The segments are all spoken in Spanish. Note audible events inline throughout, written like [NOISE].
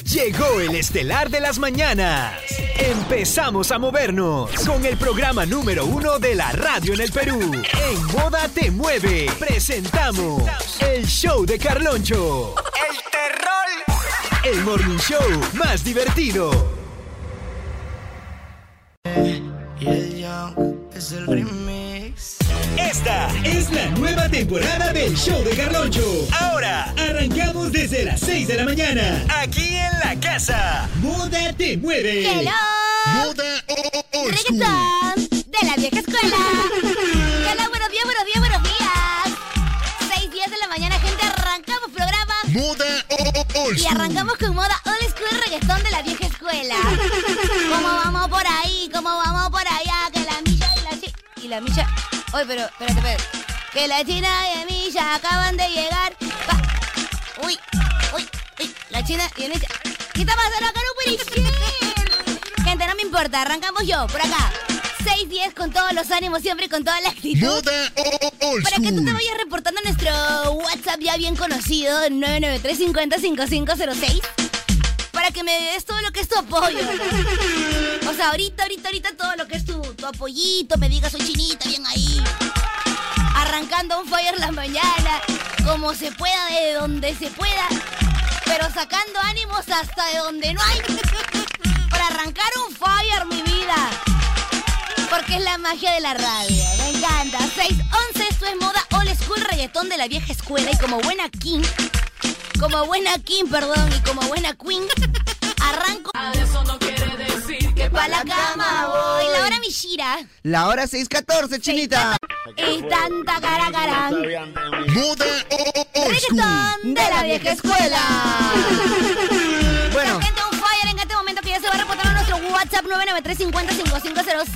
Llegó el estelar de las mañanas. Empezamos a movernos con el programa número uno de la radio en el Perú. En Moda Te Mueve, presentamos el show de Carloncho. El terror. El morning show más divertido. Y el Young es el remix. Esta es la nueva temporada del show de Carloncho. Ahora arrancamos desde las 6 de la mañana. Aquí en la casa. Moda Te Mueve. Hello, Moda o- o- old school. reggaetón de la vieja escuela. Hello, buenos días, buenos días, buenos días. Seis días de la mañana, gente, arrancamos programa Moda o- o- old y school. arrancamos con moda old school reggaetón de la vieja escuela. ¿Cómo vamos por ahí? ¿Cómo vamos por allá? Que la milla y la chi... Y la milla... Oye, pero, espérate, espérate. Que la china y la milla acaban de llegar. Pa- Uy, uy, uy. La china y la milla... ¿Qué está pasando acá, no puede ser? Gente, no me importa. Arrancamos yo, por acá. 6-10 con todos los ánimos, siempre con toda la actitud. Moda o- o- old Para que tú te school. vayas reportando a nuestro WhatsApp ya bien conocido, 993-50-5506. Para que me des todo lo que es tu apoyo. O sea, ahorita, ahorita, ahorita todo lo que es tu, tu apoyito, me digas soy chinita, bien ahí. Arrancando un fire la mañana, como se pueda, de donde se pueda. Pero sacando ánimos hasta de donde no hay. [LAUGHS] Para arrancar un fire, mi vida. Porque es la magia de la radio. Me encanta. 611, esto es moda old school reggaetón de la vieja escuela. Y como buena king, como buena king, perdón, y como buena queen, [LAUGHS] arranco. Pa' la cama voy. La hora Mishira. La hora 6.14, chinita. Es tanta cara carán. Moda o- o- old school. Reggaetón de la vieja escuela. Bueno, Gente, un fire en este momento que ya se va a reportar a nuestro WhatsApp 993505506.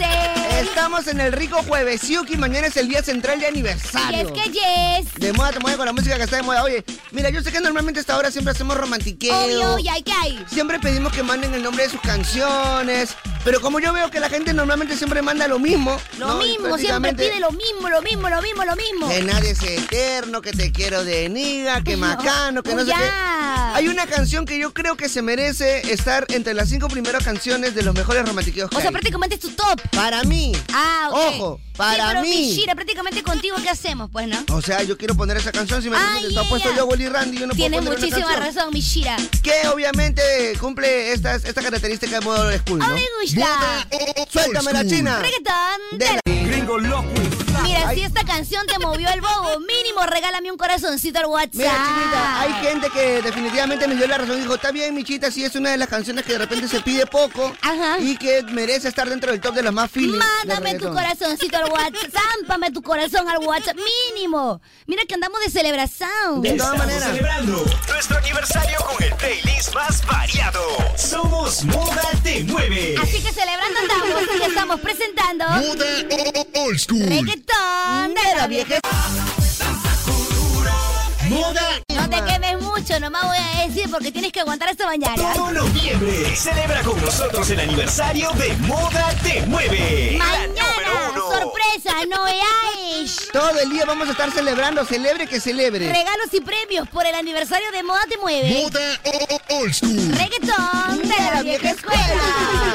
estamos en el rico jueves y mañana es el día central de Y aniversario. es que yes. De moda te mueve con la música que está de moda. Oye, mira, yo sé que normalmente a esta hora siempre hacemos romantiqueo. Obvio, y hay que hay. Siempre pedimos que manden el nombre de sus canciones. Pero como yo veo que la gente normalmente siempre manda lo mismo. Lo ¿no? Y mismo, siempre prácticamente, pide lo mismo, lo mismo, lo mismo, lo mismo. Que nadie es eterno, que te quiero de niga, que macano, que no sé pues ya. qué. Hay una canción que yo creo que se merece estar entre las cinco primeras canciones de los mejores romantiqueos que O sea, hay. prácticamente es tu top. Para mí. Ah, ok. Ojo, Sí, para pero mí. Mishira, prácticamente contigo, ¿qué hacemos? Pues, ¿no? O sea, yo quiero poner esa canción. Si me Ah, entiendes, ya, lo ha puesto ya. yo, Willy Randy, yo no Tienes puedo poner una muchísima canción. razón, Mishira. Que obviamente cumple estas, esta característica de modo school, Ah, ¿no? eh, me gusta. Moda o- o- old Suéltame la school. china. Reggaetón. De la- Gringo loco. Mira, si esta canción te movió el bobo, mínimo regálame un corazoncito al WhatsApp. Mira, chinita, Ah. hay gente que definitivamente me dio la razón. Dijo, está bien, Michita, sí es una de las canciones que de repente se pide poco Ajá. y que merece estar dentro del top de los más files. Mándame tu corazoncito al WhatsApp. Zámpame tu corazón al WhatsApp. Mínimo. Mira que andamos de celebración. De todas maneras. celebrando nuestro aniversario con el playlist más variado. Somos Moda Te Mueve. Así que celebrando andamos y estamos presentando Moda o- o- old school. reggaetón de la vieja. Moda No te quemes mucho, nomás voy a decir porque tienes que aguantar hasta mañana. todo noviembre. Celebra con nosotros el aniversario de Moda Te Mueve. Mañana, sorpresa, novedades. Todo el día vamos a estar celebrando, celebre que celebre. Regalos y premios por el aniversario de Moda Te Mueve. Moda o- o- old school. Reggaetón de la vieja [LAUGHS] escuela.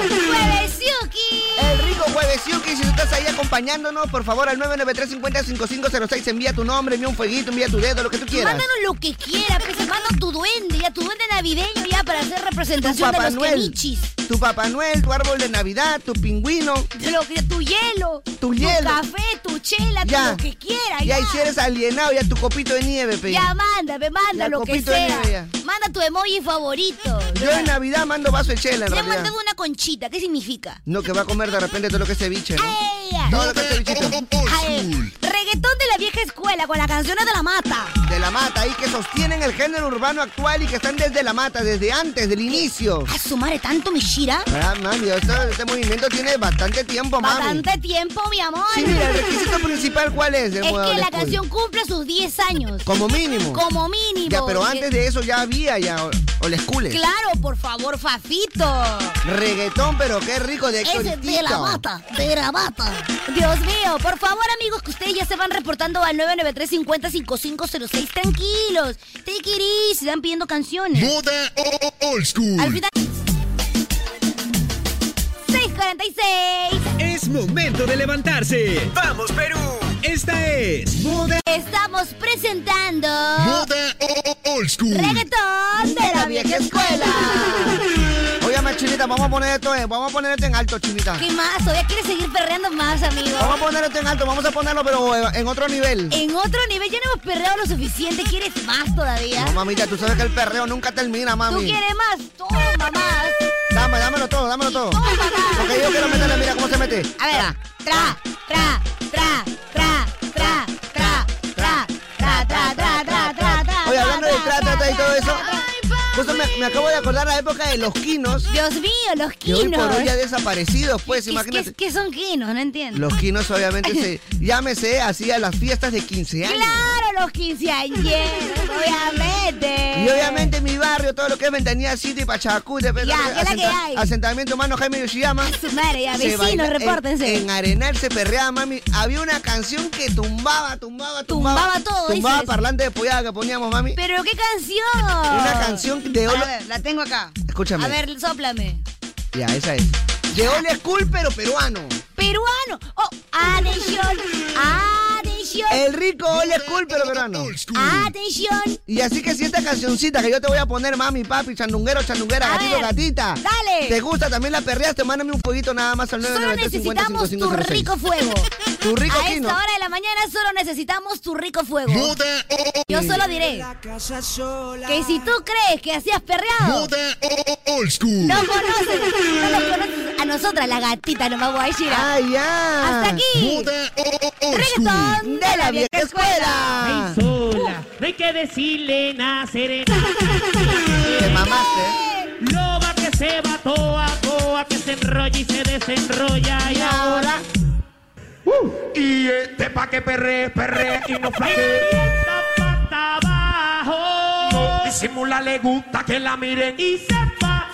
Jueves Yuki. El rico jueves, Yuki, si tú estás ahí acompañándonos, por favor, al 993-50-5506, envía tu nombre, envía un fueguito, envía tu dedo, lo que tú quieras. Mándanos lo que quieras, pues hermano, tu duende, ya tu duende navideño ya para hacer representación de los quemichis. tu Papá Noel, tu árbol de Navidad, tu pingüino. Lo que- tu hielo, Tu hielo. café, tu chela, tu Ya. lo que quieras. Ya, y si eres alienado, ya tu copito de nieve, pe. Ya, mándame, manda Ya, lo que copito de sea. nieve, ya. Manda tu emoji favorito. Yo en Navidad mando vaso de chela, en Le he realidad. mandado una conchita, ¿qué significa? No, que va a comer de repente todo lo que es ceviche, ¿no? ¡Ay! ay, Todo lo que es cevichito. Moda o- o- old ay. school. Reggaetón de la vieja escuela con las canciones de la mata. De la mata, ahí que sostienen el género urbano actual y que están desde la mata, desde antes, del inicio. A su madre, tanto Mishira. Ah, mami, esto- este movimiento tiene bastante tiempo, mami. Bastante tiempo, mi amor. Sí, mira, el [LAUGHS] requisito principal, ¿cuál es? del es Modern que la School? canción cumple sus 10 años. Como mínimo. Como mínimo. Ya, pero Porque- antes de eso ya había ya. Old school. Claro, por favor, Fafito. Reggaetón, pero qué rico de Ese es de la choricito. mata, de la mata. Dios mío, por favor, amigos, que ustedes ya se van reportando al 993-50-5506. Tranquilos, te it se están pidiendo canciones. Moda o- o- old school. Al final... 6.46. Es momento de levantarse. ¡Vamos, Perú! Esta es Moda. Estamos presentando... Moda o- o- old school. Reggaetón de la vieja escuela. Oye, más chinita, vamos a poner esto, eh, vamos a poner esto en alto, chinita. ¿Qué más? Todavía quieres seguir perreando más, amigo. Vamos a poner esto en alto, vamos a ponerlo, pero eh, en otro nivel. En otro nivel ya no hemos perreado lo suficiente. ¿Quieres más todavía? No, mamita, tú sabes que el perreo nunca termina, ¿Tú mami. quieres más? Toma más. Dame, dámelo todo, dámelo todo. Porque yo quiero meterle, mira cómo se mete. A ver, tra, tra, tra, tra, tra, tra, tra, tra, tra, tra, tra, tra, tra. Oye, hablando de tra, tra, tra y todo eso. Ay, Justo me, me acabo de acordar la época de los quinos. Dios mío, los Que hoy por quinos. hoy ya desaparecidos, pues, ¿Qué- qué- imagínate. ¿Qué son quinos? No entiendo. Los quinos obviamente se, llámese, hacía las fiestas de 15 años. Claro, los quinceañeros, obviamente. Y obviamente mi barrio, todo lo que es Ventanilla City, Pachacute, Ya, ¿qué es la que hay? asentamiento humano Jaime Yoshiyama. Su madre, ya, se baila- vecinos, en- repórtense. En, Arenal se perreaba, mami. Había una canción que tumbaba, tumbaba, tumbaba. Tumbaba todo, Tumbaba dices. parlante de pollada que poníamos, mami. ¿Pero qué canción? Una canción de A Ole... ver, la tengo acá. Escúchame. A ver, soplame. Ya, esa es. De Ole School, pero peruano. Peruano. Oh, atención. Atención. El rico Ole School, pero peruano. Old school. Atención. Y así que si esta cancioncita que yo te voy a poner, mami, papi, chandunguero, chandunguera, A gatito, ver, gatita. dale. ¿Te gusta también la perreaste? Mándame un poquito nada más al Solo 993 necesitamos tu rico fuego. [LAUGHS] Tu rico A quino. esta hora de la mañana solo necesitamos tu rico fuego. Moda o- o- Yo solo diré que si tú crees que hacías perreado, moda o- o- old school. no conoces, no nos conoces a nosotras, la gatita, no vamos a decir. ah. ¡Ay, ya! Hasta aquí. Moda o- o- old school. Reggaetón de la vieja escuela. sola. No hay que decirle nada, serena. Te mamaste. ¿eh? Loba que se va toa, toa, que se enrolla y se desenrolla. Y ahora. Uh. Y este pa' que perre, perre y no flaque. Está pata abajo. Disimula, le gusta que la miren. Y sepa.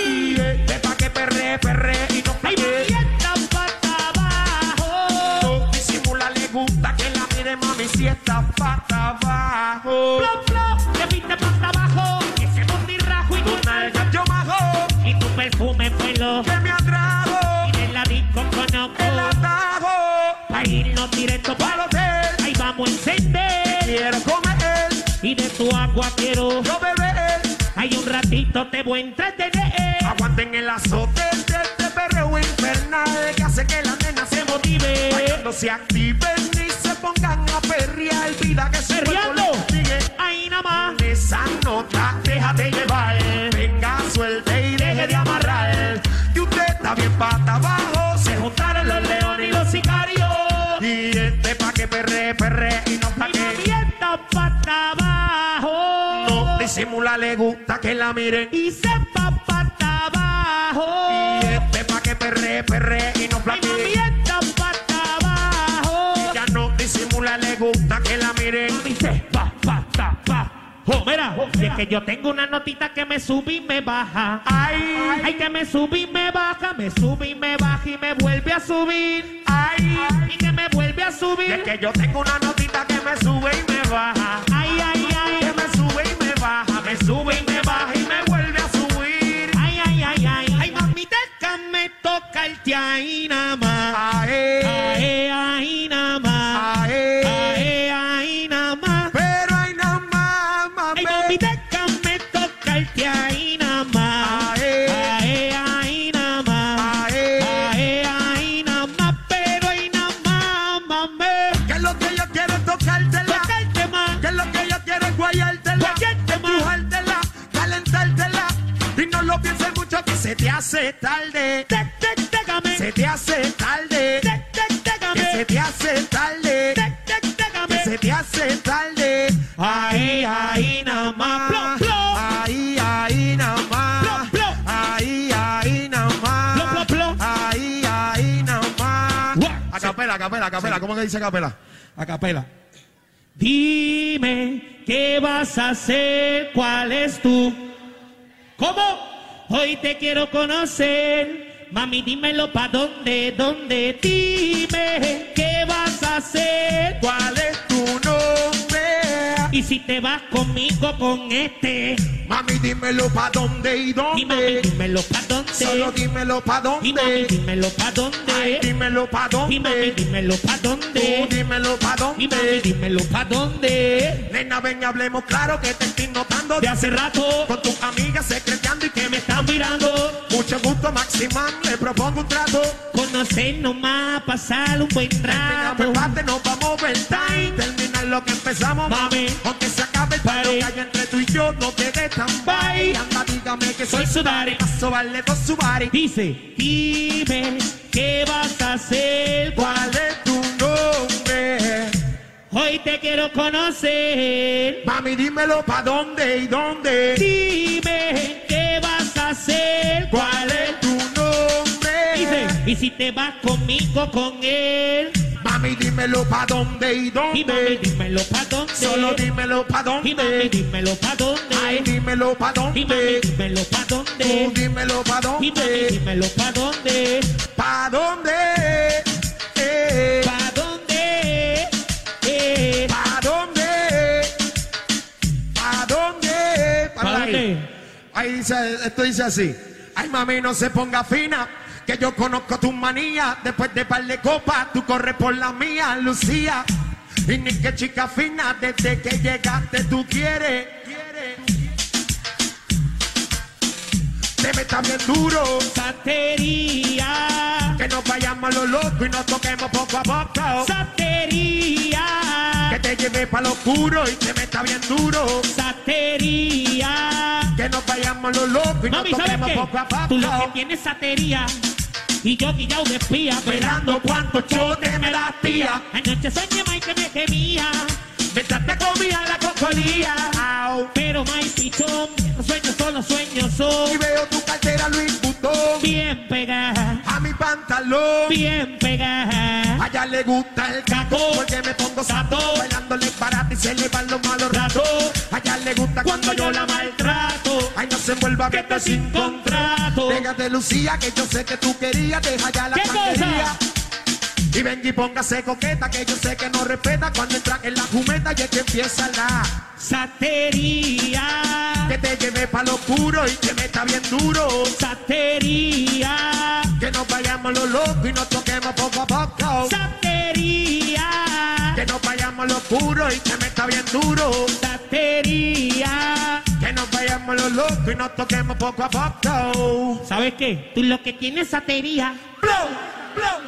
Y este pa' que perre, perre y no Ay, flaque. está pata abajo. Disimula, le gusta que la miren, mami, si está pata abajo. Plop, plop. Te pinta pata abajo. Ese bondi rajo y tu nalga. Yo majo, Y tu perfume vuelo. que me atrago, Y de la disco conozco. el atajo, Pa' irnos directo al para hotel, Ahí vamos a encender. quiero comer, Y de tu agua quiero. yo beber. Hay un ratito te voy a entretener. Aguanten el azote de este perreo infernal que hace que las nenas se Se mo- motive. no se activen ni se pongan a perrear. Vida que se Perreando. sigue Ahí nada más. Eh. esa nota, déjate llevar. Venga, suelte y deje de amarrar. Que usted está bien pata abajo. Se juntaron los leones y los sicarios. Y este pa' que perre, perre y no pa' Y la que. fiesta pata abajo. No disimula, le gusta que la miren. Y sepa pata abajo. Y este pa' que perre, perre y no Hay flaquee. movimiento pata abajo. Ya no disimula, le gusta que la miren. Dice pa, pa, ta, pa. Oh, mira, si es que yo tengo una notita que me sube y me baja. Ay, Ay, que me sube y me baja, me sube y me baja y me vuelve a subir. ay. Y que me vuelve a Y es subir. que yo tengo una notita que me sube y me baja. Ay, ay, ay. Que me sube y me baja, me sube y me baja y me vuelve a subir. Ay, ay, ay, ay. Ay, mamita, que me toca el tía ahí nada más. Ae, Ay, ay, nada más. ae, Ay, ay, nada más. pero hay nada más, mami. Ay, mamita, que me toca el tía ahí nada más. Ae, Ay, ay, nada más. ae. Ay, ay, nada más. Pero ay, nada más, mami. Que lo que yo quiero es tocártela, Toca el tema. Pues que lo que yo quiero es guayártela, Guayarte más. empujártela, calentártela. Y no lo pienses mucho que se te hace tarde, Te, te, tégame. se te hace Te, te, tarde, que se tégame. te hace tarde, Te, te, que tégame. se te hace tarde. Ay, ay, nada más. Plop, plop. Ahí, ahí nada más. Plop, plop. Ahí, ahí nada más. Plop, plop, plop. Ahí, ahí nada más. Guau. Acapela, acapela, acapela. ¿Cómo que dice acapela? A capela. Dime qué vas a hacer, cuál es tu. ¿Cómo? Hoy te quiero conocer, mami, dímelo pa' dónde, dónde. Dime qué vas a hacer, ¿Cuál es tu nombre? y si te vas conmigo con este. Mami, dímelo pa' dónde y Y mami, dónde. dímelo pa' Solo dónde. dímelo pa' Y mami, dónde. dímelo pa' Ay, dónde. dímelo pa' Y mami, dónde. dímelo pa' Tú dónde. dímelo pa' Y mami, dónde. dímelo pa' dónde. Nena, ven, hablemos claro que te estoy notando. De hace rato Con tus amigas secreteando y que que me me... están mirando. Mucho gusto, Maximán, le propongo un trato. Conocernos más, pasar un buen Venga, rato. pues, parte, nos vamos overtime. Terminar lo que empezamos, Mami. Aunque se acabe el paro Pare. que hay entre tú y yo, no te des tan Bye. bye. Anda, dígame que soy Soy su Sudari. paso, vale con su bari. Dice, dime qué vas a hacer. ¿Cuál es tu nombre? Hoy te quiero conocer. Mami, dímelo pa' dónde y dónde. Dime qué vas a hacer. ¿Cuál es tu Dice, nombre? y si te vas conmigo con él. Mami, dímelo pa' dónde y Y mami, dónde. dímelo pa' dónde. Solo dímelo pa' Y mami, dónde. dímelo pa' Ay, dónde. dímelo pa' Y mami, dónde. dímelo pa' Tú dónde. dímelo pa' Y mami, dónde. dímelo pa' dónde. ¿Pa' dónde? Eh, ¿Pa' dónde? Eh. ¿Pa' dónde? ¿Pa' dónde? ¿Pa' ahí. dónde? Ahí dice, esto dice así. Ay, mami, no se ponga fina. Que yo conozco tus manías. Después de par de copas, tú corres por la mía, Lucía. Y ni que chica fina, desde que llegaste tú quieres. Te metas bien duro. Santería, Que nos vayamos a lo loco y nos toquemos poco a poco. Que santería, te lleve pa' lo oscuro y te meta bien duro. santería. Que nos vayamos a lo loco y Mami, nos ¿sabes toquemos qué? poco a poco. Tú lo que tienes es santería y yo guillao de espía, Esperando cuántos chotes me das, tía. Anoche soñé Mike que me temía, Mientras te comía la cocolía. Au. pero Mike pichón, los sueños son los sueños, Y son veo tu cartera Luis Butón. bien pegada, A mi pantalón. bien pegada. A ella le gusta el caco. Caco. Porque me pongo sato. Bailándole barata y se le van los malos ratos. Rato, A ella le gusta cuando yo la maltrato. Ay, no se vuelva a Que meter te sin sin contrato. contrato. Déjate, Lucía, que yo sé que tú querías. Deja ya la ¿Qué cantería. cosa? Y venga y póngase coqueta, que yo sé que no respeta cuando entra en la jumeta y es que empieza la. Santería, Que te lleve pa' lo oscuro y te meta bien duro. santería. Que nos vayamos lo loco y nos toquemos poco a poco. Santería, Que nos vayamos lo oscuro y te meta bien duro. santería. Que nos vayamos lo loco y nos toquemos poco a poco. ¿Sabes qué? Tú lo que tienes es santería. Blow, blow.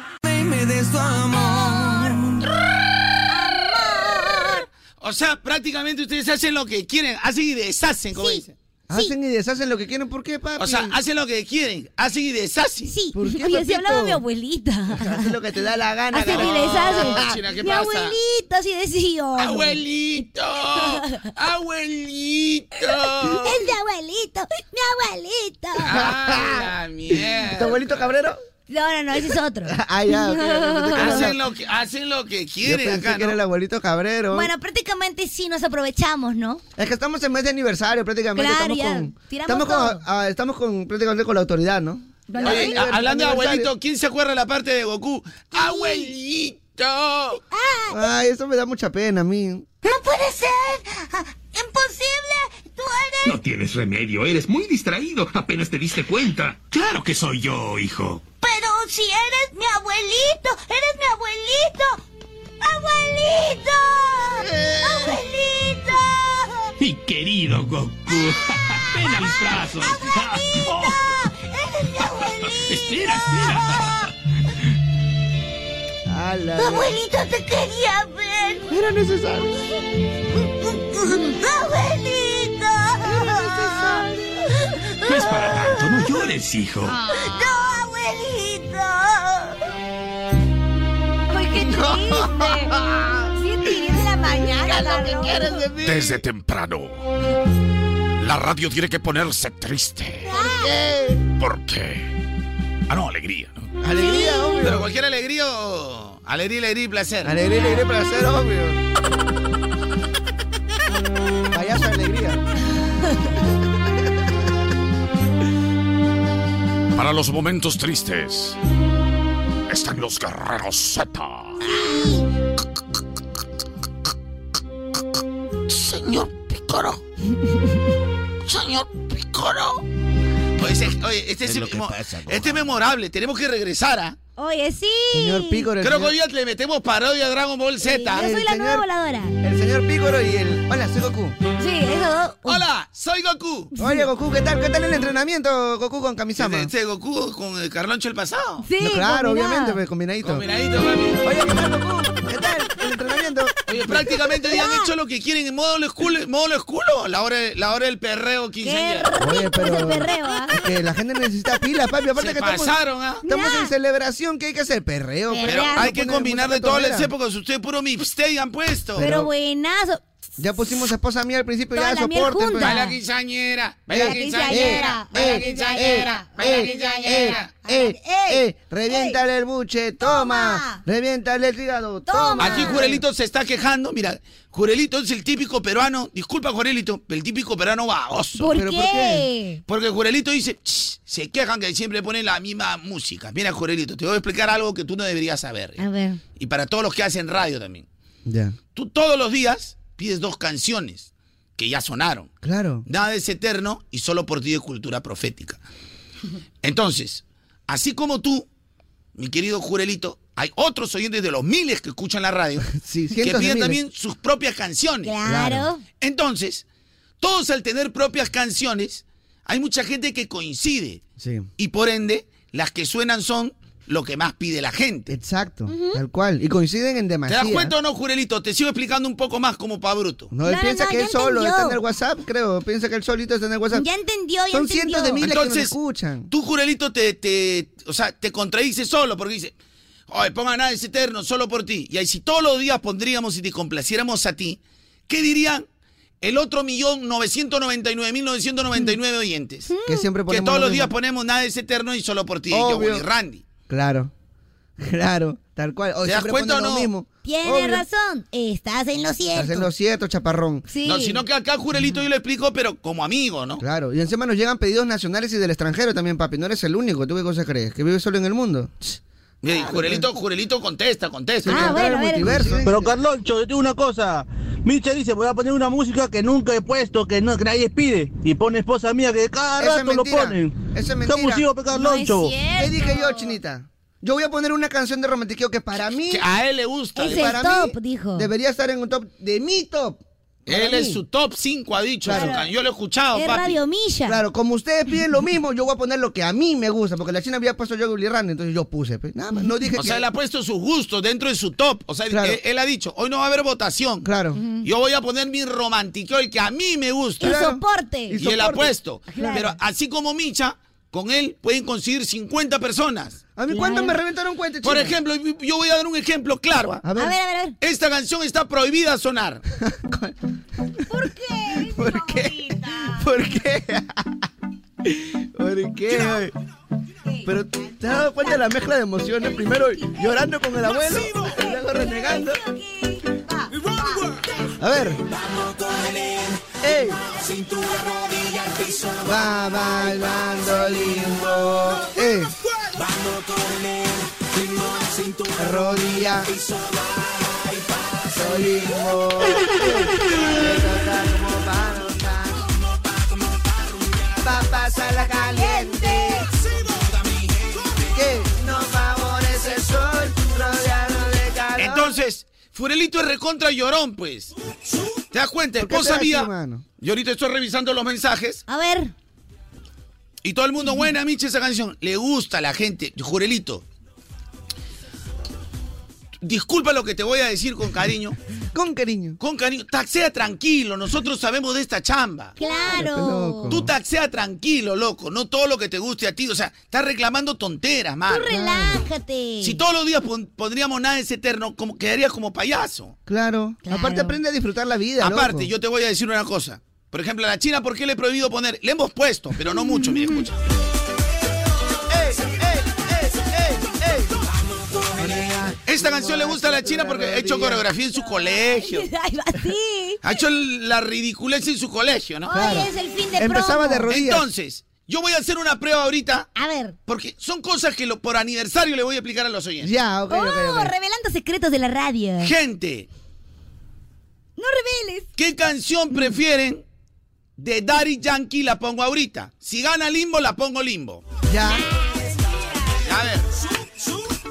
O sea, prácticamente ustedes hacen lo que quieren, hacen y deshacen, como Sí, dicen. Hacen y deshacen lo que quieren, ¿por qué, papi? O sea, hacen lo que quieren, hacen y deshacen. sí. ¿Por qué, Oye, así papito? hablaba mi [LAUGHS] abuelita. Hacen lo que te da la gana. Hasta que cabrón. les Ah, hace. China, ¿qué mi pasa? abuelita así decía. [LAUGHS] Abuelito, abuelito. Es mi abuelito, mi abuelito. Ah, la mierda. ¿Tu abuelito Cabrero? No, no, no, ese es otro. [LAUGHS] Ah, ya, ok, ok, ok. Hacen lo que hacen lo que Yo quieren pensé acá, que era el ¿no? abuelito Cabrero. Bueno, prácticamente sí nos aprovechamos, ¿no? Es que estamos en mes de aniversario, prácticamente. Claro, estamos ya, con. tiramos Estamos con, todo. ah, estamos con prácticamente con la autoridad, ¿no? Aniver- Oye, a- hablando de aniversario. abuelito, ¿quién se acuerda de la parte de Goku? Abuelito. Ay, eso me da mucha pena a mí. Ah. ¡No puede ser! ¡Imposible! ¡Tú eres! No tienes remedio, eres muy distraído. Apenas te diste cuenta. Claro que soy yo, hijo. ¡Pero si eres mi abuelito! ¡Eres mi abuelito! ¡Abuelito! ¡Abuelito! Mi querido Goku. [LAUGHS] Ven a mis brazos. [LAUGHS] Oh, ¡Eres mi abuelito! Espera, espera. Ala, ¡Tu ya. abuelito te quería ver! Era necesario. ¡Abuelito! No es para tanto, no llores, hijo. ¡No, abuelito! ¡Pues qué triste! ¡Siete de la mañana, Carlos. Desde temprano, la radio tiene que ponerse triste. ¿Por qué? Ah, no, alegría, ¿no? Alegría, Pero obvio. cualquier alegría, o- alegría, alegría y placer. [LAUGHS] Alegría, alegría, placer, obvio. Para los momentos tristes están los guerreros Z. Señor Picoro. Señor Picoro. Oye, ese- oye, este es, Es lo que mo- pasa, este es memorable. Tenemos que regresar, ¿ah? Oye, sí. Señor Pícoro, el Creo que señor- hoy día le metemos parodia a Dragon Ball Z. Yo soy la nueva voladora. El señor Pícoro y el. Hola, soy Goku. Sí, eso dos. Uh. Hola, soy Goku. Oye, Goku, ¿qué tal? ¿Qué tal el entrenamiento, Goku, con Kamisama? Este Goku con el Carloncho el pasado. No, claro, obviamente, pues, combinadito. Combinadito, mami. Oye, ¿qué tal, Goku? ¿Qué tal el entrenamiento? [LAUGHS] Oye, prácticamente ya han hecho lo que quieren en modo school, módulo school, o la hora, la hora del perreo quinceañera. Oye, pero. perreo, ¿ah? es que la gente necesita pilas, papi. Aparte Se que pasaron, ¿ah? estamos, estamos en celebración, ¿qué hay que hacer? Perreo. Pero hay que combinar de todas las tiempo. épocas. Ustedes puro mixtape han puesto. Pero buenazo. Ya pusimos esposa mía al principio, Toda ya pues. la miel soporte. junta. Baila quinceañera, baila Eh, quinceañera, eh, baila eh, quinceañera, baila quinceañera. eh, eh, reviéntale el buche, toma. Reviéntale el hígado, toma. Aquí Jurelito se está quejando, mira, Jurelito es el típico peruano, disculpa Jurelito, el típico peruano baboso. ¿Por qué? Porque Jurelito dice, "Ch, se quejan que siempre ponen la misma música. Mira Jurelito, te voy a explicar algo que tú no deberías saber. A ver. Y para todos los que hacen radio también. Ya. Tú todos los días pides dos canciones que ya sonaron. Claro. Nada es eterno y solo por ti de cultura profética. Entonces, así como tú, mi querido Jurelito, hay otros oyentes de los miles que escuchan [LAUGHS] la radio que cientos de piden miles. también sus propias canciones. Claro. Entonces, todos al tener propias canciones, hay mucha gente que coincide Sí. y por ende, las que suenan son lo que más pide la gente. Exacto, tal cual. Y coinciden en ¿Te demasía. das cuenta o no, Jurelito? Te sigo explicando un poco más como pa' bruto. No, él piensa que él solo está en el WhatsApp, creo. Piensa que él solito está en el WhatsApp. Ya entendió, ya Son entendió. cientos de miles que nos Entonces, escuchan. Tú, Jurelito, te, te, o sea, te contradices solo porque dices, oye, ponga nada es eterno, solo por ti. Y ahí si todos los días pondríamos y te complaciéramos a ti, ¿qué dirían el otro millón novecientos noventa y nueve mil novecientos noventa y nueve oyentes? Mm. Que siempre Que ponemos todos lo los días mismo. ponemos nada es eterno y solo por ti. Y Obvio. yo, Willy Randy. Claro, [LAUGHS] claro, tal cual. O ¿Te das siempre cuenta o ponen no? lo mismo. Tiene Obvio. razón. Estás en lo cierto. Hacen lo cierto, chaparrón. Sí. No, sino que acá, Jurelito, yo lo explico, pero como amigo, ¿no? Claro, y encima nos llegan pedidos nacionales y del extranjero también, papi. No eres el único, ¿tú qué cosa crees? ¿Que vives solo en el mundo? Mira, y Jurelito, Jurelito contesta, contesta. Ah, bueno, el a ver. multiverso. Pero Carloncho, yo tengo una cosa. Micha dice, voy a poner una música que nunca he puesto, que, no, que nadie pide. Y pone esposa mía que cada Eso es rato lo mentira. ponen. Eso es Está mentira. abusivo, pe, Carloncho. No es cierto. ¿Qué dije yo, chinita? Yo voy a poner una canción de romantiqueo que para mí, Que a él le gusta. Es ¿eh? el para mí, top, dijo. debería estar en un top de mi top. Para Él mí. es su top 5, ha dicho. Claro. su can- Yo lo he escuchado, Es papi. Radio Milla. Claro, como ustedes piden lo mismo, yo voy a poner lo que a mí me gusta, porque la China había puesto yo Gully Randy, entonces yo puse. pues, nada más, no dije O que... sea, él ha puesto sus gustos dentro de su top. O sea, Claro. él, él ha dicho, hoy no va a haber votación. Claro. Yo voy a poner mi romántico, el que a mí me gusta. Y Claro. soporte. Y, Y él ha soporte. puesto. Claro. Pero así como Micha, con él pueden conseguir 50 personas. A mí, ¿cuánto me reventaron cuenta, Por China? ejemplo, yo- yo voy a dar un ejemplo claro. ¿ah? A A ver. ver, a ver, a ver. Esta canción está prohibida a sonar. [LAUGHS] ¿Por qué? ¿Por qué? ¿Por qué? ¿Por qué? Pero te has dado cuenta de la mezcla de emociones. Primero llorando con el abuelo, y luego renegando. A ver. ¡Ey! Va bailando limbo. ¡Ey! Rodilla. Limbo. Papas a la caliente. Que no favorece el sol, rodeado de calor. Entonces, Furelito es recontra llorón, pues. ¿Te das cuenta? ¿Por qué Esposa te haces, mía. mano? Yo ahorita estoy revisando los mensajes. A ver. Y todo el mundo, buena, Micha, esa canción. Le gusta a la gente. Jurelito. Disculpa lo que te voy a decir con cariño. [LAUGHS] Con cariño. Con cariño. Taxea tranquilo. Nosotros sabemos de esta chamba. Claro. loco. Tú taxea tranquilo, loco. No todo lo que te guste a ti. O sea, estás reclamando tonteras, Tú man. relájate. Si todos los días pon- pondríamos nada es eterno, como, quedarías como payaso. Claro. Claro. Aparte aprende a disfrutar la vida. Aparte, loco. yo te voy a decir una cosa. Por ejemplo, a la China, ¿por qué le he prohibido poner? Le hemos puesto, pero no mucho, mire, escucha. Esta canción le gusta a la China porque ha hecho coreografía en su [LAUGHS] colegio. Ay, va así. Ha hecho la ridiculez en su colegio, ¿no? Hoy es el fin de Empezaba promo. de rodillas. Entonces, Yo voy a hacer una prueba ahorita. A ver. Porque son cosas que lo- por aniversario le voy a explicar a los oyentes. Ya, oh, revelando secretos de la radio. Gente. No reveles. ¿Qué canción prefieren de Daddy Yankee? La pongo ahorita. Si gana Limbo, la pongo Limbo. Ya. A ver.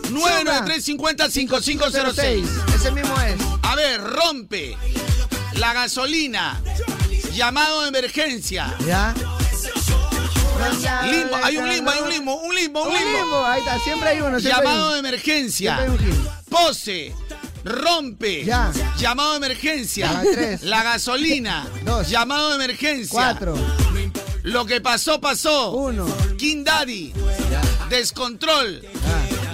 993-50-5506. Ese mismo es. A ver, rompe. La gasolina. Llamado de emergencia. Ya. Limbo, hay un limbo, hay un limbo, un limbo, un Un limbo. limbo, ahí está, siempre hay uno. siempre hay Llamado uno. de emergencia. Siempre hay un Pose. Rompe. Ya. Llamado de emergencia. Ya, tres. La gasolina. Llamado de emergencia. Cuatro. Lo que pasó, pasó. Uno. King Daddy. Descontrol.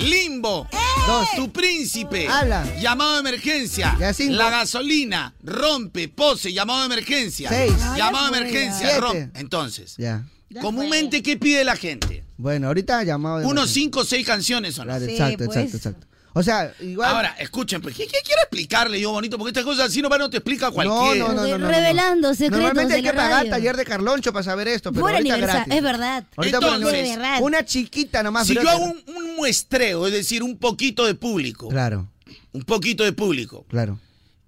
Limbo. Dos. Tu príncipe. Eh. Habla. Llamado de emergencia. Ya, cinco. La gasolina. Rompe. Pose. Llamado de emergencia. Seis. Llamado de Ay, emergencia. Siete. Rompe. Entonces. Ya. Comúnmente, ¿qué pide la gente? Bueno, ahorita llamado. de Unos emergencia. cinco o seis canciones son. Claro, exacto, pues. exacto, exacto. O sea, Ah, igual. Ahora, escuchen, pues, ¿qué, qué quiero explicarle yo, bonito? Porque estas cosas así no, va, no te explica no, cualquiera. no, no, no, no, no. Revelando secretos Normalmente hay de que la pagar radio. taller de Carloncho para saber esto, pero Por ahorita aniversario, gratis. es verdad. Ahorita Entonces, por de aniversario. Una chiquita nomás. Si pero- yo hago un, un muestreo, es decir, un poquito de público, Claro, un poquito de público, claro.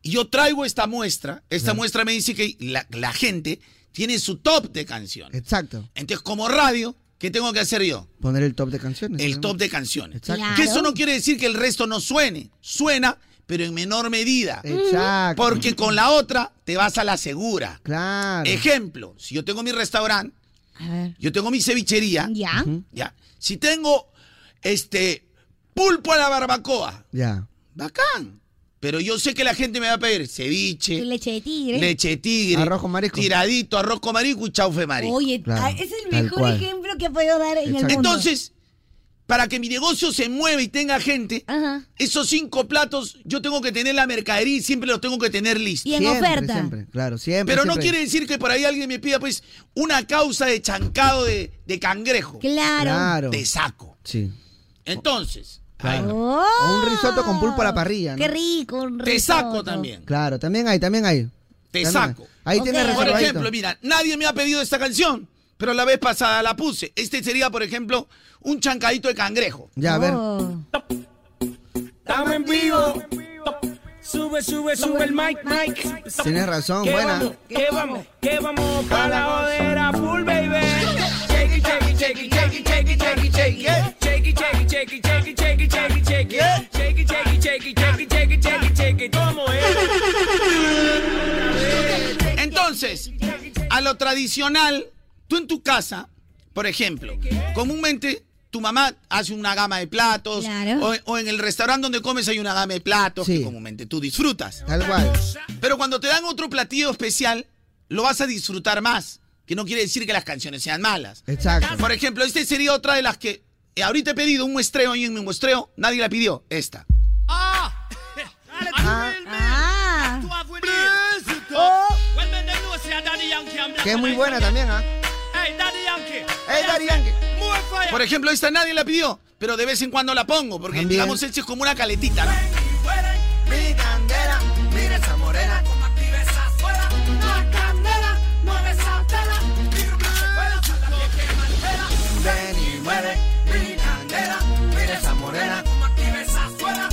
y yo traigo esta muestra, esta muestra me dice que la, la gente tiene su top de canciones. Exacto. Entonces, como radio, ¿qué tengo que hacer yo? Poner el top de canciones. El ¿no? top de canciones. Exacto. Que eso no quiere decir que el resto no suene. Suena, pero en menor medida. Exacto. Porque con la otra te vas a la segura. Claro. Ejemplo, si yo tengo mi restaurante, yo tengo mi cevichería, Ya. ya. Si tengo este pulpo a la barbacoa, Ya. bacán. Pero yo sé que la gente me va a pedir ceviche, Leche de tigre. leche de tigre, Arroz con marisco. tiradito, arroz con marisco y chaufe marisco. Oye, Claro, ah, ese es el tal mejor cual. ejemplo que puedo dar en el Exacto. mundo. Entonces, para que mi negocio se mueva y tenga gente, esos cinco platos yo tengo que tener la mercadería y siempre los tengo que tener listos. Y en Siempre, oferta. Siempre, claro, siempre. Pero no siempre. quiere decir que por ahí alguien me pida pues una causa de chancado de, de cangrejo. Claro. Claro. Te saco. Sí. Entonces, Claro. Oh, O un risotto con pulpo a la parrilla, ¿no? Qué rico, un te saco risotto. también. Claro, también hay, también hay. Te También saco. hay. Ahí Ok. tienes Por reservadito. ejemplo, mira, nadie me ha pedido esta canción, pero la vez pasada la puse. Este sería, por ejemplo, un chancadito de cangrejo. Ya, a ver. Oh. Estamos en vivo. Sube, sube, sube el mic, mic. Tienes razón, ¿Qué buena. vamos? ¿Qué vamos? ¿Qué vamos? Para la jodera full, baby. Shake it, shake it, shake it, shake it, shake it, shake it, shake it. Shake it, shake it, shake it, shake it, shake it, shake it, shake it. Shake it, shake it, shake it, shake it, shake it, shake it, shake it. ¿Cómo es? eh. [LAUGHS] Entonces, a lo tradicional, tú en tu casa, por ejemplo, comúnmente tu mamá hace una gama de platos, Claro. o, o en el restaurante donde comes hay una gama de platos Sí. que comúnmente tú disfrutas. Tal cual. Pero cuando te dan otro platillo especial, lo vas a disfrutar más, que no quiere decir que las canciones sean malas. Exacto. Por ejemplo, esta sería otra de las que eh, ahorita he pedido un muestreo y en mi muestreo nadie la pidió, esta. Ah, Ah. Oh. Que es muy buena también, ¿ah? Hey, Daddy Yankee. ¡Ey, Daddy Yankee! More fire. Por ejemplo, esta nadie la pidió, pero de vez en cuando la pongo, porque También. digamos, esto es como una caletita, ¿no? Mi candela, mira esa morena. Como activa esa suela. La candela, mueve esa tela. Mira que se cuela, a la que quema entera. Ven y muere, mi candela, mira esa morena. Como activa esa suela.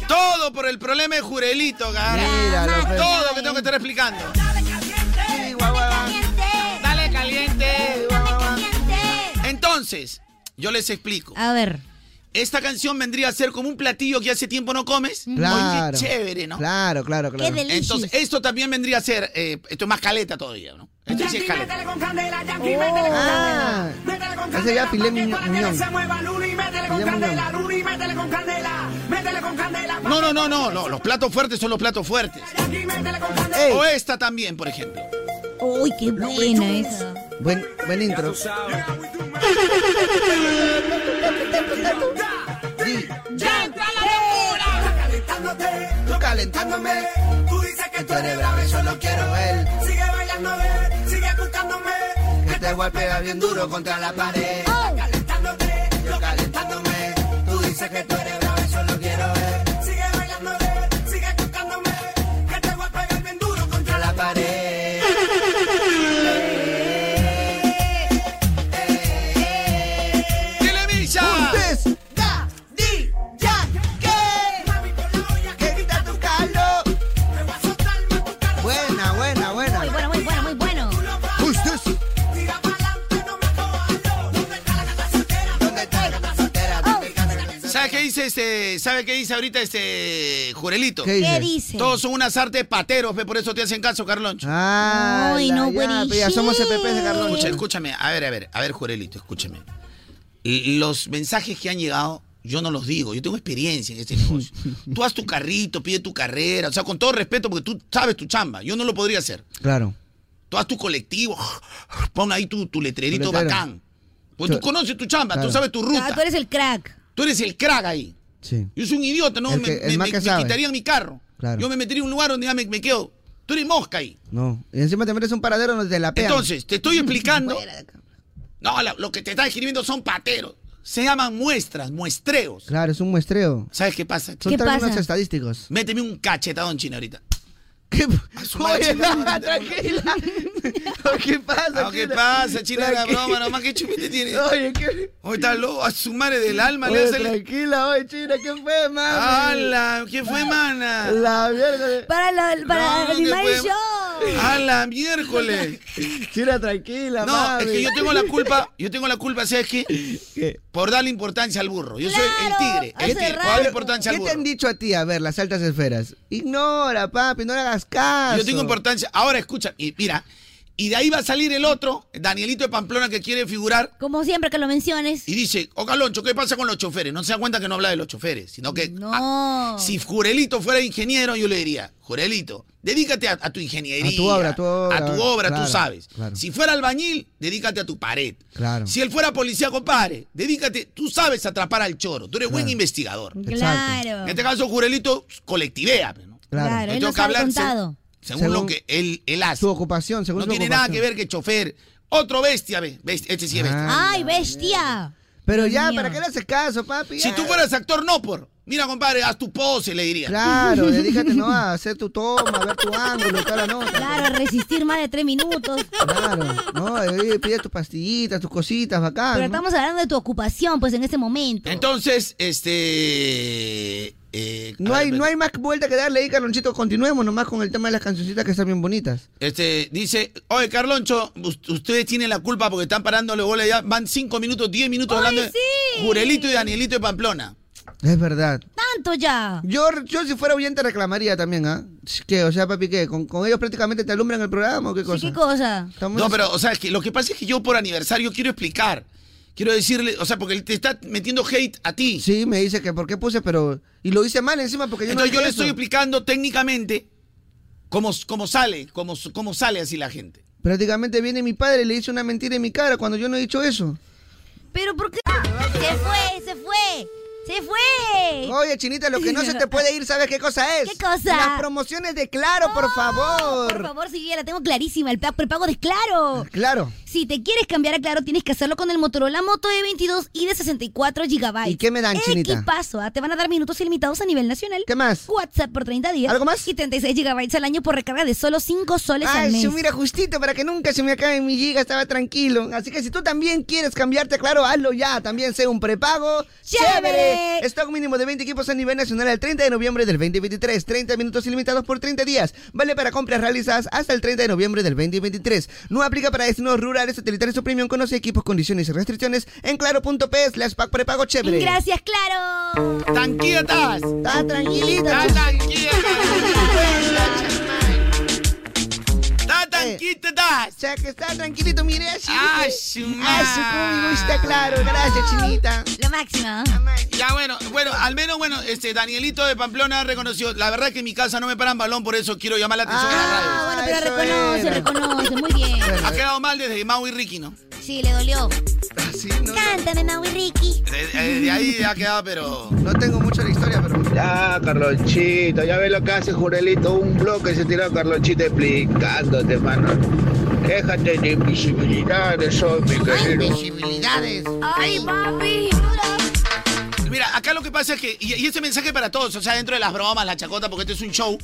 La Todo por el problema de Jurelito, cara. Míralo, pues. Todo que tengo que estar explicando. Dame caliente, Dale caliente. dame caliente. Entonces, yo les explico. A ver. Esta canción vendría a ser como un platillo que hace tiempo no comes. Oye, Claro. qué chévere, ¿no? Claro, claro, claro. Qué delicious. Entonces, esto también vendría a ser, eh, esto es más caleta todavía, ¿no? Esto sí es Yankee, métele caleta. con candela, Yankee, métele con Ah. candela. Métele con Ese ya candela, Filé pa' que- Miño- para que Miñón. se mueva Luli, métele con Filé Miñón. candela, Luli, métele con candela. Métele con candela, pa' No, no, no, no, no. Los platos fuertes son los platos fuertes. Yankee, métele con candela. Ey, O esta también, por ejemplo. Uy, qué buena esa. buen, buen intro. ¡Ya entra la locura! Calentándote, yo calentándome. Tú dices que tú eres bravo, yo lo quiero ver. Sigue bailándome, sigue buscándome. Que Este te voy a pegar bien duro contra la pared. Calentándote, yo calentándome. Tú dices que tú eres bravo, yo lo quiero ver. Sigue bailándome, sigue buscándome. Que te voy a pegar bien duro contra la pared. Eh, eh, ¿Sabes qué dice este? ¿Sabe qué dice ahorita este Jurelito? ¿Qué dice? ¿Qué dice? Todos son unas artes pateros, ve, por eso te hacen caso, Carloncho. Ah, Ay, no, ya, buenísimo. pe, ya somos EPPs de Carloncho. Escucha, escúchame, a ver, a ver, a ver, Jurelito, escúchame. L- Los mensajes que han llegado, yo no los digo, yo tengo [LAUGHS] experiencia en este negocio. Tú haz tu carrito, pide tu carrera, o sea, con todo respeto, porque tú sabes tu chamba, yo no lo podría hacer. Claro. Tú haz tu colectivo, pon ahí tu, tu letrerito Letrero. bacán. Pues tú Claro. conoces tu chamba, Claro. tú sabes tu ruta. Ah, tú eres el crack. Tú eres el crack ahí. Sí. Yo soy un idiota, no El me, que- el me- más me- que me sabe. quitarían mi carro. Claro. Yo me metería en un lugar donde ya me, me quedo. Tú eres mosca ahí. No. Y encima te metes un paradero donde te la pegan. Entonces, te [LAUGHS] estoy explicando. No, la- lo que te está escribiendo son pateros. Se llaman muestras, muestreos. Claro, es un muestreo. ¿Sabes qué pasa? Son términos estadísticos. Méteme un cachetadón chino ahorita. Oye, [LAUGHS] tranquila. ¿Qué pasa, Ah, ¿Qué pasa, china? La Tranquila. broma, nomás que chupete tiene. Oye, ¿qué? Hoy está loco, a su madre del alma le Oye, hace el... Tranquila, oye, China, ¿qué fue, mami? ¡Hala! ¿Qué fue, mana? La mierda. de- [LAUGHS] Para, la, para No, animar que el fue- show. ¡Hala, miércoles! China, tranquila, No, mami. es que yo tengo la culpa, yo tengo la culpa, ¿sabes qué? Por darle importancia al burro. Yo soy el Claro, tigre, hace el tigre, por rato. darle importancia al ¿Qué te han burro. dicho a ti? A ver, las altas esferas. Ignora, papi, no le hagas caso. Yo tengo importancia. Ahora escucha, y mira, y de ahí va a salir el otro, Danielito de Pamplona, que quiere figurar. Como siempre que lo menciones. Y dice, oh Caloncho, ¿qué pasa con los choferes? No se da cuenta que no habla de los choferes, sino que ah, No. si Jurelito fuera ingeniero, yo le diría, Jurelito, dedícate a, a tu ingeniería, A tu obra, a tu obra. a tu obra, Claro, tú sabes. claro. Si fuera albañil, dedícate a tu pared. Claro. Si él fuera policía, compadre, dedícate, tú sabes atrapar al choro, tú eres buen investigador. Claro. En este caso, Jurelito colectivea, pues, ¿no? Claro. Claro, él Tengo nos que ha hablar, contado. según, lo que él, él hace. Tu ocupación, según No tu tiene nada ocupación. que ver que chofer. Otro bestia, ve. Bestia, Este sí es bestia. Ah. Ay, bestia. Pero Dios ya, mío. ¿para qué le haces caso, papi? si Ya. tú fueras actor, no por. Mira, compadre, haz tu pose, le diría. Claro, [LAUGHS] dedícate no a hacer tu toma, a [LAUGHS] ver tu ángulo y toda la nota. Claro, resistir más de tres minutos. Claro, no, eh, pide tus pastillitas, tus cositas, bacán. Pero Ah, ¿no? estamos hablando de tu ocupación, pues, en este momento. Entonces, este. eh, No a hay, ver, no hay más vuelta que darle ahí, Carlonchito. Continuemos nomás con el tema de las cancioncitas que están bien bonitas. Este, dice, oye, Carloncho, us- ustedes tienen la culpa porque están parándole bola ya. Van 5 minutos, 10 minutos hablando de sí! Jurelito y Danielito de Pamplona. Es verdad. Tanto ya. Yo, yo si fuera oyente reclamaría también, ¿ah? ¿Qué? O sea, papi, ¿qué? ¿Con, con ellos prácticamente te alumbran el programa o qué cosa? Sí, ¿Qué cosa? Estamos- No, pero, o sea, que lo que pasa es que yo por aniversario quiero explicar. Quiero decirle, o sea, porque él te está metiendo hate a ti. Sí, me dice que por qué puse, pero... Y lo hice mal encima porque yo Entonces no yo dije le eso. estoy explicando técnicamente cómo, cómo sale, cómo, cómo sale así la gente. Prácticamente viene mi padre y le dice una mentira en mi cara cuando yo no he dicho eso. ¿Pero por qué? Se fue, se fue. Se fue. Oye, Chinita, lo que no se te puede ir, ¿sabes qué cosa es? ¿Qué cosa? Las promociones de Claro, por favor. Oh, Por favor, Silvia, la tengo clarísima. El pa- prepago de Claro. Claro. Si te quieres cambiar a Claro, tienes que hacerlo con el Motorola Moto E22 y de 64 GB. ¿Y qué me dan, chinita? paso, ¿ah? te van a dar minutos ilimitados a nivel nacional. ¿Qué más? WhatsApp por 30 días. ¿Algo más? Y 36 GB al año por recarga de solo 5 soles al Ay, mes. se mira justito para que nunca se me acabe mi giga, estaba tranquilo. Así que si tú también quieres cambiarte, claro, hazlo ya. También sea un prepago. ¡Chévere! Stock mínimo de 20 equipos a nivel nacional el 30 de noviembre del 2023. 30 minutos ilimitados por 30 días. Vale para compras realizadas hasta el 30 de noviembre del 2023. No aplica para destinos rurales, satelitales o premium. Conoce equipos, condiciones y restricciones en claro.p slash pack prepago chévere. Gracias, Claro. ¡Tranquila estás! Está Ah, tranquilita. ¡Está chica. tranquila! ¡Está tranquila estás! O sea, Eh, que está tranquilito, mire así. ¡Ay, su Ay, su está madre! claro. Gracias, chinita. La máxima. Ya bueno, bueno, al menos bueno, este Danielito de Pamplona ha reconocido, la verdad que en mi casa no me paran balón, por eso quiero llamar la atención a la radio. Ah, bueno, pero eso reconoce, era. reconoce. Muy bien. Ha quedado mal desde Mau y Ricky, ¿no? Sí, le dolió. Ah, Sí, no, Cántame, Maui Ricky. De, de- de ahí ha quedado, pero. no tengo mucho la historia, pero. Ya, Carlonchito, ya ves lo que hace Jurelito. Un bloque se tiró Carlonchito explicándote, mano. Déjate de invisibilidades, hoy, mi querido. Posibilidades. Ay, papi. Mira, acá lo que pasa es que, y, y este mensaje para todos, o sea, dentro de las bromas, la chacota, porque este es un show,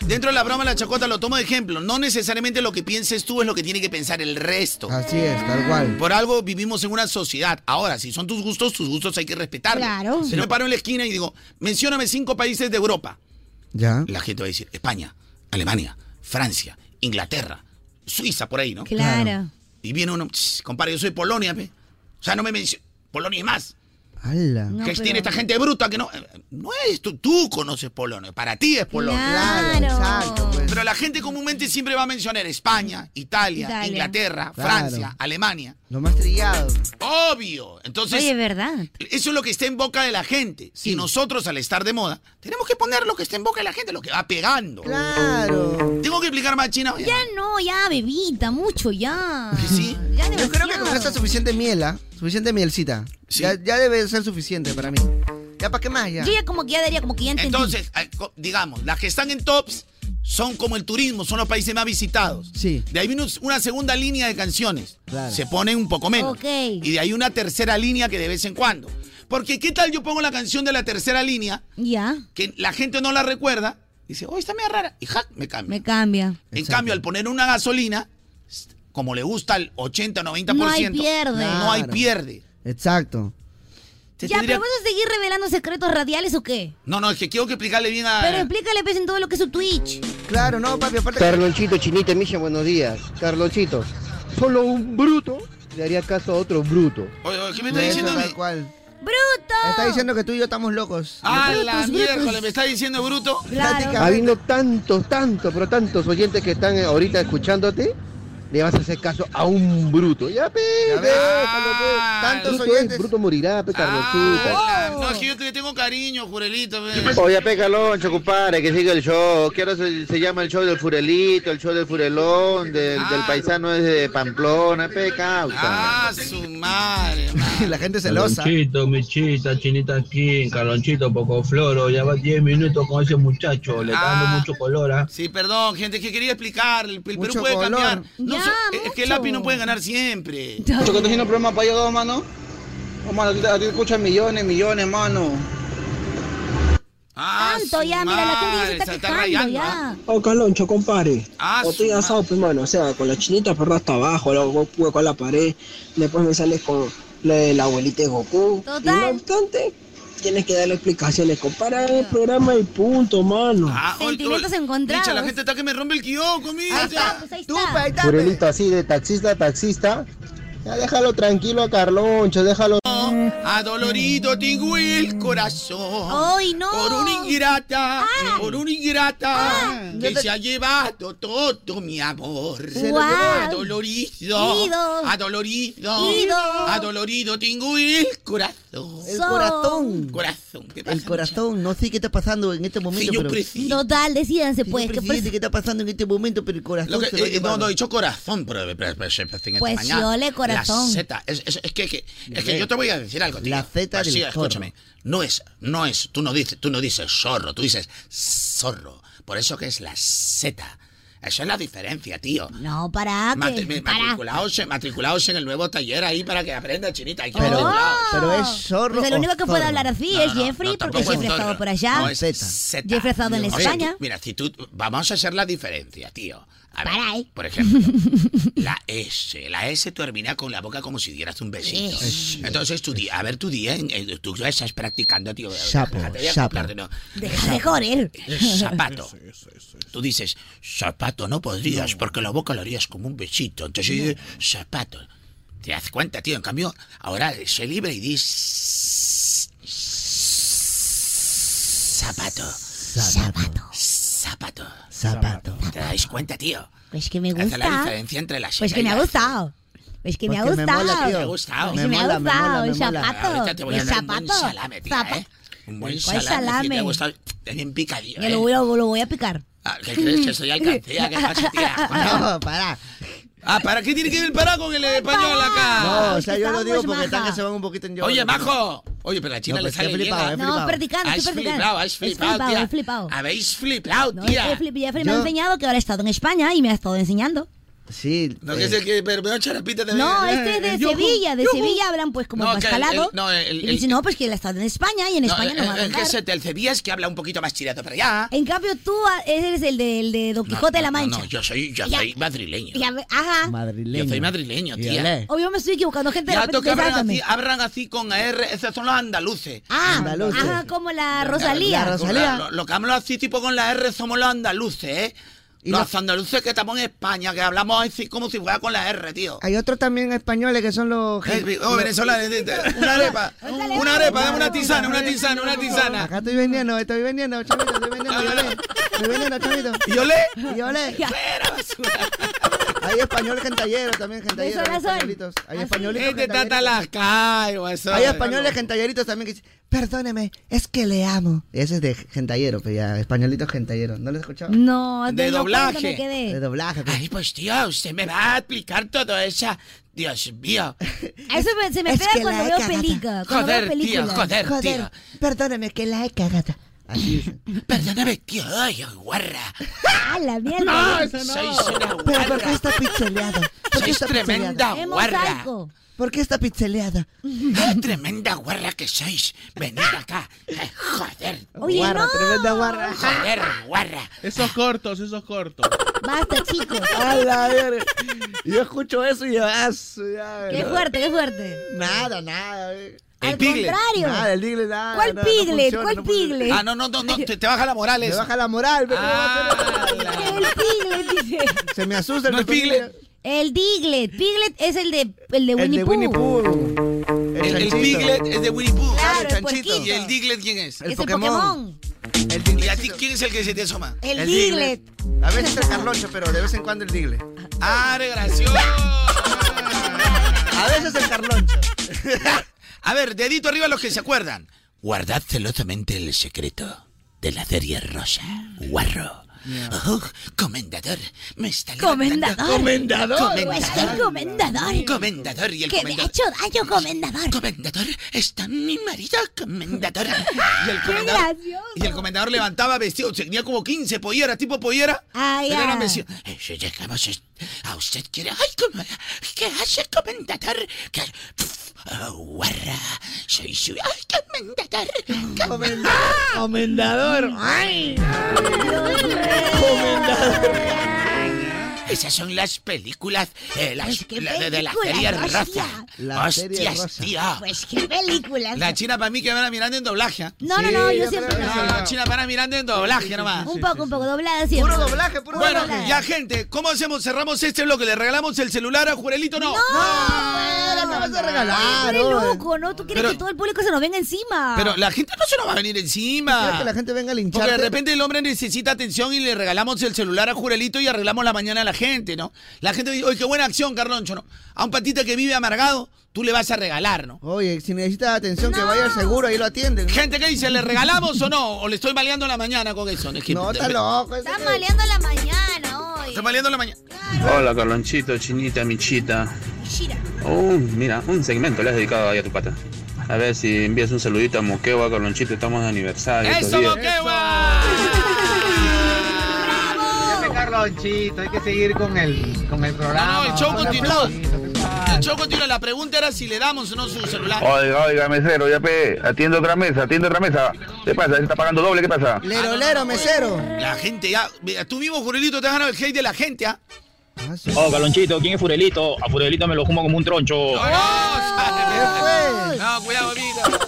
dentro de las bromas, la chacota, lo tomo de ejemplo, no necesariamente lo que pienses tú es lo que tiene que pensar el resto. Así es, tal cual. Por algo vivimos en una sociedad. Ahora, si son tus gustos, tus gustos hay que respetarlos. Claro. Si no me paro en la esquina y digo, mencióname cinco países de Europa, Ya. la gente va a decir España, Alemania, Francia, Inglaterra, Suiza, por ahí, ¿no? Claro. Y viene uno, "Ch, compadre, yo soy Polonia, pe. O sea, no me menciono. Polonia es más. ¡Hala! que tiene esta gente bruta que no. eh, No es tú, tú conoces Polonia, para ti es Polonia. Claro, exacto, pues. Pero la gente comúnmente siempre va a mencionar España, Italia, Italia. Inglaterra, Claro. Francia, Alemania. Lo más trillado. Obvio. Entonces. Oye, ¿verdad? Eso es lo que está en boca de la gente. Y nosotros, al estar de moda, tenemos que poner lo que está en boca de la gente, lo que va pegando. Claro. Tengo que explicar más china. Ya no, ya, bebita, mucho, ya. Sí. Ya Yo creo que con demasiado. esta suficiente miel, ¿ah? Suficiente mielcita. Ya, ya debe ser suficiente para mí. ¿Ya para qué más? Ya. Yo ya como que ya daría como que ya entendí. Entonces, eh, co- digamos, las que están en tops son como el turismo, son los países más visitados. Sí. De ahí viene un- una segunda línea de canciones. Se ponen un poco menos. Ok. Y de ahí una tercera línea que de vez en cuando. Porque ¿qué tal yo pongo la canción de la tercera línea Ya, que la gente no la recuerda? Dice, oh, está media rara. Y ¡ja! me cambia. me cambia. En cambio, al poner una gasolina, como le gusta al 80 o 90%, No hay pierde. No hay Claro. pierde. Exacto. Te ya, tendría- pero vas a seguir revelando secretos radiales o qué? No, no, es que quiero que explicarle bien a... Pero explícale, pues, en todo lo que es su Twitch. Claro, no, papi, aparte. Carlonchito, Chinita, Misha, buenos días. Carlonchito, solo un bruto le haría caso a otro bruto. Oye, oye, ¿qué me Eso está diciendo? a mí? Tal cual. ¡Bruto! Está diciendo que tú y yo estamos locos. ¡Ah, la miércoles! ¿Me está diciendo bruto? Habiendo tantos, tantos, pero tantos oyentes que están ahorita escuchándote, le vas a hacer caso a un bruto. Ya, pe, ve, tantos bruto, es, bruto morirá, pe, Carlonchito. Ah, Oh. No, es que yo te le tengo cariño, Jurelito. ve. Oye, Pecalón, compadre, que sigue el show. Que ahora se, se llama el show del Furelito, el show del Furelón, del, del paisano es de Pamplona, pe, causa. Ah, su madre. [LAUGHS] La gente Calonchito, Michita, Chinita aquí, Calonchito, Poco Floro, ya va 10 minutos con ese muchacho, le está dando Ah. mucho color, ¿ah? Sí, perdón, gente, es que quería explicar. El, el Perú Mucho puede color. cambiar. No, Ya, so- es que el mucho. API no puede ganar siempre. [LAUGHS] Mucho que tiene un problema para ellos dos, mano. Oh, mano, a ti- a ti te escuchan millones, millones, mano. Ah, Tanto ya, mira, la gente ya se está quejando ya. Oh, Caloncho, compare. Ah, o estoy asado, pues, mano. O sea, con la chinita perro hasta abajo, luego hueco a la pared. Después me sales con la, de la abuelita de Goku. Y no obstante, tienes que darle explicaciones. Compara el programa y punto, mano. Ah, Sentimientos encontrados. Micha, la gente está que me rompe el guión conmigo. Ahí ya. está, pues ahí está. Furelito así de taxista a taxista. Ya déjalo tranquilo a Carloncho, déjalo. Adolorido tengo el corazón. Mm. ¡Ay, no! Por una ingrata, por una ingrata que Ah, Yo te- se ha llevado todo mi amor. Se lo llevó. Adolorido, Ido. adolorido, Ido. adolorido tengo el corazón. El corazón. Corazón. ¿Qué pasa, El corazón, no sé qué está pasando en este momento. Señor pero... presidente. Total, decídanse, pues. ¿qué presidente, ¿qué está pasando en este momento? Pero el corazón Lo que- se lo ha eh, no, llevado. no, he dicho corazón, pero, pero- pero- pero- pero- Pues mañana. yole, corazón. La Z, es, es- es que, que- es que yo te voy a decir algo, tío. La zeta Así, del escúchame. No es, no es, tú no dices, tú no dices zorro, tú dices zorro. Por eso que es la Z. Esa es la diferencia, tío. No, para, Matri- que, para. matriculaos, en- matriculaos en el nuevo taller ahí para que aprenda chinita. Hay que Pero, matriculaos. pero es zorro. Pues el único que puede puede hablar así No, es no, Jeffrey, porque no, tampoco Jeffrey ha es estado zorro. por allá. No, es zeta. Jeffrey ha estado en O sea, España. tú- mira, si tú vamos a hacer la diferencia, tío. A ver, Para ahí. por ejemplo, la S, la S termina con la boca como si dieras un besito. Entonces tu día, a ver tu día, en- en- tú ya estás practicando, tío. Sapo, Déjate de sapo. acoplarte, no. Deja de joder. Zapato. Tú dices, zapato no podrías porque la boca la harías como un besito. Entonces yo digo, zapato. ¿Te das cuenta, tío? En cambio, ahora soy libre y dices... Zapato. Zapato. Zapato. Zapato. ¿Te dais cuenta, tío? Pues que me Hace gusta. la diferencia entre la Pues Z que y me ha la- gustado. Pues que me ha Pues que me gustado. mola, tío. Me ha gustado. Pues Me me ha mola, me gustado. mola, El me mola. Ahorita zapato. te voy a El dar un buen zapato. salame, tía, Zapa- ¿eh? Un buen ¿Cuál salame. Si salame? te gusta, también picadillo, Ya lo ¿eh? voy, a, lo voy a picar. Ah, ¿Qué [LAUGHS] crees? Que soy alcancía. ¿Qué pasa, tía? No, para. Ah, ¿para qué tiene que ver el pará con el español acá? No, o sea, yo lo digo porque Ah. están que se van un poquito en yo. Oye, Majo. Oye, pero la china No, le pues, sale he flipado, bien. he No, flipado. practicando, Has estoy practicando. flipado, has He flipado, flipado, tía. he flipado. Habéis flipado, No, tía. Jeffrey, Jeffrey me ha Yo- eh, enseñado que ahora ha estado en España y me ha estado enseñando. Sí. No, que sé que, pero veo charapita también. No, Eh, este es de yujú, Sevilla. De yujú. Sevilla hablan pues como No, que el- pascalado. el- no, el- y dice, el- no, pues que él ha estado en España y en España eh, no va a eh, que hablar. ese del Sevilla es que habla un poquito más tirado para allá. En cambio, tú ah, eres el de, el de Don No, Quijote de la no, Mancha. No, yo soy, yo Ya. soy madrileño. Ya ve- ajá. Yo soy madrileño, Y tía. olé. Obvio me estoy equivocando, gente. de Ya repente, toca hablan desátame. así, hablan así con R, esos son los andaluces. Ah, ajá, como la Rosalía. Lo, lo- lo que hablan así tipo con la R somos los andaluces, ¿eh? Los andaluces que estamos en España, que hablamos así como si fuera con la R, tío. Hay otros también españoles que son los... Oh, venezolanos, una arepa, una arepa, dame una tisana, una tisana, una tisana. Ah, Acá estoy vendiendo, estoy vendiendo, chavito, estoy vendiendo, yo le. Estoy vendiendo, chavito. ¿Y yo le? Y yo le. Hay español gentallero también, gentallero. Eso, ¿Ah, eso. Hay españolitos. Hay españolitos. Este gentalleritos. tata las cae, guasón. Hay españoles gentalleritos también que dicen, perdóneme, es que le amo. Ese es de gentallero, pero ya, españolito gentallero. ¿No lo escuchaba? No, De no, doblaje. ¿cuánto me quedé? De doblaje. pues. Ay, pues tío, usted me va a explicar todo esa. Dios mío. A eso me- se me Es pega que cuando la he veo cagado. película. Cuando Joder, veo tío, películas. joder, tío. Perdóname que la he cagado. Así dicen. Perdóname, tío. Ay, guarra. ¡Ah, la mierda! No, eso no. Sois una Pero ¿por qué está pizzeleado? ¿Por qué Ah, Sois está tremenda pizzeleado? guarra. ¿Por qué está pizzeleada? [LAUGHS] Ah, Tremenda guarra que sois. Venid acá. Ay, joder. Oye, Guarra, no. tremenda guarra. Joder, guarra. Esos cortos, esos cortos. Basta, chicos. [LAUGHS] A la verga. Yo escucho eso y yo, ah, su- ya, Qué no. fuerte, qué fuerte. Nada, nada. eh. Al contrario. Nada, el Diglett, nada. ¿Cuál no, no Piglet? funciona, ¿Cuál no funciona. Piglet? Ah, no, no, no, no, Te, te baja la moral Me eso. baja la moral, pero Ah, El Piglet, dice. se me asusta. No es Piglet. El Diglett. Piglet es el de, el de El Winnie de Winnie Pooh. Pooh. El, el chanchito. Piglet es de Winnie Pooh. Claro, el ¿Y puerquito. el Diglett quién es? El Es el Pokémon. ¿Y a ti quién es el que se te asoma? El, Diglett. A veces el Carloncho, pero de vez en cuando el Diglett. ¡Ah, re gracioso! A veces el Carloncho. [LAUGHS] A ver, dedito arriba los que se acuerdan. Guardad celosamente el secreto de la serie rosa. Guarro. Oh, comendador, me está levantando. Comendador. Comendador. Pues el comendador. Comendador y el Que me ha comendador. hecho daño, comendador. Comendador, está mi marido, comendador. Y el Qué comendador, gracioso. y el comendador levantaba vestido, tenía como 15 polleras, tipo pollera. Ay, pero eran ay. vestidos. Eh, si llegamos es- a usted quiere. Ay, como- ¿qué hace, comendador? ¿Qué? Pf, oh, guarra, soy su. Ay, comendador. ¡Ah! Mm. Comendador. Ay. Esas son las películas, eh, las, Pues qué la- de, de la película, serie hostia. rosa. La serie Hostias, rosa. tío. Pues qué película. Ah. La china para mí que van a mirando en doblaje. ¿ah? No, no, no, yo Sí, siempre. pero- No, no, china para mirando en doblaje nomás. Un poco, un poco, doblada siempre. Puro doblaje, puro Bueno, doblaje. ya gente, ¿cómo hacemos? ¿Cerramos este bloque? ¿Le regalamos el celular a Jurelito? No. Ah, Era, Ah, me vas a regalar. Qué oye. loco, ¿no? Tú quieres Pero- que todo el público se nos venga encima. Pero la gente no se nos va a venir Quiero encima. que la gente venga a linchar. Porque de repente el hombre necesita atención y le regalamos el celular a Jurelito y arreglamos la mañana a la gente, ¿no? La gente dice, oye, qué buena acción, Carloncho, ¿no? A un patita que vive amargado, tú le vas a regalar, ¿no? Oye, si necesitas atención, que vaya al seguro, ahí lo atienden. Gente que dice, ¿le regalamos o no? ¿O le estoy maleando la mañana con eso? No, es que- No, está loco. ese- Está maleando la mañana hoy. Estoy maleando la mañana. Hola, Carlonchito, Chinita, Michita. Shira. Oh, mira, un segmento le has dedicado ahí a tu pata. A ver si envías un saludito a Moquegua, Carlonchito, estamos de aniversario. estos ¡Eso, días. Carlonchito, hay que seguir con el, con el No, programa. no, el show continúa. El show continúa. La pregunta era si le damos o no su celular. Oiga, oiga, mesero, ya pe, atiende otra mesa, atiende otra mesa. ¿Qué pasa? ¿Está pagando doble? ¿Qué pasa? Lero, lero, mesero. La gente ya. mira, Tú mismo, Jurelito, te has ganado el hate de la gente, ¿ah? Oh, Galonchito, ¿quién es Furelito? A Furelito me lo fumo como un troncho. No, no, cuidado, amiguito.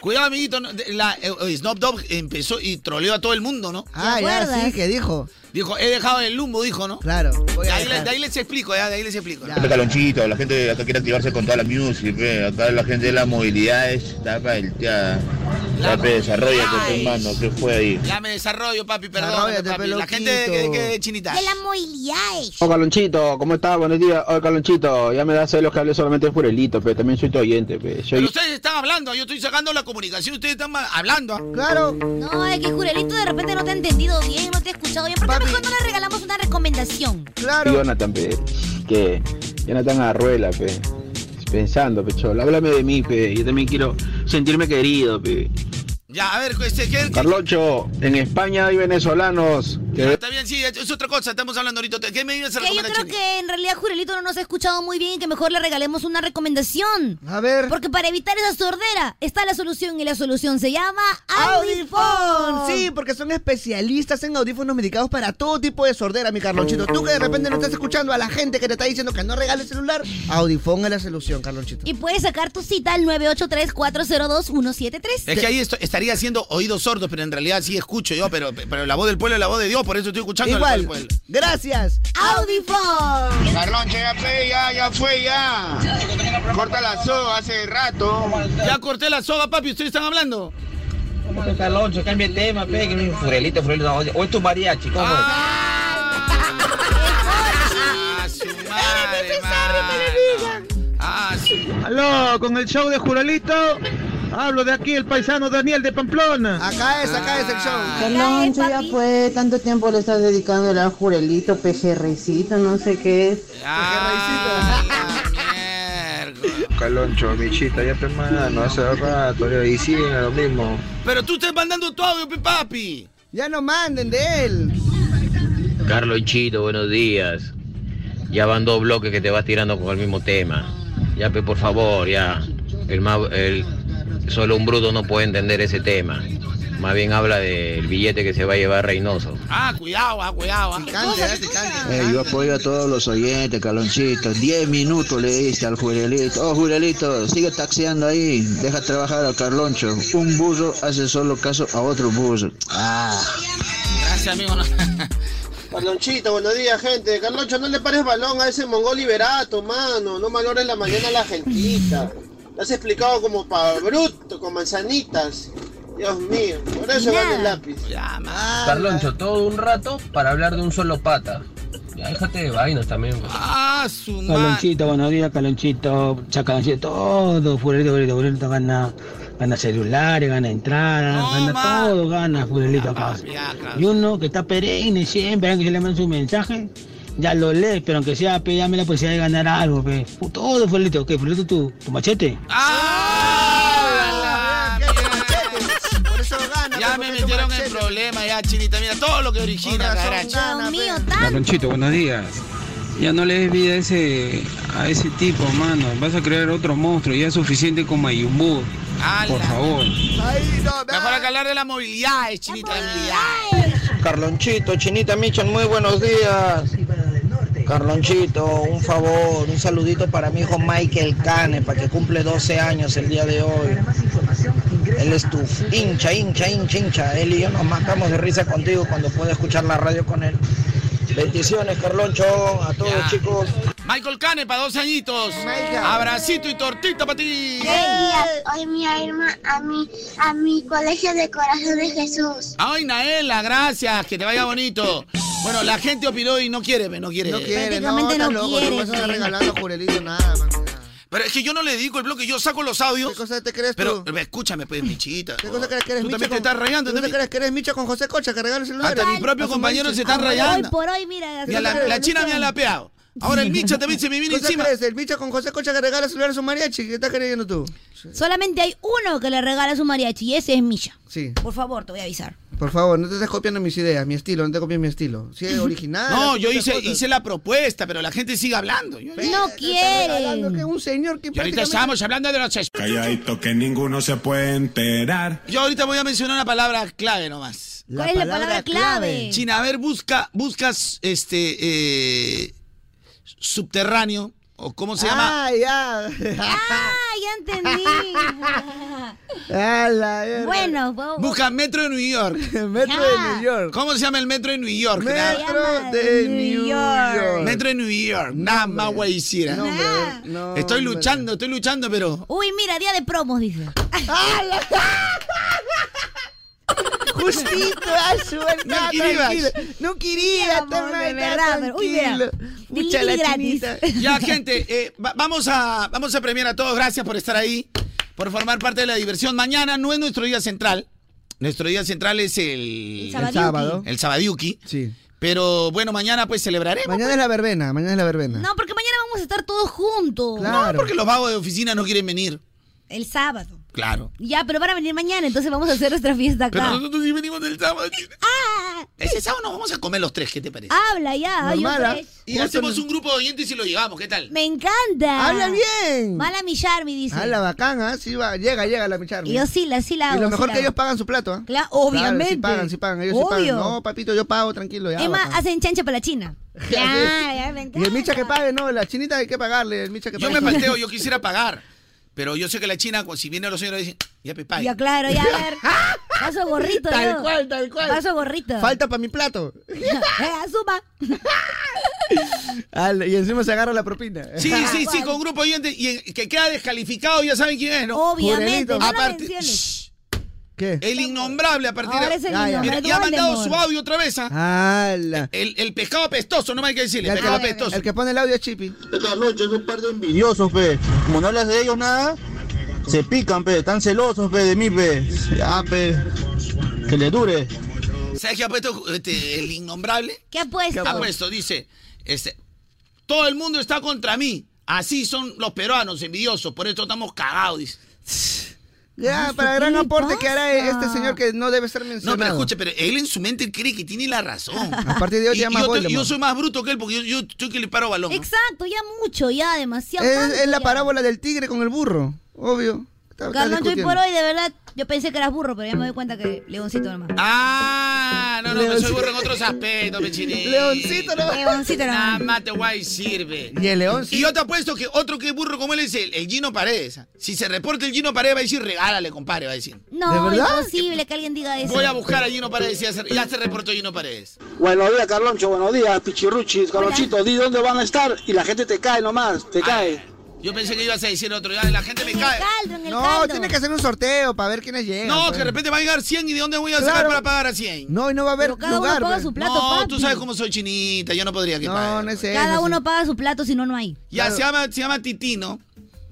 [LAUGHS] Cuidado, amiguito. no, de- La, eh, eh, Snoop Dogg empezó y troleó a todo el mundo, ¿no? Ah, ya, sí, que dijo. Dijo, he dejado el lumbo, dijo, ¿no? Claro. De ahí, le- de ahí les explico, ya, de ahí les explico. Este calonchito, la gente acá quiere activarse con toda la music, pe. acá la gente de la movilidad está palteada. Ya pe, desarrolla con tu mano, ¿qué fue ahí? Ya me desarrollo, papi, perdón. Desarrollate, Papi. La peloquito. gente de, de- de chinita. De la movilidad. Oh, Calonchito, ¿cómo estás? Buenos días. Oh, Calonchito, ya me da celos que hable solamente de Furelito, pero también soy tu oyente, pe. Soy... Pero ustedes están hablando, yo estoy sacando la comunicación, ustedes están ma- hablando. ¿ah? Claro. No, es que Jurelito de repente no te ha entendido bien, no te ha escuchado bien. ¿Por qué mejor no le regalamos una recomendación? Jonathan, pe. Que Jonathan Arruela, pe. Pensando, pechol. Háblame de mí, pe. Yo también quiero sentirme querido, pe. Ya, a ver, este, ¿qué, Carlocho, en España hay venezolanos. Que... Está bien, sí, es otra cosa, estamos hablando ahorita. ¿Qué me ibas a Que yo recomendar, creo Chini? que en realidad Jurelito no nos ha escuchado muy bien y que mejor le regalemos una recomendación. A ver. Porque para evitar esa sordera está la solución y la solución se llama ¡Audifón! Audifón. Sí, porque son especialistas en audífonos medicados para todo tipo de sordera, mi Carlonchito. Tú que de repente no estás escuchando a la gente que te está diciendo que no regales celular, Audifón es la solución, Carlonchito. Y puedes sacar tu cita al 983-402-173. Es que ahí esto- estaría haciendo oídos sordos, pero en realidad sí escucho yo, pero, pero la voz del pueblo es la voz de Dios, no, por eso estoy escuchando. Igual. el- el- el- Gracias. Audifone. Carlón, ya fue, ya, ya fue, ya. Corta la soga hace rato. Ya corté la soga, papi, ustedes están hablando. Alonso, cambia el tema, pe, que me dice Furelito, Furelito. no, Hoy es tu mariachi, ¿cómo es? Ah. A Ah, su madre, Ah, mano. A su- Aló, con el show de Juralito, hablo de aquí el paisano Daniel de Pamplona. Acá es, acá es el show. Ah. Carlón, ya fue, tanto tiempo le estás dedicando al jurelito, pejerrecito, no sé qué es. Ah, Caloncho, bichita, ya te mano, hace rato, ya, y siguen a lo mismo. Pero tú estás mandando tu audio, pe, papi. Ya no manden de él. Carlonchito, buenos días. Ya van dos bloques que te vas tirando con el mismo tema. Ya, pe, por favor, ya. El ma- el- solo un bruto no puede entender ese tema. Más bien habla del billete que se va a llevar Reynoso. Ah, cuidado, ah, cuidado. ah. Eh, yo apoyo a todos los oyentes, Carlonchito. Diez minutos le diste al Jurelito. Oh, Jurelito, sigue taxeando ahí. Deja trabajar al Carloncho. Un burro hace solo caso a otro burro. Ah. Gracias, amigo. no. Carlonchito, buenos días, gente. Carloncho, no le pares balón a ese mongol liberato, mano. No malores la mañana a la gentita. Lo has explicado como pa' bruto, con manzanitas. Dios mío, por eso gana el lápiz. Ah. Carloncho, todo un rato para hablar de un solo pata. Ya, déjate de vainas también. güey. Ah, su madre. Calonchito, buenos días, Calonchito, Chacalanchito, todo, Furelito, Furelito, Furelito, gana, gana celulares, gana entradas, gana todo, gana Furelito acá. Y uno que está perenne siempre, aunque se le manda su mensaje, ya lo lee, pero aunque sea, pe, dame la posibilidad de ganar algo, pe. Todo, Furelito, que Furelito, tu, tu machete. Ah, Por eso gana. Ya me metieron en problemas, ya, chinita. Mira todo lo que origina, caracha. Dios mío, Carlonchito, buenos días. Ya no le des vida a ese, a ese tipo, mano. Vas a crear otro monstruo, ya es suficiente con Mayumbu. Por favor. Mejor hay que hablar de la movilidad, eh, chinita, la movilidad. Carlonchito, Chinita Michan, muy buenos días. Carlonchito, un favor, un saludito para mi hijo Michael Cane, para que cumple 12 años el día de hoy. Él es tu hincha, hincha, hincha, hincha. Él y yo nos matamos de risa contigo cuando puedo escuchar la radio con él. Bendiciones, Carloncho, a todos Ya. chicos. Michael Cane para 12 añitos. Abracito y tortita para ti. Hoy mi alma a mi, a mi colegio de corazón de Jesús. Ay, Naela, gracias, que te vaya bonito. Bueno, la gente opinó y no quiere, ve, no quiere. No quiere, pues. no, está loco, no vas a estar regalando Jurelito nada, man. Pero es que yo no le digo el bloque, yo saco los audios. ¿Qué cosa te crees pero, Pero escúchame, pues, michita. ¿Qué cosa crees que eres Tú Micha también te con- estás rayando. ¿Tú te crees que eres Micha con José Cocha que regala celulares? Hasta mis propios compañeros se están Hoy rayando. por hoy, mira. Mira, la, la china me ha lapeado. Ahora el micha también se me viene ¿Cosa encima. crees? El Micha con José Cocha que regala celulares a un mariachi. ¿Qué estás creyendo tú? Solamente hay uno que le regala su mariachi y ese es Misha. Sí. Por favor, te voy a avisar. Por favor, no te estés copiando mis ideas, mi estilo, no te copies mi estilo. Si es original. No, haz yo tus hice, cosas. hice la propuesta, pero la gente sigue hablando. Yo- No quiere. Que un señor que Y ahorita prácticamente- estamos hablando de los... [LAUGHS] Calladito que ninguno se puede enterar. Yo ahorita voy a mencionar una palabra clave nomás. ¿Cuál es la palabra palabra clave? clave? China, a ver, busca, buscas este eh, subterráneo o cómo se llama. Ah, ya. [LAUGHS] Ah, ya entendí. Ah, la verga. bueno, vos- Busca metro de New York. [LAUGHS] metro de Ya. New York. ¿Cómo se llama el metro de New York? Metro Nada- de New York. Metro de New York. Nada más voy a decir, ¿eh? Estoy hombre. luchando, estoy luchando, pero. Uy, mira, día de promos, dice. Justito, a su verdad, No querías. tranquilo. No Sí, quería, amor, está mal, de verdad, pero- uy, mira. tranquilo. Pucha, la Delivery gratis. chinita. Ya, gente, eh, va- vamos, a, vamos a premiar a todos. Gracias por estar ahí, por formar parte de la diversión. Mañana no es nuestro día central. Nuestro día central es el, El El sábado. El Sabadiuki. Sí. Pero bueno, mañana pues celebraremos. Mañana es la verbena, mañana es la verbena. No, porque mañana vamos a estar todos juntos. No, porque los vagos de oficina no quieren venir. El sábado. Claro. Ya, pero van a venir mañana, entonces vamos a hacer nuestra fiesta Pero acá. nosotros sí venimos del sábado. Eh, ah. Ese sábado nos vamos a comer los tres, ¿qué te parece? Habla Ah, ya. hay un ¿ah? fresh. ¿ah? Y hacemos un grupo de oyentes y lo llevamos, ¿qué tal? Me encanta. Habla bien. Mala mi Charmy, dice. Ah, la bacana, sí va, llega, llega la micharla. Y yo sí la, sí la Y hago, lo sí mejor la que hago. ellos pagan su plato, ¿ah? Claro, Claro, obviamente. sí pagan, sí pagan, ellos sí pagan. Obvio. No, papito, yo pago, tranquilo, ya. Es más, bacán. hacen chancha para la China. [LAUGHS] ya, ya, me [LAUGHS] Y el micha que pague, no, la chinita hay que pagarle, el micha que Yo pague. me [LAUGHS] panteo, yo quisiera pagar. Pero yo sé que la China, cu- si viene a los señores, dice, ya pepa. Ya, claro, ya, a ver. Paso gorrito, [LAUGHS] Tal yo. cual, tal cual. Paso gorrito. Falta [LAUGHS] para mi plato. [LAUGHS] eh, [LAUGHS] asuma. Al- y encima se agarra la propina. [LAUGHS] [LAUGHS] Sí, sí, sí, con grupo oyente y en- que queda descalificado, ya saben quién es, ¿no? Obviamente, no lo A partir- ¿Qué? El innombrable a partir Ahora de es el innombrable Mira, ya ha mandado Voldemort. su audio otra vez, ¿ah? ¡Hala! El, el pescado apestoso, no me hay que decirle, El pescado que- apestoso. el que pone el audio es Chippy. Carloncho, es un par de envidiosos, pe. Como no hablas de ellos nada, se pican, pe. Están celosos, pe, de mí, pe. Ya, pe. Que le dure. ¿Sabes qué ha puesto este, el innombrable? ¿Qué ha puesto? Ha puesto, dice, este, todo el mundo está contra mí. Así son los peruanos, envidiosos, por esto estamos cagados, dice. [LAUGHS] Ya, Ay, para ¿qué gran le aporte que hará pasa? este señor que no debe ser No, mencionado. pero escuche, pero él en su mente cree que tiene la [LAUGHS] razón. A partir de hoy Y- llama y yo, Voldemort. yo soy más bruto que él porque yo, yo, yo que le paro balón. ¿no? Exacto, ya mucho, ya demasiado. es, tanto es la ya. parábola del tigre con el burro, obvio. Está- está Carloncho, hoy discutiendo. por hoy, de verdad, yo pensé que eras burro, pero ya me doy cuenta que leoncito nomás. Ah, no, no, que soy burro en otros aspectos, pechinito. Leoncito nomás. Leoncito nomás. Nada más te guay sirve. Y el león Y yo te apuesto que otro que es burro como él es el, el Gino Paredes. Si se reporta el Gino Paredes, va a decir, regálale, compadre, va a decir. No, imposible que alguien diga eso. Voy a buscar a Gino Paredes. Ya se, ya se reportó Gino Paredes. Buenos días, Carloncho. Buenos días, Pichirruchis. Carlonchito, di dónde van a estar y la gente te cae nomás, te cae. Ah, Yo pensé que ibas a decir otro. Ya, la gente me cae. no, Oh, tiene que hacer un sorteo para ver quiénes llegan. No, pues. que de repente va a llegar 100 y de dónde voy a Claro. sacar para pagar a 100. No, y no va a haber lugar. pues. No, tú sabes cómo soy chinita. Yo no podría que No, no es eso. Cada uno paga su plato, si no, no hay. Ya, se, llama, se llama Titino.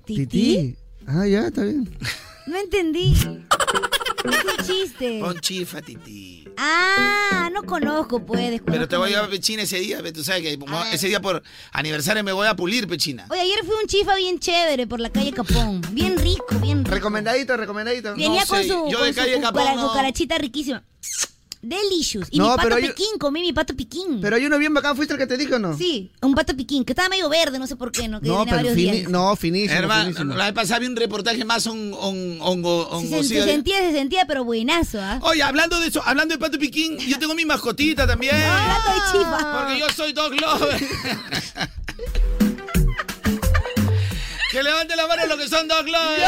Tití. Ah, ya, está bien. No [LAUGHS] entendí. Es un chiste. Pon chifa, Titi. Ah, no conozco, puedes. Pero te voy a llevar pechina ese día, pe, tú sabes que como ese día por aniversario me voy a pulir pechina. Oye, ayer fui a un chifa bien chévere por la calle Capón. Bien rico, bien rico. Recomendadito, recomendadito. Venía No con sé, su, yo con de su calle cucara- Capón no. cucarachita riquísima. Delicious. Y No, mi pato pero hay- piquín, comí mi pato piquín. Pero hay uno bien bacán, ¿fuiste el que te dijo o no? Sí, un pato piquín, que estaba medio verde, no sé por qué, no, que No, tenía pero varios fini- días. no, finísimo, Hermano, finísimo. la vez pasada vi un reportaje más on, on, hongo- Se, hongocido. se sentía, se sentía, pero buenazo, ¿ah? Oh, Oye, hablando de eso, hablando de Pato Piquín, yo tengo mi mascotita también. Porque yo soy Dog Lover. que levanten la mano los que son Dog Lover. No,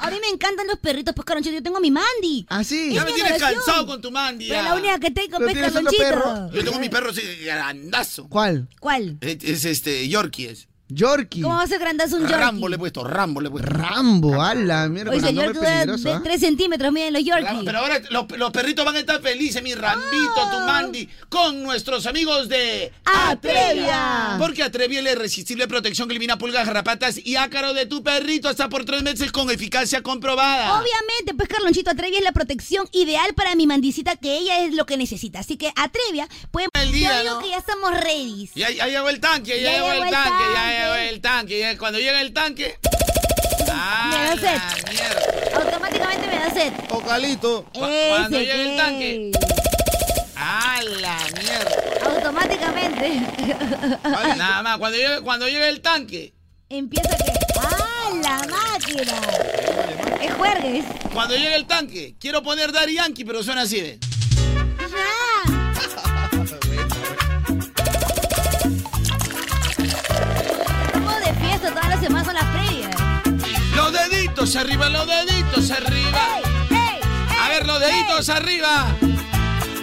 a mí me encantan los perritos, pues, Carlonchito. Yo tengo mi Mandy. ¿Ah, sí? Ya me tienes cansado con tu Mandy. Pero ya. la única que tengo, ¿No pues, tienes otro Carlonchito. perro? Yo tengo mi perro sí, grandazo. ¿Cuál? ¿Cuál? Es, es este, Yorkie es. Yorkie. ¿Cómo va a ser grandazo un Yorkie? Rambo le he puesto, Rambo le he puesto. Rambo, ala, mierda. Oye, con el nombre Yorkie dura peligroso, de ¿ah? 3 centímetros, miren los Yorkie. Pero ahora los, los perritos van a estar felices, mi Rambito, Oh. tu Mandy, con nuestros amigos de Atrevia. Porque Atrevia es la irresistible protección que elimina pulgas, garrapatas y ácaro de tu perrito hasta por tres meses con eficacia comprobada. Obviamente, pues Carlonchito Atrevia es la protección ideal para mi mandicita, que ella es lo que necesita. Así que Atrevia, pueden... día, Yo digo ¿no? que ya estamos ready. Ya, ya llegó el tanque, ya, llegó, el tanque, ya llegó el tanque. ya- cuando llega el tanque. Me da sed. Automáticamente me da sed. Ocalito. cuando llega el tanque. ¡A la mierda! Automáticamente. Nada más, cuando llega, cuando llega el tanque. Empieza que. ¡Ah, la máquina! ¡Es juergues! Cuando llega el tanque, quiero poner Daddy Yankee, pero suena así, ¿eh? Estamos de fiesta todas las semanas son las previas. Los deditos arriba, los deditos arriba. A ver, los deditos arriba.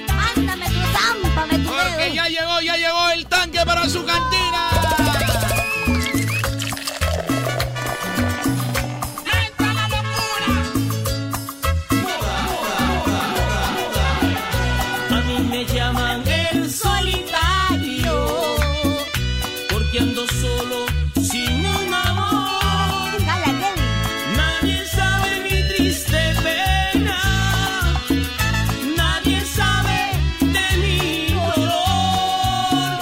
Mándame tu zámpame tu Porque ya llegó, ya llegó el tanque para su cantina. A mí me llaman el solitario, porque ando solo sin un amor. Nadie sabe mi triste pena, nadie sabe de mi dolor.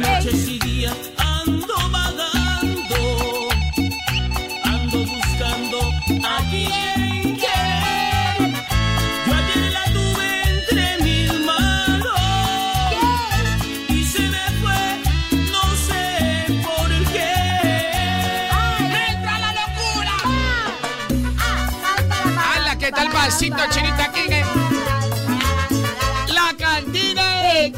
Noches y días ando vagando, ando buscando a quien quiera. Yo ayer la tuve entre mis manos y se me fue, no sé por qué. ¡Entra la locura! ¡Hala, qué tal pasito, chinita King! eh? ¡La cantina de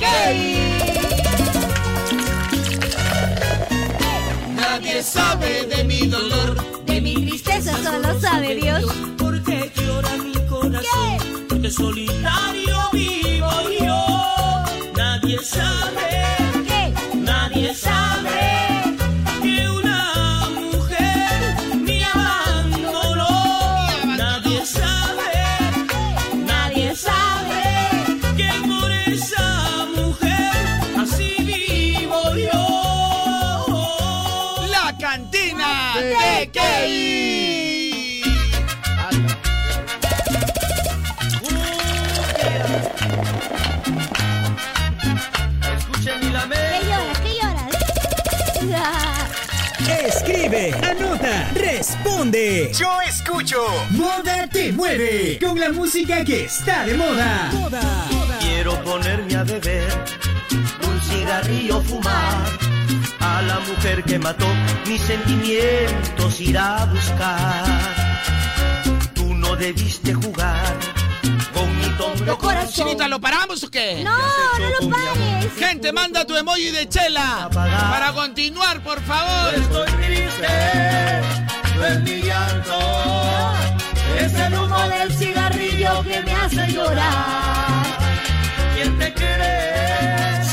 Nadie sabe de mi dolor, de mi tristeza solo sabe Dios. ¿Por que solitario vivo yo. Nadie sabe, nadie sabe que una mujer me abandonó. Nadie sabe, nadie sabe que por esa mujer así vivo yo. La cantina de Key. Escuchen mi lamento. ¿Qué lloras? ¿Qué lloras? Escribe, anota, responde. Yo escucho. Moda te mueve con la música que está de moda. Quiero ponerme a beber, un cigarrillo fumar. A la mujer que mató mis sentimientos ir a buscar. Tú no debiste jugar con mi tonto corazón. Chinita, ¿lo paramos o qué? No, no lo pares. Gente, manda tu emoji de chela para continuar, por favor. Estoy triste, es mi llanto. Es el humo del cigarrillo que me hace llorar. ¿Quién te crees?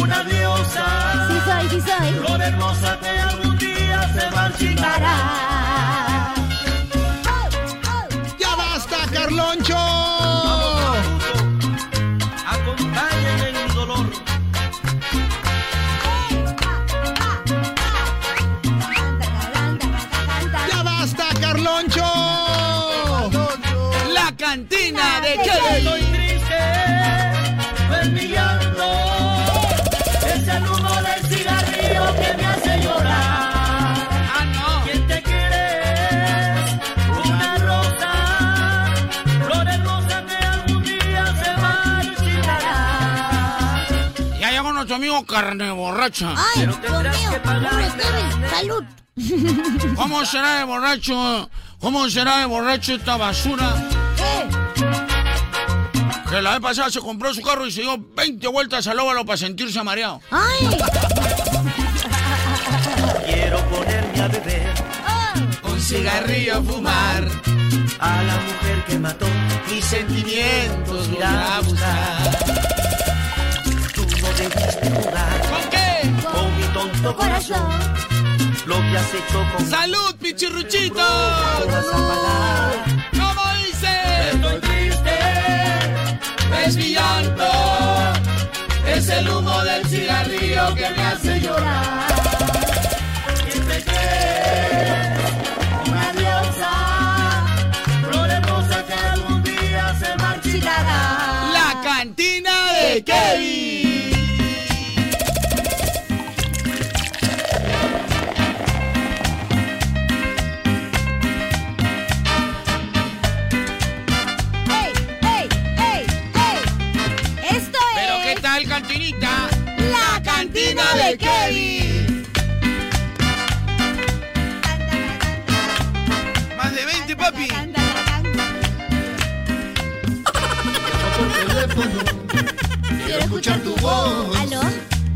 Una diosa. Sí soy, sí soy. Flor hermosa que algún día se marchitará. Oh, ¡Ya basta, Carloncho! Acompáñenme en mi dolor. ¡Ya basta, Carloncho! La cantina de Kelly. Es mi llanto, es el humo del cigarrillo que me hace llorar. Ah, no. ¿Quién te quieres? Una rosa, flor hermosa que algún día se marchitará. Ya llegó nuestro amigo carne borracha. Ay, Pero tendrás Dios mío, que pagar pobre Kevin, ¡Salud! ¿Cómo será de borracho? ¿Cómo será de borracho esta basura? Que la vez pasada se compró su carro y se dio 20 vueltas al óvalo para sentirse mareado. ¡Ay! Quiero ponerme a beber, Ah. un cigarrillo a fumar. A la mujer que mató mis sentimientos irá a buscar. Tú no debiste jugar. ¿Con qué? Con mi tonto corazón. Lo que has hecho con ¡Salud, pichirruchito! ¿Cómo dice? Estoy triste, es mi llanto, es el humo del cigarrillo que me hace llorar. ¿Quién te crees? Una diosa, flor hermosa que algún día se marchitará. La cantina de Kevin. ¡Ey, ey, ey, ey! Esto Pero es... ¿qué tal, cantinita? La cantina de Kevin. Más de 20, papi. Quiero escuchar tu voz. ¿Aló?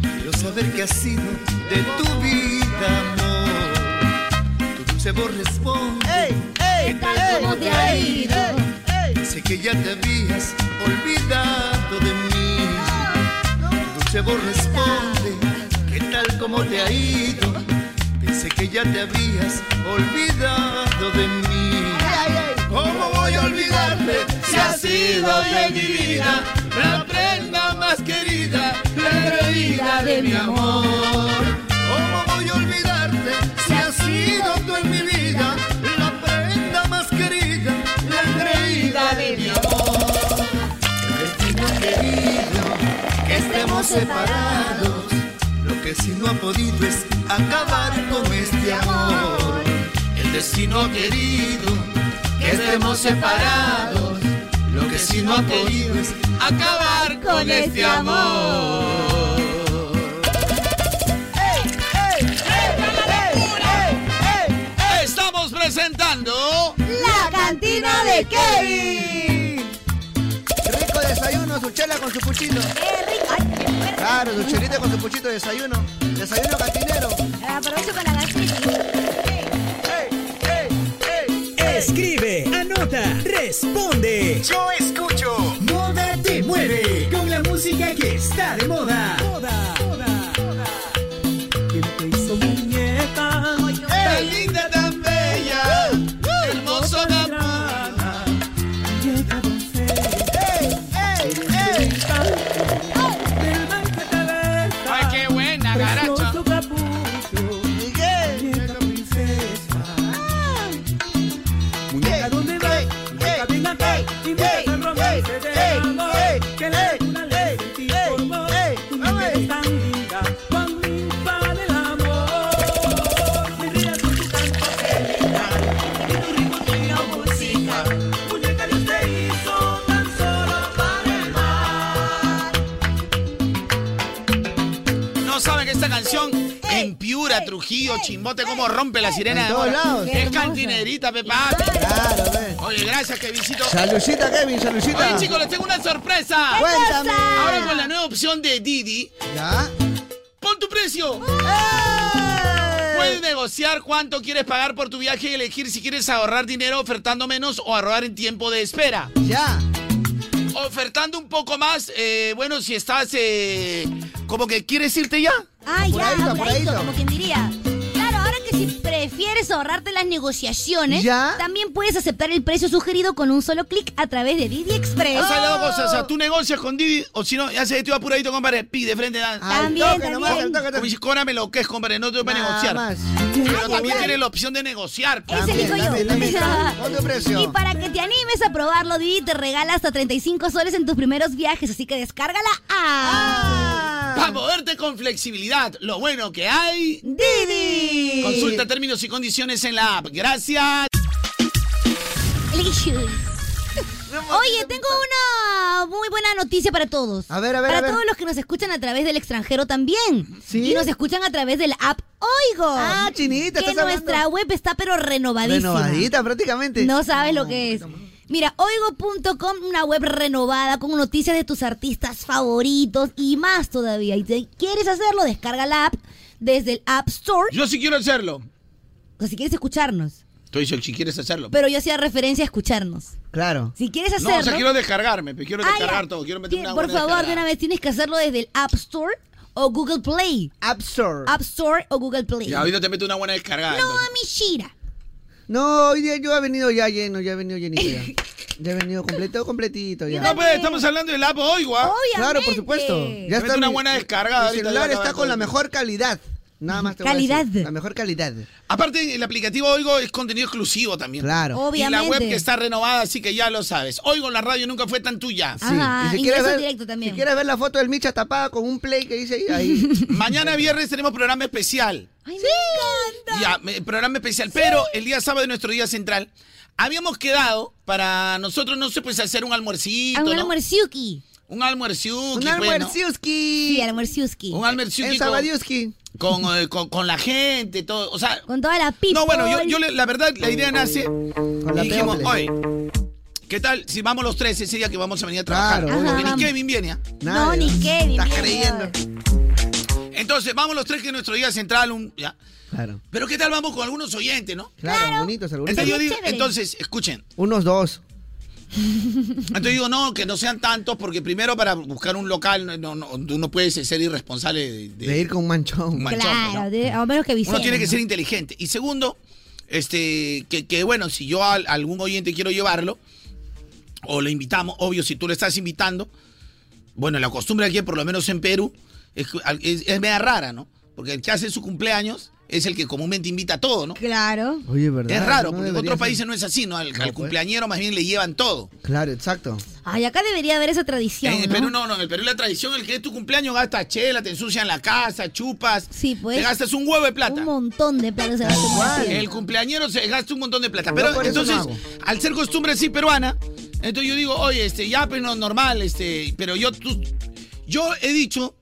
Quiero saber qué ha sido de tu vida, amor. Tu dulce voz responde. ¿Qué tal cómo te ha ido? Sé que ya te habías olvidado de mí. Tu dulce voz responde. ¿Qué tal cómo te ha ido? Pensé que ya te habías olvidado de mí. ¿Cómo voy a olvidarte si has sido de mi vida? La prenda más querida, la bebida de mi amor. ¿Cómo voy a olvidarte si has sido tú en mi vida? La prenda más querida, la bebida de mi amor. Destino querido, que estemos separados. Lo que si no ha podido es acabar con este amor. El destino querido, que estemos separados. Lo que si no ha podido es Acabar con este amor. Estamos presentando La cantina de Kevin. ¿ah? Rico desayuno, su chela con su puchito. Claro, su chelita con su puchito de desayuno. Desayuno cantinero. Aprovecho para la Escribe, anota, responde. Yo escucho. música que está de moda. ¿Quién te hizo muñeca? Tan linda, tan bella, Uh, hermoso campana. Muñeca doncella. Del mal que te ves. Ay, qué buena, garacho. Muñeca princesa. Muñeca donde va, muñeca bien acá. Y muñeca tan romance de amor. Que la luna le sentí por vos. Tu muñeca es tan linda. Cuán linda del amor. Me rías con tu canto feliz. Y tu ritmo tiene música. Muñeca Dios te hizo tan solo para el mar. No saben que esta canción en Piura, Trujillo, Chimbote, cómo rompe la sirena En de todos Mora. lados. Es cantinerita, Pepa. Claro, Oye, gracias, Kevincito. Salucita, Kevin, salucita. Oye, chicos, les tengo una sorpresa. Ah. ¿Qué Cuéntame. cosa? Ahora con la nueva opción de Didi. Pon tu precio. ¡Eh! Puedes negociar cuánto quieres pagar por tu viaje y elegir si quieres ahorrar dinero ofertando menos o ahorrar en tiempo de espera. Ya. Ofertando un poco más, eh, bueno, si estás eh, como que quieres irte ya. Ah, ya, apuradito, como quien diría. Claro, ahora que si prefieres ahorrarte las negociaciones, también puedes aceptar el precio sugerido con un solo clic a través de Didi Express. O sea, las dos cosas, o Oh. sea, tú negocias con Didi, o si no, ya se te va apuradito, compadre, pi de frente. Dan. También, toque también. nomás, al toque, Como dice, cóbrame lo que es, compadre, no te voy a Nada negociar. más. Pero Ay, también ay, ay. tienes la opción de negociar. Ese elijo yo. [LAUGHS] Y para que te animes a probarlo, Didi te regala hasta 35 soles en tus primeros viajes, así que descárgala a... Para moverte con flexibilidad, lo bueno que hay. Didi. Consulta términos y condiciones en la app. Gracias. Oye, tengo una muy buena noticia para todos. A ver, a ver, Para a ver. todos los que nos escuchan a través del extranjero también. Y nos escuchan a través del app Oigo. Ah, chinita, Que estás hablando. nuestra web está pero renovadísima. Renovadita prácticamente. No sabes lo que es. Mira, oigo.com, una web renovada con noticias de tus artistas favoritos y más todavía. Y si quieres hacerlo, descarga la app desde el App Store. Yo sí quiero hacerlo. O sea, si quieres escucharnos. Tú dices, si quieres hacerlo. Pero yo hacía referencia a escucharnos. Claro. Si quieres hacerlo. No, o sea, quiero descargarme, pe, quiero Ah, descargar ya. todo, quiero meter Tien- una Por buena favor, de descargada. una vez tienes que hacerlo desde el App Store o Google Play. App Store. App Store o Google Play. Y ahorita te meto una buena descargada. No, entonces. a mi Shira. No, hoy día yo he venido ya lleno, ya he venido llenito ya. Ya he venido completo, completito ya. No, pues estamos hablando del app hoy, guau. Claro, por supuesto. Ya Mete una mi- buena descargada. Mi ahorita, celular ya, ya, está ya, con la ya. mejor calidad. Nada más te voy a Calidad. decir, La mejor calidad. Aparte, el aplicativo Oigo es contenido exclusivo también. Claro. Y la Obviamente. web que está renovada, así que ya lo sabes. Oigo, la radio nunca fue tan tuya. Sí. Y Si quieres ver la foto del Micha tapada con un play que dice ahí, [LAUGHS] ahí. Mañana viernes tenemos programa especial. Ay, me encanta. Ya, me- programa especial. Pero el día sábado es nuestro día central. Habíamos quedado para nosotros, no sé, pues hacer un almuercito. A Ah, un ¿no? almuerciuki. Un almuerciuki. Un pues, ¿no? almuerciuki. Sí, almuerciuski. Un almuerciuki El con- sabadiuski. Con, eh, con, con la gente, todo. O sea. Con toda la pipa. No, bueno, yo, yo le- la verdad, la idea nace. y dijimos, oye, ¿qué tal si vamos los tres ese día que vamos a venir a trabajar? Claro, Porque obvio. ni Kevin viene. ¿ah? No, ni Kevin. mira, Estás creyendo. Entonces, vamos los tres que es nuestro día central. un- ya. Claro. Pero ¿qué tal vamos con algunos oyentes, no? Claro, bonitos, algunos. Entonces, yo digo- entonces, escuchen. Unos [LAUGHS] dos. Entonces digo, no, que no sean tantos, porque primero para buscar un local, no, no, no, tú no puedes ser irresponsable de, de- De ir con un manchón. un manchón, pues, ¿no? Claro, de- a menos que visiten. Uno tiene que ser inteligente. Y segundo, este, que, que, bueno, si yo a algún oyente quiero llevarlo, o le invitamos, obvio, si tú le estás invitando, bueno, la costumbre aquí, por lo menos en Perú, es, es, es media rara, ¿no? Porque el que hace su cumpleaños es el que comúnmente invita a todo, ¿no? Claro. Oye, ¿verdad? es raro, No porque en debería otros ser. países no es así, ¿no? Al, al pues. cumpleañero más bien le llevan todo. Claro, exacto. Ay, acá debería haber esa tradición. En el ¿no? Perú no, no, en el Perú la tradición, el que es tu cumpleaños gasta chela, te ensucian la casa, chupas. Sí, pues. Te gastas un huevo de plata. Un montón de plata se va a hacer. El cumpleañero se gasta un montón de plata. Yo Pero por eso entonces, no hago. al ser costumbre así peruana, entonces yo digo, oye, este, ya, pero no, normal, este, pero yo, tú- yo he dicho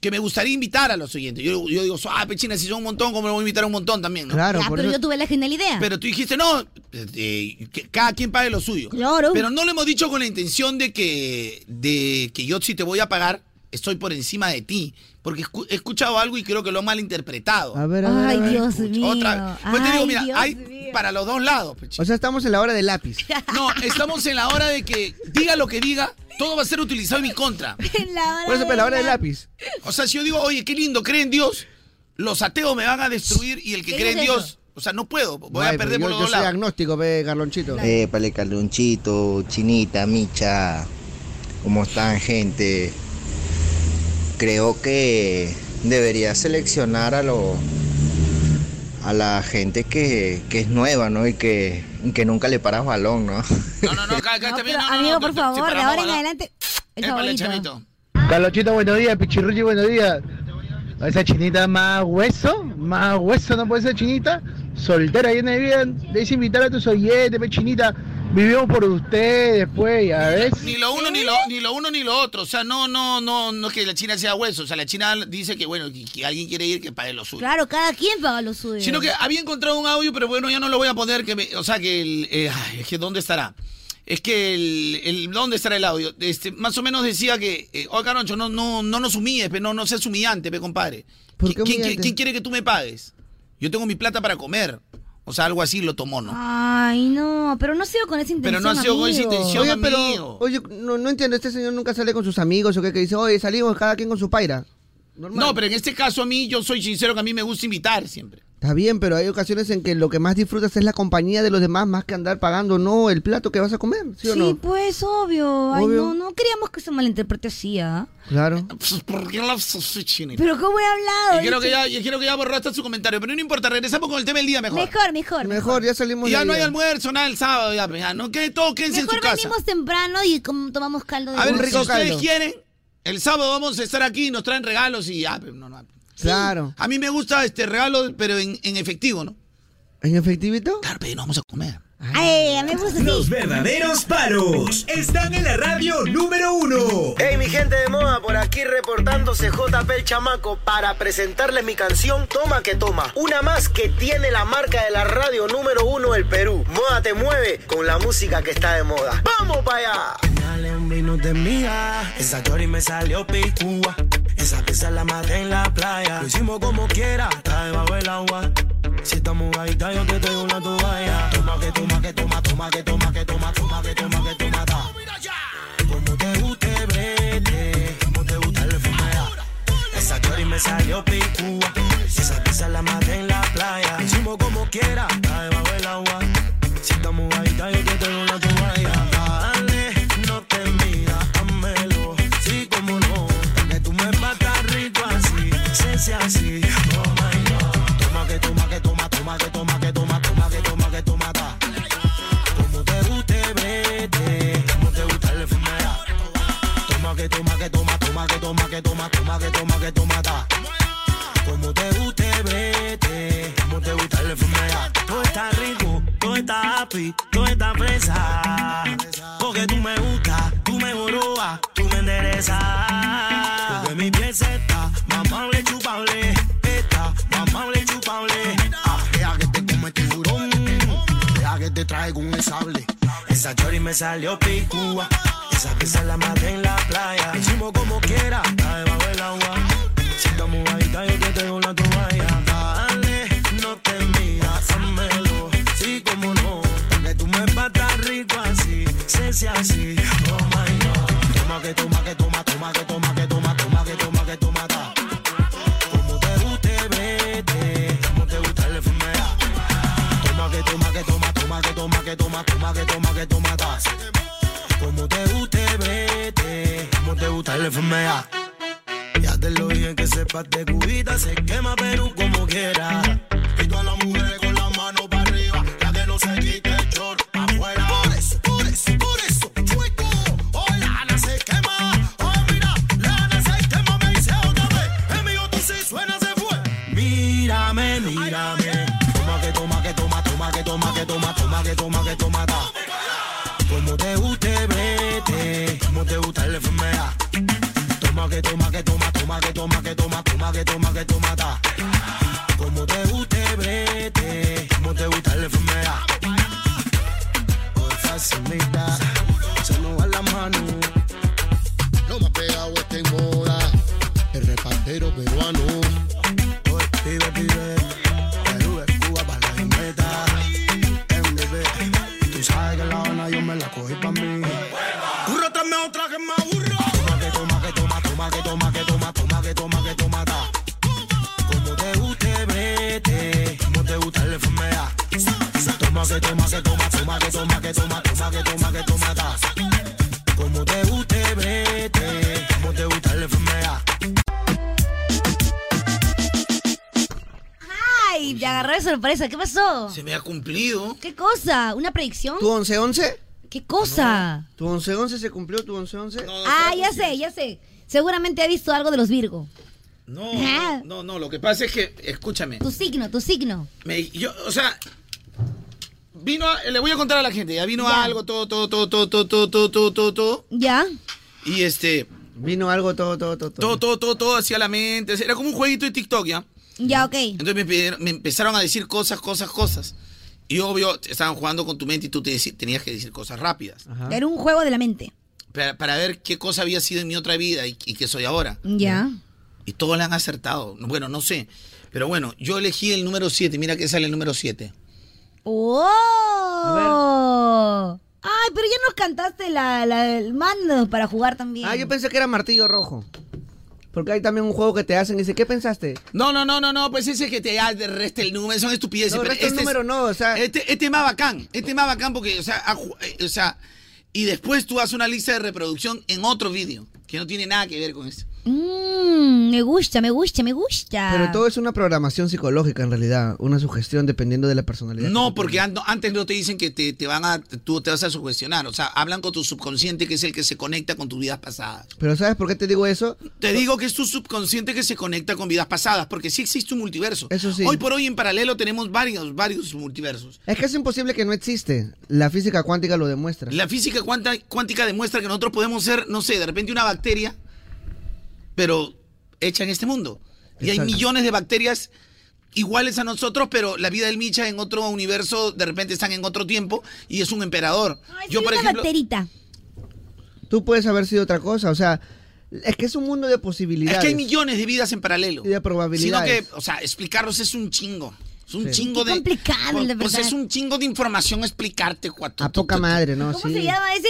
que me gustaría invitar a los oyentes. Yo, yo digo, ah, pechina, si son un montón, ¿cómo lo voy a invitar a un montón también? no?" Ya, pero yo tuve la genial idea. Pero tú dijiste, no, eh, que cada quien pague lo suyo. Claro. Pero no lo hemos dicho con la intención de que, de que yo si te voy a pagar, estoy por encima de ti. Porque escu- he escuchado algo y creo que lo he malinterpretado. A ver, a ver. Ay, a ver. Dios mío. Otra vez. Pues te digo, Ay, mira, Dios hay, mío. para los dos lados. pues, O sea, estamos en la hora del lápiz. No, estamos en la hora de que diga lo que diga, todo va a ser utilizado en [LAUGHS] mi contra. Por eso, pero la hora del lápiz. O sea, si yo digo, oye, qué lindo, cree en Dios, los ateos me van a destruir y el que ¿Qué cree en es eso? Dios, o sea, no puedo, voy Ay, a perder pero por yo, los yo dos soy lados. Eh, agnóstico, ve, Carlonchito. Épale, Carlonchito, Chinita, Micha. ¿Cómo están, gente? Creo que debería seleccionar a lo a la gente que, que es nueva, ¿no? Y que, y que nunca le paras balón, ¿no? amigo, por favor, de ahora en paramos, adelante, el Épale, favorito. chamito. Carlonchito, buenos días. Pichirruchi, buenos días. Esa chinita más hueso, más hueso no puede ser chinita. Soltera, llena de vida. Debes invitar a tus oyentes, pe chinita. Vivimos por ustedes, pues, ya ves. Ni lo uno ni lo, ni lo uno ni lo otro, o sea, no, no, no, no es que la China sea hueso, o sea, la China dice que bueno, que, que alguien quiere ir que pague lo suyo. Claro, cada quien paga lo suyo. Sino que había encontrado un audio, pero bueno, ya no lo voy a poner. Que me- o sea, que el. eh, ay, es que ¿dónde estará? Es que el, el- ¿Dónde estará el audio? Este, más o menos decía que. Eh, oh, Caroncho, no, no, no nos humilles, pe, no, no seas humillante, pe, compadre. ¿Qui- ¿Quién, qui- humillante? quién quiere que tú me pagues? Yo tengo mi plata para comer. O sea, algo así lo tomó, ¿no? Ay, no, pero no ha sido con esa intención. amigo. oye, pero, oye, no, no entiendo, este señor nunca sale con sus amigos o qué, que dice, oye, salimos cada quien con su paira. No, pero en este caso a mí, yo soy sincero que a mí me gusta invitar siempre. [LAUGHS] Está bien, pero hay ocasiones en que lo que más disfrutas es la compañía de los demás más que andar pagando, no, el plato que vas a comer, ¿sí, o Sí, no? pues, obvio. Ay, Obvio. no, no queríamos que se malinterprete así, ¿ah? Claro. ¿Por qué la soy chinita? Pero ¿cómo he hablado? Y creo que Dice- ya, y creo que ya borraste su comentario, pero no importa, regresamos con el tema del día mejor. Mejor, mejor. Mejor, ya salimos Y ya no hay almuerzo, nada el sábado, ya, pues, ya, no, que todo quédense Mejor en su casa. venimos temprano y com- tomamos caldo de A ver, pollo. si ustedes quieren, el sábado vamos a estar aquí, nos traen regalos y ya, pero no, no. Claro. A mí me gusta este regalo, pero en, en efectivo, ¿no? ¿En efectivito? Claro, pero no vamos a comer. Ay, a mí me gusta así. Los verdaderos palos están en la radio número uno. Hey mi gente de moda, por aquí reportándose JP el Chamaco para presentarles mi canción Toma que Toma. Una más que tiene la marca de la radio número uno del Perú. Moda te mueve con la música que está de moda. ¡Vamos para allá! Dale un vino de mía, esa Dory me salió picúa. Esa pizza la maté en la playa. Lo hicimos como quiera, está debajo del agua. Si estamos mojadita, yo te traigo una toalla. Toma que toma, que toma, toma, que toma, que toma, toma, que toma, que toma, ta. Como te guste, vete. Como te gusta, le fumea. Esa Dory me salió picúa. Esa pizza la maté en la playa. Lo hicimos como quiera, está debajo del agua. Si estamos mojadita, yo te traigo una toalla. Dale, no te miras, házmelo, sí como no, que tú me patas rico así, sense así, oh my god, toma que toma que toma, toma que toma que toma, toma que toma que toma, ta. como te guste vete, como te gusta le fumea, toma que toma que toma, toma que toma que toma, toma que toma que toma, ta. Como te guste, vete. Como te gusta, le fumea. Todo está rico, todo está happy, todo está presa. Porque tú me gustas, tú me borobas, tú me enderezas. Porque mi piel se está más amable, chupable. Está más amable, chupable. Ah, deja que te come el tiburón. Deja que te traigo un sable. Esa chori me salió picúa. Esa pizza la maté en la playa. Hicimos como quiera, está debajo del agua. Si estamos bajita, yo te traigo una toalla. Dale, no te miras, házmelo. Sí, como no. Que tú me patas rico así, sense así. Oh my god. Toma que toma, que toma, toma, que toma, que toma, toma, que toma, que toma, ta. Como te guste, vete. Como te gusta, le fumea. Toma que toma, que toma, toma, que toma, que toma, toma, que toma, que toma, ta. Como te guste, vete. Como te gusta, le fumea. Ya te lo dije que sepas de cubita, se quema Perú como quiera. Y todas las mujeres con las manos para arriba, ya que no se quite el short pa' afuera. Por eso, por eso, por eso, chueco, oh lana se quema, oh mira, lana se quema, me dice otra vez, en mi otro si suena se fue. Mírame, mírame, toma que toma, que toma, toma, que toma, que toma, toma, que toma, que toma, ta. Como Pues te guste, vete, como te gusta el FMA. Toma que toma que toma, toma que toma que toma, toma que toma que toma ta. Como te guste, vete, como te gusta la enfermedad. Por facilita, se nos va la mano. Lo más pegado está en moda, el repartero peruano. Por pibe, pibe, Perú es Cuba para la meta. toma, que toma, que toma, toma, que toma, que toma, toma, que toma, que toma, ta. Como te guste, vete, como te gusta la enfermedad. Ay, te agarró de sorpresa. ¿Qué pasó? Se me ha cumplido. ¿Qué cosa? ¿Una predicción? ¿Tu 11-11? ¿Qué cosa? ¿Tu 11-11 se cumplió? ¿Tu 11-11? ah, ya sé, ya sé. Seguramente ha visto algo de los Virgo. Ah, No, no, no, no, lo que pasa es que, escúchame. Tu signo, tu signo. Me- yo, o sea, vino, a- le voy a contar a la gente, ya vino algo, todo, todo, todo, todo, todo, todo, todo, todo, todo, todo. Ya. Y este. Vino algo, todo, todo, todo. Todo, todo, todo, todo hacia la mente. Era como un jueguito de TikTok, ¿ya? Ya, ok. Entonces me, pidieron- me empezaron a decir cosas, cosas, cosas. Y obvio, estaban jugando con tu mente y tú te deci- tenías que decir cosas rápidas. Era un juego de la mente. Para, para ver qué cosa había sido en mi otra vida y, y qué soy ahora. Ya. Y todos la han acertado. Bueno, no sé. Pero bueno, yo elegí el número 7. Mira que sale el número 7. ¡Oh! Ay, pero ya nos cantaste la, la- el mando para jugar también. Ah, yo pensé que era martillo rojo. Porque hay también un juego que te hacen y dice, ¿qué pensaste? No, no, no, no, no, pues ese que te ah, de- resta el número, son estupideces. No, pero resta el este es- número no, o sea. Este, este es más bacán, este es más bacán porque, o sea, a ju- eh, o sea, y después tú haces una lista de reproducción en otro vídeo, que no tiene nada que ver con esto. Mmm, me gusta, me gusta, me gusta. Pero todo es una programación psicológica en realidad, una sugestión dependiendo de la personalidad. No, porque an- no, antes no te dicen que te, te van a, tú te vas a sugestionar, o sea, hablan con tu subconsciente que es el que se conecta con tus vidas pasadas. Pero ¿sabes por qué te digo eso? Te digo que es tu subconsciente que se conecta con vidas pasadas, porque sí existe un multiverso. Eso sí. Hoy por hoy en paralelo tenemos varios, varios multiversos. Es que es imposible que no existe. La física cuántica lo demuestra. La física cuanta- cuántica demuestra que nosotros podemos ser, no sé, de repente una bacteria, pero hecha en este mundo. Y hay Exacto. millones de bacterias iguales a nosotros, pero la vida del Micha en otro universo, de repente están en otro tiempo y es un emperador. Yo, por una ejemplo, bacterita. Tú puedes haber sido otra cosa, o sea, es que es un mundo de es posibilidades. que hay millones de vidas en paralelo. y de Sino probabilidades. que, o sea, explicarlos es un chingo. Es un Sí. chingo Qué de. complicado, pues- de pues verdad. es un chingo de información explicarte, cuatro. A poca madre, ¿no? ¿Cómo Sí. se llama ese?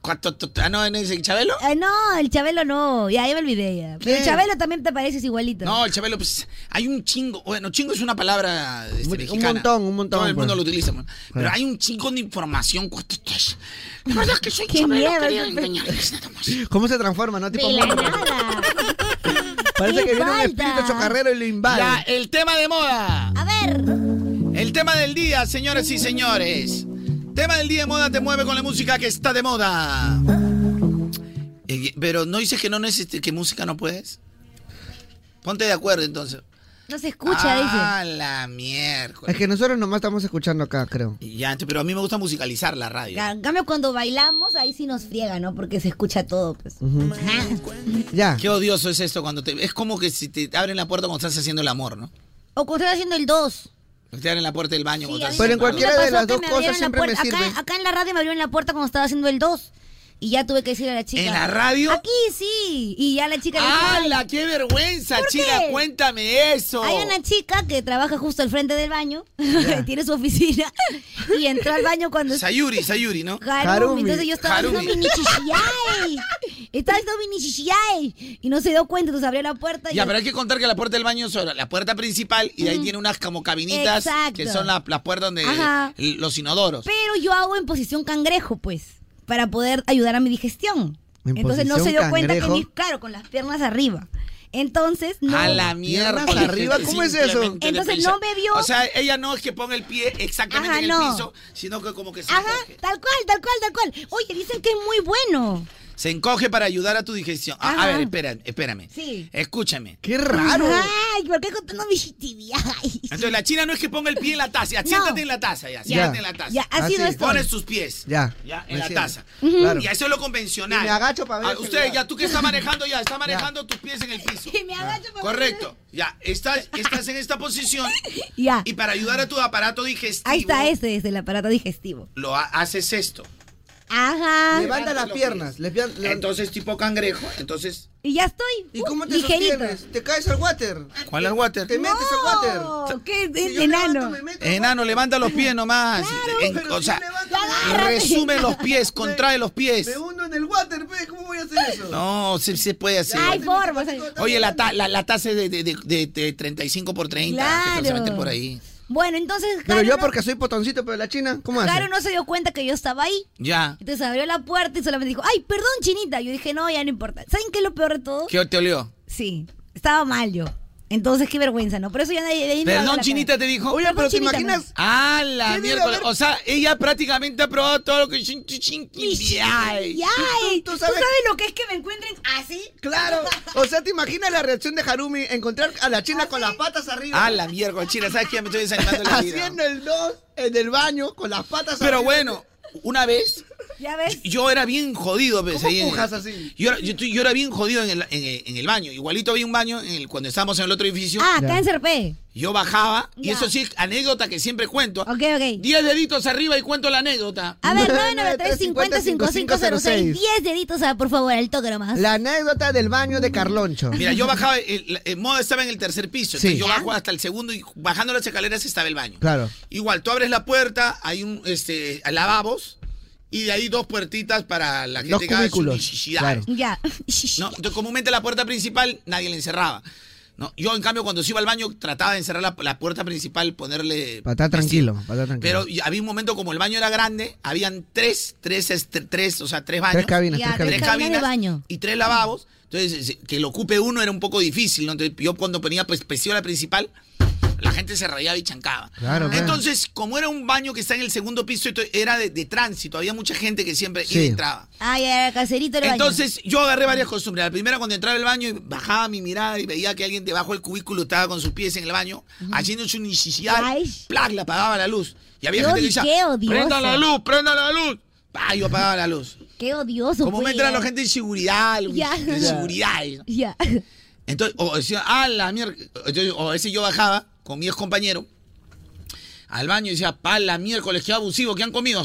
cuatro ah, no, ¿no dice Chabelo? Ah, no, el Chabelo no. Ya, ya me olvidé ya. Pero el Chabelo también te pareces igualito. No, el Chabelo, pues hay un chingo. Bueno, chingo es una palabra este, mexicana. montón, un montón, Todo el mundo pues. lo utiliza. man. Pero Claro. hay un chingo de información. La verdad es que soy Qué Chabelo, miedo, quería qué [LAUGHS] engañarles, nada más. ¿Cómo se transforma, no? Tipo De la Mothman. [LAUGHS] Parece que viene un espíritu chocarrero y lo invade. Ya, el tema de moda. A ver. El tema del día, señores y señores. Tema del día de moda te mueve con la música que está de moda. Eh, Pero no dices que no necesites, que música no puedes. Ponte de acuerdo entonces. No se escucha, ah, la mierda. Es que nosotros nomás estamos escuchando acá, creo. Ya, pero a mí me gusta musicalizar la radio. dice. En cambio, cuando bailamos, ahí sí nos friega, ¿no? Porque se escucha todo, pues. Ya. Qué odioso es esto cuando te. Es como que si te abren la puerta cuando estás haciendo el amor, ¿no? O cuando estás haciendo el 2. Te abren la puerta del baño. cuando estás Pero en haciendo el amor. cualquiera de las dos cosas siempre me sirven. acá, acá en la radio me abrieron la puerta cuando estaba haciendo el 2. Y ya tuve que decirle a la chica. ¿En la radio? Aquí sí. Y ya la chica le ¡Hala! ¡Qué vergüenza, ¿Por chica! qué? ¡Cuéntame eh. eso! Hay una chica que trabaja justo al frente del baño, [LAUGHS] tiene su oficina, y entró al baño cuando... [LAUGHS] Sayuri, Sayuri, ¿no? Harumi. Entonces yo estaba haciendo mi Harumi. nichichiay. Estaba haciendo mi nichichiay. Y no se dio cuenta, entonces abrió la puerta y... Ya, pero hay que contar que la puerta del baño es solo la puerta principal y de ahí Ujú. tiene unas como cabinitas Exacto. que son la- las puertas donde Ajá. eh, los inodoros. Pero yo hago en posición cangrejo, pues, para poder ayudar a mi digestión. ¿En Entonces no se posición dio cuenta que cangrejo? mis... Claro, con las piernas arriba. Entonces no... A la mierda. arriba, ¿cómo es eso? Simplemente de Entonces, prisa. no me vio. O sea, ella no es que ponga el pie exactamente Ajá, en el no. piso, sino que como que se Ajá, tal cual, tal cual, tal cual. Oye, dicen que es muy bueno. Se encoge para ayudar a tu digestión. Ah, a Ajá. ver, espérame, espérame. Sí. Escúchame. ¡Qué Ay, ¿por qué contando mi chitividad? [LAUGHS] Entonces la china no es que ponga el pie en la taza. Ya, siéntate en la taza, ya. Siéntate en la taza. Ya, así no estoy. Pones tus pies. Ya. Ya, Me en la siento. taza. Ujú. Claro. Y eso es lo convencional. Y me agacho para ver Ah, el Usted, celular. ya tú que estás manejando, ya, está manejando tus pies en el [LAUGHS] piso. me agacho para Correcto. Ya, estás, estás en esta posición. [LAUGHS] Ya. Y para ayudar a tu aparato digestivo, Ahí está eh. ese, es el aparato digestivo. lo ha- haces esto. Ajá. Levanta las los piernas. Entonces, tipo cangrejo, entonces. Y ya estoy. ¿Y cómo te ligerito. sostienes? Te caes al water. ¿Cuál es el water? Te metes al water. ¿Qué Si yo enano? Enano, levanta los pies nomás. En- o sea, resume [LAUGHS] los pies, contrae los pies. Me hundo en el water, pe, ¿cómo voy a hacer eso? No, sí se puede hacer. Ay, formas. Oye, la, ta- la, la tasa es de, de, de- de- de 35 por 30. Claro. que solamente por ahí. Bueno, entonces Pero Jaro yo no- porque soy potoncito, pero la china, ¿cómo hace? Jaro no se dio cuenta que yo estaba ahí. Ya. Entonces abrió la puerta y solamente dijo, ay, perdón, chinita. Yo dije, no, ya no importa. ¿Saben qué es lo peor de todo? ¿Qué te olió? Sí, estaba mal yo. Entonces qué vergüenza, ¿no? Por eso ya nadie... nadie me va a Perdón, hablar. Chinita te dijo. Oye, pero ¿te Chinita, imaginas? Ah, ¿Qué la digo? miércoles. A ver. O sea, ella prácticamente ha probado todo lo que. chin, chin, chin, chin, ay. Y ay, ¿tú, sabes... lo que es que me encuentren así? Claro. [LAUGHS] O sea, ¿te imaginas la reacción de Harumi encontrar a la china con las patas arriba? Ah, [LAUGHS] la miércoles, China. ¿Sabes qué? Me estoy desanimando [LAUGHS] la vida. Haciendo el 2 en el baño con las patas Pero arriba. bueno, una vez. ¿Ya ves? Yo era bien jodido, pues, ahí en- pujas así? Yo era, yo, tu- yo era bien jodido en el, en el- en el baño. Igualito había un baño en el- cuando estábamos en el otro edificio. Ah, acá en Serpé. Yo bajaba, y Ya. eso sí, es anécdota que siempre cuento. Ok, ok. Diez deditos arriba y cuento la anécdota. A ver, 993-50-5506. 10 deditos, ah, por favor, al toque nomás. La anécdota del baño de Carloncho. Mm. Mira, yo bajaba, el, el- el modo estaba en el tercer piso. Sí. entonces yo bajo hasta el segundo y bajando las escaleras estaba el baño. Claro. Igual, tú abres la puerta, hay un este lavabos y de ahí dos puertitas para la gente Dos que haga sus cubículos, necesidades. Ya. No, entonces, comúnmente la puerta principal nadie la encerraba. No, yo, en cambio, cuando se iba al baño, trataba de encerrar la, la puerta principal, ponerle. Para estar tranquilo, para estar tranquilo. Pero y- había un momento, como el baño era grande, habían tres, tres, este, tres, o sea, tres baños. Tres cabinas, Ya, tres tres cabinas. cabinas de baño. Y tres lavabos. Entonces, eh, que lo ocupe uno era un poco difícil, ¿no? Entonces, yo cuando ponía pues, presión a la principal, la gente se rayaba y chancaba. Claro, claro. Entonces, como era un baño que está en el segundo piso, esto era de, de tránsito, había mucha gente que siempre iba y Sí. entraba. Ay, era caserito el baño. Entonces yo agarré varias costumbres. La primera cuando entraba al baño y bajaba mi mirada y veía que alguien debajo del cubículo estaba con sus pies en el baño haciendo su necesidad. Plac, le apagaba la luz. Y había Qué gente que odi- decía, qué odioso. prenda la luz, prenda la luz. Pa, yo apagaba la luz. Qué odioso. Como me pues. entra la gente de seguridad, Ya. de seguridad. ¿no? Ya. Entonces, o decía, ah, la mierda. Entonces, o a veces yo bajaba con mi ex compañero al baño y decía, pa, la miércoles, qué abusivo, que han comido?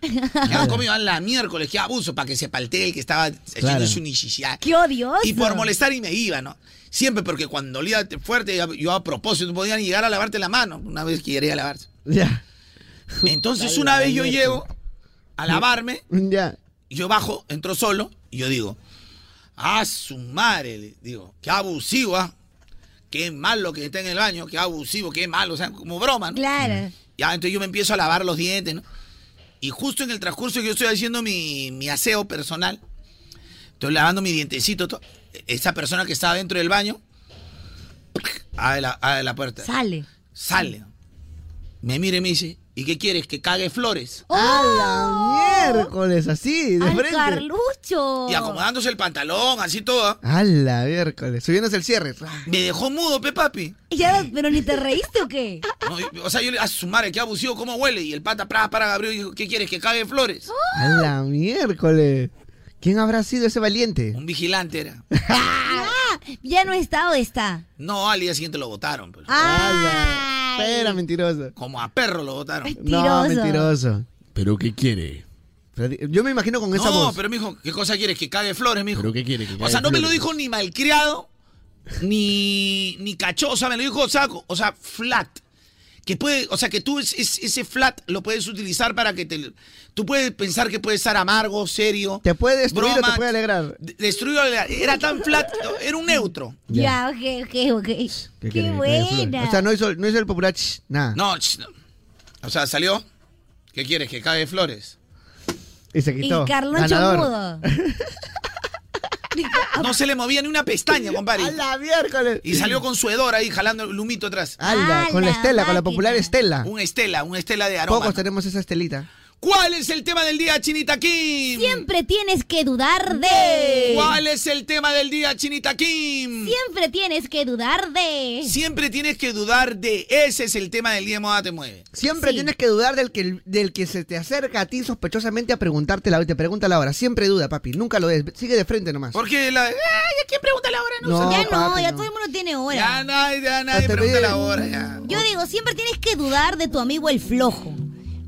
[LAUGHS] Que han comido? Ah, la miércoles, qué abuso, para que se paltee el que estaba haciendo Claro. su necesidad. Qué odioso. Y por molestar y me iba, ¿no? Siempre, porque cuando olía fuerte, yo- yo a propósito no podía ni llegar a lavarte la mano, una vez que llegué a lavarse. Ya. Entonces, una vez yo llego a lavarme, Ya. yo bajo, entro solo, y yo digo, a su madre, le digo, qué abusivo, ¿ah? qué malo que está en el baño, qué abusivo, qué malo, o sea, como broma, ¿no? Claro. Ya, entonces yo me empiezo a lavar los dientes, ¿no? Y justo en el transcurso que yo estoy haciendo mi, mi aseo personal, estoy lavando mi dientecito, to- esa persona que estaba dentro del baño, abre la, abre la puerta. Sale. Sale. Me mira y me dice, ¿y qué quieres? ¿Que cague flores? ¡Oh! ¡A la miércoles! Así, de Al frente. Carlucho. Y acomodándose el pantalón, así todo. ¿ah? ¡A la miércoles! Subiéndose el cierre. Me dejó mudo, pe papi. Ya, pero ni te reíste o qué? No, y- o sea, yo le, a su madre, qué abusivo, cómo huele. Y el pata, para, para, Gabriel, dijo, ¿qué quieres? ¿Que cague flores? Oh. ¡A la miércoles! ¿Quién habrá sido ese valiente? Un vigilante era. Ah, [LAUGHS] ya no está o está. No, al día siguiente lo votaron. pues. Era mentiroso. Como a perro lo votaron. No, mentiroso. ¿Pero qué quiere? Pero Yo me imagino con esa no, voz. pero mijo, ¿qué cosa quieres? ¿Que cague flores, mijo? ¿Pero qué quiere? Que O sea, cague no me lo flores? dijo ni malcriado, ni, ni cachosa, me lo dijo, o sea, co- o sea, flat. Que puede, o sea, que tú es- es- ese flat lo puedes utilizar para que te... Tú puedes pensar que puede estar amargo, serio. Te puede destruir o broma, te puede alegrar. de- Destruido, era tan flat, era un neutro. Ya, ok, ok, ok. Qué, quiere que caiga flores? buena. O sea, no hizo, no hizo el popular ch, nada. No, ch- no. o sea, salió. ¿Qué quieres? ¿Que cague flores? Y se quitó. y Carloncho Ganador. mudo. No se le movía ni una pestaña, compadre. "Ah, ¡A la miércoles! Y salió con su hedor ahí, jalando el humito atrás. ¡Hala! con la estela, con la popular estela. Un estela, un estela de aroma. Pocos tenemos esa estelita. ¿Cuál es el tema del día, Chinita Kim? Siempre tienes que dudar de. ¿Cuál es el tema del día, Chinita Kim? Siempre tienes que dudar de. Siempre tienes que dudar de ese es el tema del día de moda te mueve. Siempre tienes que dudar del que, del que se te acerca a ti sospechosamente a preguntarte la te pregunta la hora. Siempre duda, papi. Nunca lo des. Sigue de frente nomás. Porque la. ¡Ay, a quién pregunta la hora! No, No, sé. ya no, papi, ya no. todo el mundo tiene hora. Ya nadie, ya nadie pregunta la hora, ya. Yo digo, siempre tienes que dudar de tu amigo el flojo.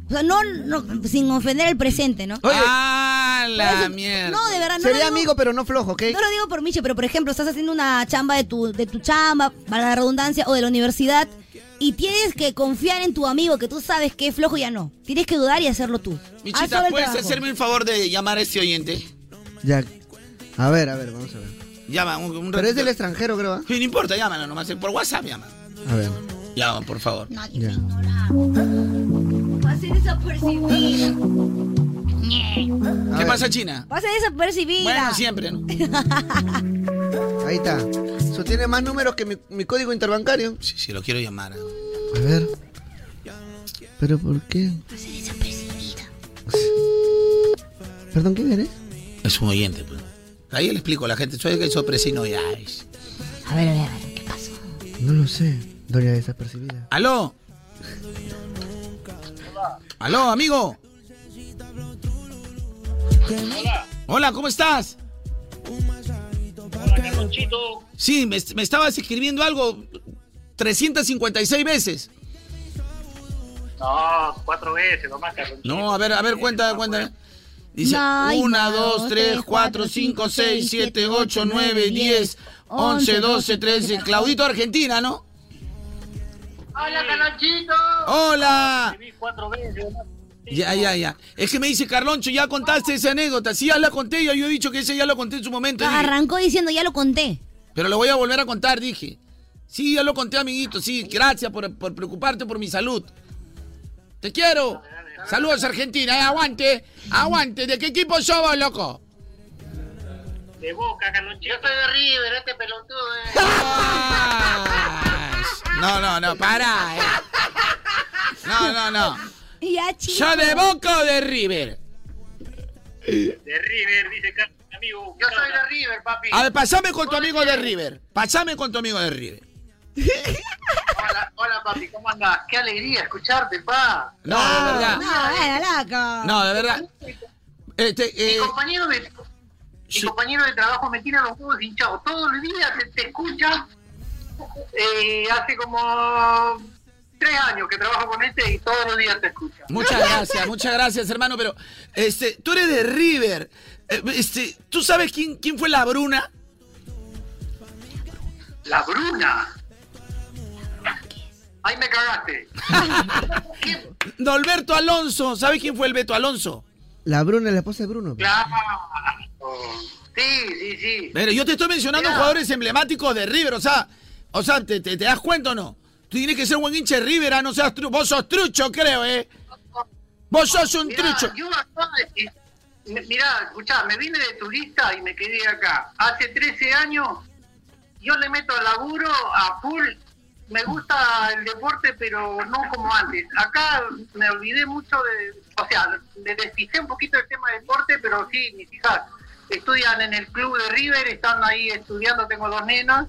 O sea, no, no- sin ofender al presente, ¿no? ¡Ah, la Parece- mierda! No, de verdad, no Sería lo digo- amigo, pero no flojo, ¿ok? No lo digo por Miche, pero por ejemplo, estás haciendo una chamba de tu, de tu chamba, para la redundancia, o de la universidad, y tienes que confiar en tu amigo, que tú sabes que es flojo ya no. Tienes que dudar y hacerlo tú. Haz solo Michita, el ¿puedes trabajo. hacerme el favor de llamar a este oyente? Ya. A ver, a ver, vamos a ver. Llama un, un Pero es ratito. del extranjero, creo. ¿ah? Sí, No importa, llámalo nomás, por eh, WhatsApp llama. A ver. Ya, por favor. Pase desapercibida. ¿Qué pasa, China? Pase desapercibida. Bueno, siempre, ¿no? [LAUGHS] Ahí está. Eso tiene más números que mi, mi código interbancario. Si sí, lo quiero llamar. A ver. ¿Pero por qué? Perdón, ¿quién eres? Es un oyente, pues. Ahí le explico a la gente. Soy el que sopresino ya. A ver, a ver, a ver, ¿qué pasó? No lo sé. Doña desapercibida. ¡Aló! ¡Aló, amigo! Hola, ¿cómo estás? Sí, me, me estabas escribiendo algo 356 veces. No, cuatro veces nomás, Carlonchito. No, a ver, a ver, cuenta, cuenta. Dice Ay, 1, no, 2, 3, tres, 4, 5, 6, 7, 8, 9, 10, 11, 12, 13. Claudito Argentina, ¿no? ¡Hola, Carlonchito! Hola. Escribí cuatro veces nomás. Ya, ya, ya. Es que me dice Carloncho, ya contaste esa anécdota. Sí, ya la conté, ya yo he dicho que esa ya la conté en su momento. dije. Arrancó diciendo, ya lo conté. Pero lo voy a volver a contar, dije. Sí, ya lo conté, amiguito. Sí, gracias por, por preocuparte por mi salud. Te quiero. Saludos, Argentina. Eh, aguante, aguante. ¿De qué equipo somos, loco? De boca, Carlonchito. Yo soy de River, este pelotudo, eh. No, no, no, para. eh. No, no, no. Ya, chico. ¿Yo de Boca o de River? De River, dice Carlos, amigo. Yo soy de River, papi. A ver, pasame con tu amigo de River. Pasame con tu amigo de River. Hola, hola, papi, ¿cómo andás? Qué alegría escucharte, pa. No, de verdad. laca. No, de verdad. Este, eh, Mi compañero de, mi compañero de trabajo me tira los huevos hinchados. Todos los días te, te escucha. Eh, hace como tres años que trabajo con este y todos los días te escucha. muchas gracias, muchas gracias, hermano. Pero, este, tú eres de River. Eh, Este, ¿tú sabes quién, quién fue la Bruna? La [LAUGHS] Bruna. Ahí me cagaste. Norberto Alonso. ¿Sabes quién fue el Beto Alonso? La Bruna es la esposa de Bruno. Claro. Sí, sí, sí. Pero yo te estoy mencionando jugadores emblemáticos de River, o sea, o sea, ¿te, te, te das cuenta o no? Tú tienes que ser buen hincha de River, ah, no seas tru vos sos trucho, creo, ¿eh? Vos sos un Mirá, trucho. Yo acá, eh, me- mirá, escuchá, me vine de turista y me quedé acá. Hace 13 años yo le meto al laburo a full. Me gusta el deporte, pero no como antes. Acá me olvidé mucho de, o sea, me desfijé un poquito del tema de deporte, pero sí, mis hijas estudian en el club de River, están ahí estudiando, tengo dos nenas.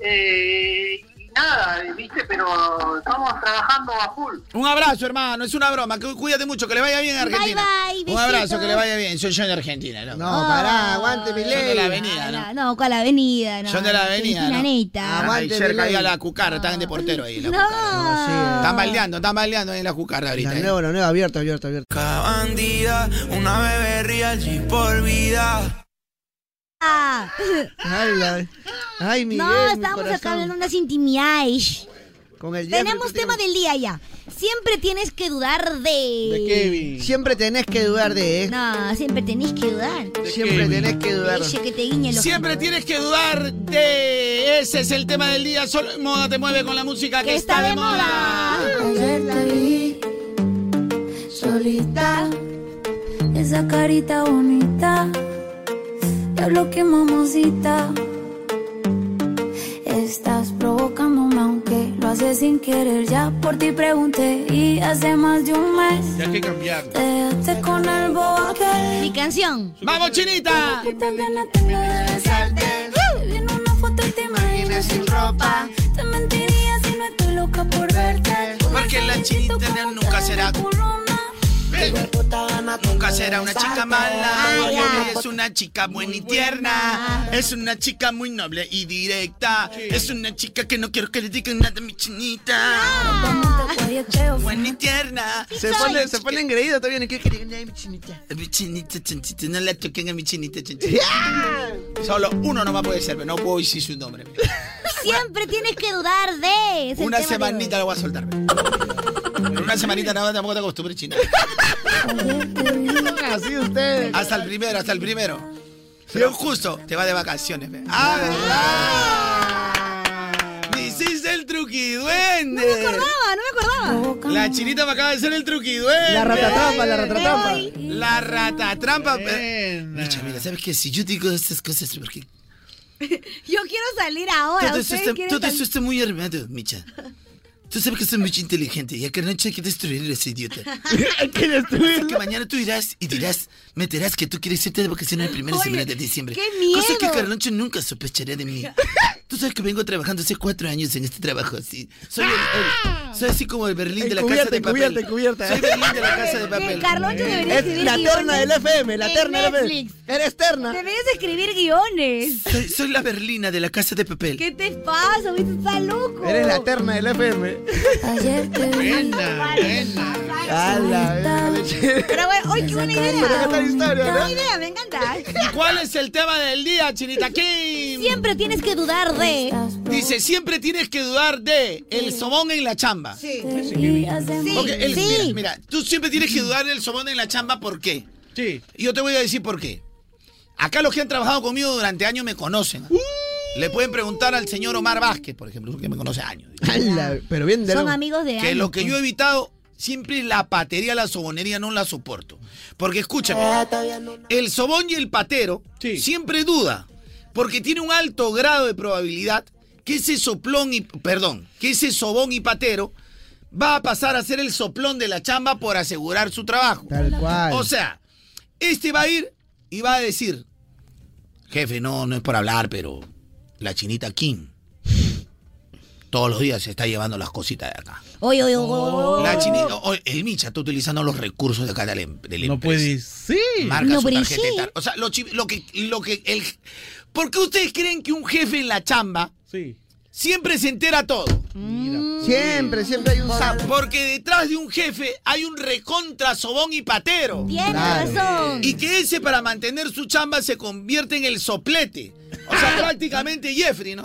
Eh, y nada, viste, pero estamos trabajando a full. Un abrazo, hermano, es una broma. cu- Cuídate mucho, que le vaya bien a Bye, Argentina. bye, un abrazo, besitos. que le vaya bien. Soy yo de Argentina, loco. No, Ah. pará, aguante, mi Son de la avenida, ¿no? No, con la avenida, no. Son de la avenida, Cristina ¿no? Neta. Aguante, Ay, cerca Belén. ahí a la cucara, están de portero ahí. la No. Cucara. Están baileando, están baileando ahí en la cucara ahorita. La ¿eh? nueva, la nueva, abierta, abierta, abierta. Bandida, una bebé real y por vida. Ay, la- ay, Miguel, Ah. no, mi estábamos corazón. acá hablando unas intimidades. Con el Jeffrey, Tenemos tú tema del día ya. Siempre tienes que dudar de. De Kevin. Siempre tenés que dudar de él. No, siempre tenés que dudar. Siempre tenés que dudar. Dice que te guiñe los Siempre tienes que dudar de. Ese es el tema del día. Solo en moda te mueve con la música que, está, de moda. Ayer te vi solita, esa carita bonita, ya lo que mamosita. Estás provocándome aunque lo haces sin querer, ya por ti pregunté y hace más de un mes. Ya hay que cambiar. Te dejaste con el bobo aquel. Mi canción. ¡Vamos, chinita! Que te viene a tener de besarte. Te viene una foto y te imaginas sin ropa. Te mentiría si no estoy loca por verte. Porque la chinita nunca será. Nunca será una chica mala. Ay, ay. Es una chica buena y tierna. Es una chica muy noble y directa. Es una chica que no quiero que le digan nada a mi chinita. Buena y tierna. Se pone, se pone engreído todavía. ¿Qué quería? Chinita. A mi chinita, chinchita, no la toquen a mi chinita, [LAUGHS] chinchita. Solo uno nomás puede ser, pero no puedo decir su nombre. Siempre tienes que dudar de. Es el Una tema de semanita la voy a soltar. Pero una semanita nada más tampoco te acostumbres, china. Así ustedes. Hasta el primero, hasta el primero. Pero justo te va de vacaciones. ve. ¡Ah, verdad! Me hiciste el truco. truquiduende. No me acordaba, no me acordaba. La chinita me acaba de hacer el truquiduende. La ratatrampa, la ratatrampa. La ratatrampa. Eh, Micha, mira, ¿sabes qué? Si yo digo estas cosas es porque Yo quiero salir ahora. todo, eso ustedes está, quieren todo salir. eso está muy armado, Micha. Tú sabes que soy muy inteligente y acá noche hay que destruir a [LAUGHS] ese idiota. hay que destruirlo. que mañana tú irás y dirás, meterás que tú quieres irte de vacaciones la primera Oye, semana de diciembre. qué Cosa que miedo. Carloncho nunca sospecharía de [LAUGHS] mí. Tú sabes que vengo trabajando hace cuatro años en este trabajo. así. Soy, el- ¡Ah! el- soy así como el Berlín de la Casa Encubierta, de Papel. encubierta, encubierta. Soy Berlín de la Casa de [LAUGHS] Papel. Es la terna del FM, la terna del FM. Eres terna. Deberías escribir guiones. Soy, soy la Berlina de la Casa de Papel. ¿Qué te pasa? Viste, está loco. Eres la terna del FM. Ayer te Buena, buena. Ala, eh. Pero bueno, hoy qué buena idea. Pero qué tal historia, Qué ¿no? buena idea, me encanta. ¿Cuál es el tema del día, Chinita Kim? Siempre tienes que dudar de. Dice, siempre tienes que dudar de el sobón en la chamba. Sí. Porque el- Sí. Mira, mira, tú siempre tienes que dudar del sobón en la chamba, ¿por qué? Sí. Yo te voy a decir por qué. Acá los que han trabajado conmigo durante años me conocen. Le pueden preguntar al señor Omar Vázquez, por ejemplo, que me conoce años. Ala, pero bien de Son lo- amigos de Que años, lo que yo he evitado siempre es la patería, la sobonería, no la soporto. Porque escúchame, Ah, el sobón y el patero siempre duda, porque tiene un alto grado de probabilidad que ese soplón y, perdón, que ese sobón y patero va a pasar a ser el soplón de la chamba por asegurar su trabajo. Tal cual. O sea, este va a ir y va a decir, jefe, no, no es por hablar, pero la chinita Kim todos los días se está llevando las cositas de acá. Oye, oye, oye. La chinita, o- el Micha está utilizando los recursos de acá de la, em- de la empresa. No puede sí. Marca No su puede tarjeta. y ser. tal. O sea, lo, chi- lo que, lo que el, ¿por qué ustedes creen que un jefe en la chamba siempre se entera todo? Mm. Siempre, siempre hay un sapo. Porque detrás de un jefe hay un recontra sobón y patero. Tienes Claro. razón. Y que ese para mantener su chamba se convierte en el soplete. [LAUGHS] O sea, prácticamente Jeffrey, ¿no?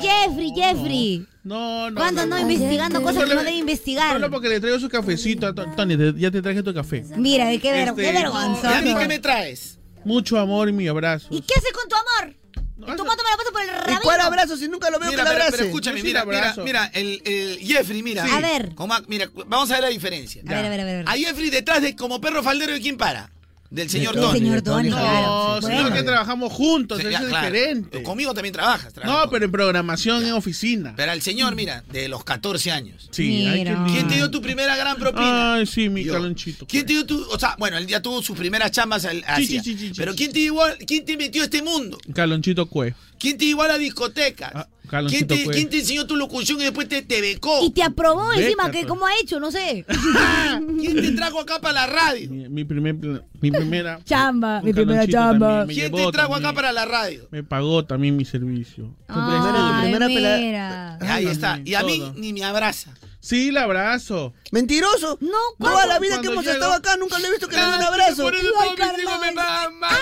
Jeffrey, Jeffrey. No, no. ¿Cuándo no, investigando cosas que no debe investigar? Solo porque le traigo su cafecito a To- Tony. te- Ya te traje tu café. Mira, de qué, ver- Este, qué vergonzoso. ¿y a mí qué me traes? [LAUGHS] Mucho amor y mi abrazo. ¿Y qué haces con tu amor? tu pato me lo pasa por el rabino. cuál abrazo si nunca lo veo Mira, que lo pero, abrace? pero escúchame, mira, mira, mira, el, el Jeffrey, mira. Sí. A ver. Como a- mira, cu- vamos a ver la diferencia. A ver, a ver, a ver, a ver. Jeffrey detrás de como perro faldero de quién para. Del señor Del Tony. señor Tony, no, claro, sí, señor bueno. que trabajamos juntos, Sí, eso ya, es claro. diferente. Conmigo también trabajas. trabajas. No, pero en programación en oficina. Pero el señor, mira, de los 14 años. Sí, hay que- Ah, ¿Quién te dio tu primera gran propina? Ay, sí, mi calonchito. ¿Quién te dio tu.? O sea, bueno, él ya tuvo sus primeras chambas al, sí, hacia. Pero ¿quién te, llevó a- ¿quién te metió a este mundo? Calonchito Cue. ¿Quién te llevó a la Ah, discoteca? ¿Quién Calonchito te, Cue. quién te enseñó tu locución y después te, te becó? Y te aprobó Vete, encima, que pues. cómo ha hecho, no sé. [LAUGHS] ¿Quién te trajo acá para la radio? Mi, mi primer, pl- mi primera. Chamba, mi primera Calonchito chamba. también me ¿Quién llevó te trajo también. acá para la radio? Me pagó también mi servicio. Ah, Ay, primera pelea- mira. Ahí está. Y a mí Todo. ni me abraza. Sí, el abrazo. Mentiroso. No, Toda la vida Cuando que hemos llego- estado acá nunca le he visto que le den un Ah, abrazo. Ah, por eso todos mis hijos me pagan más.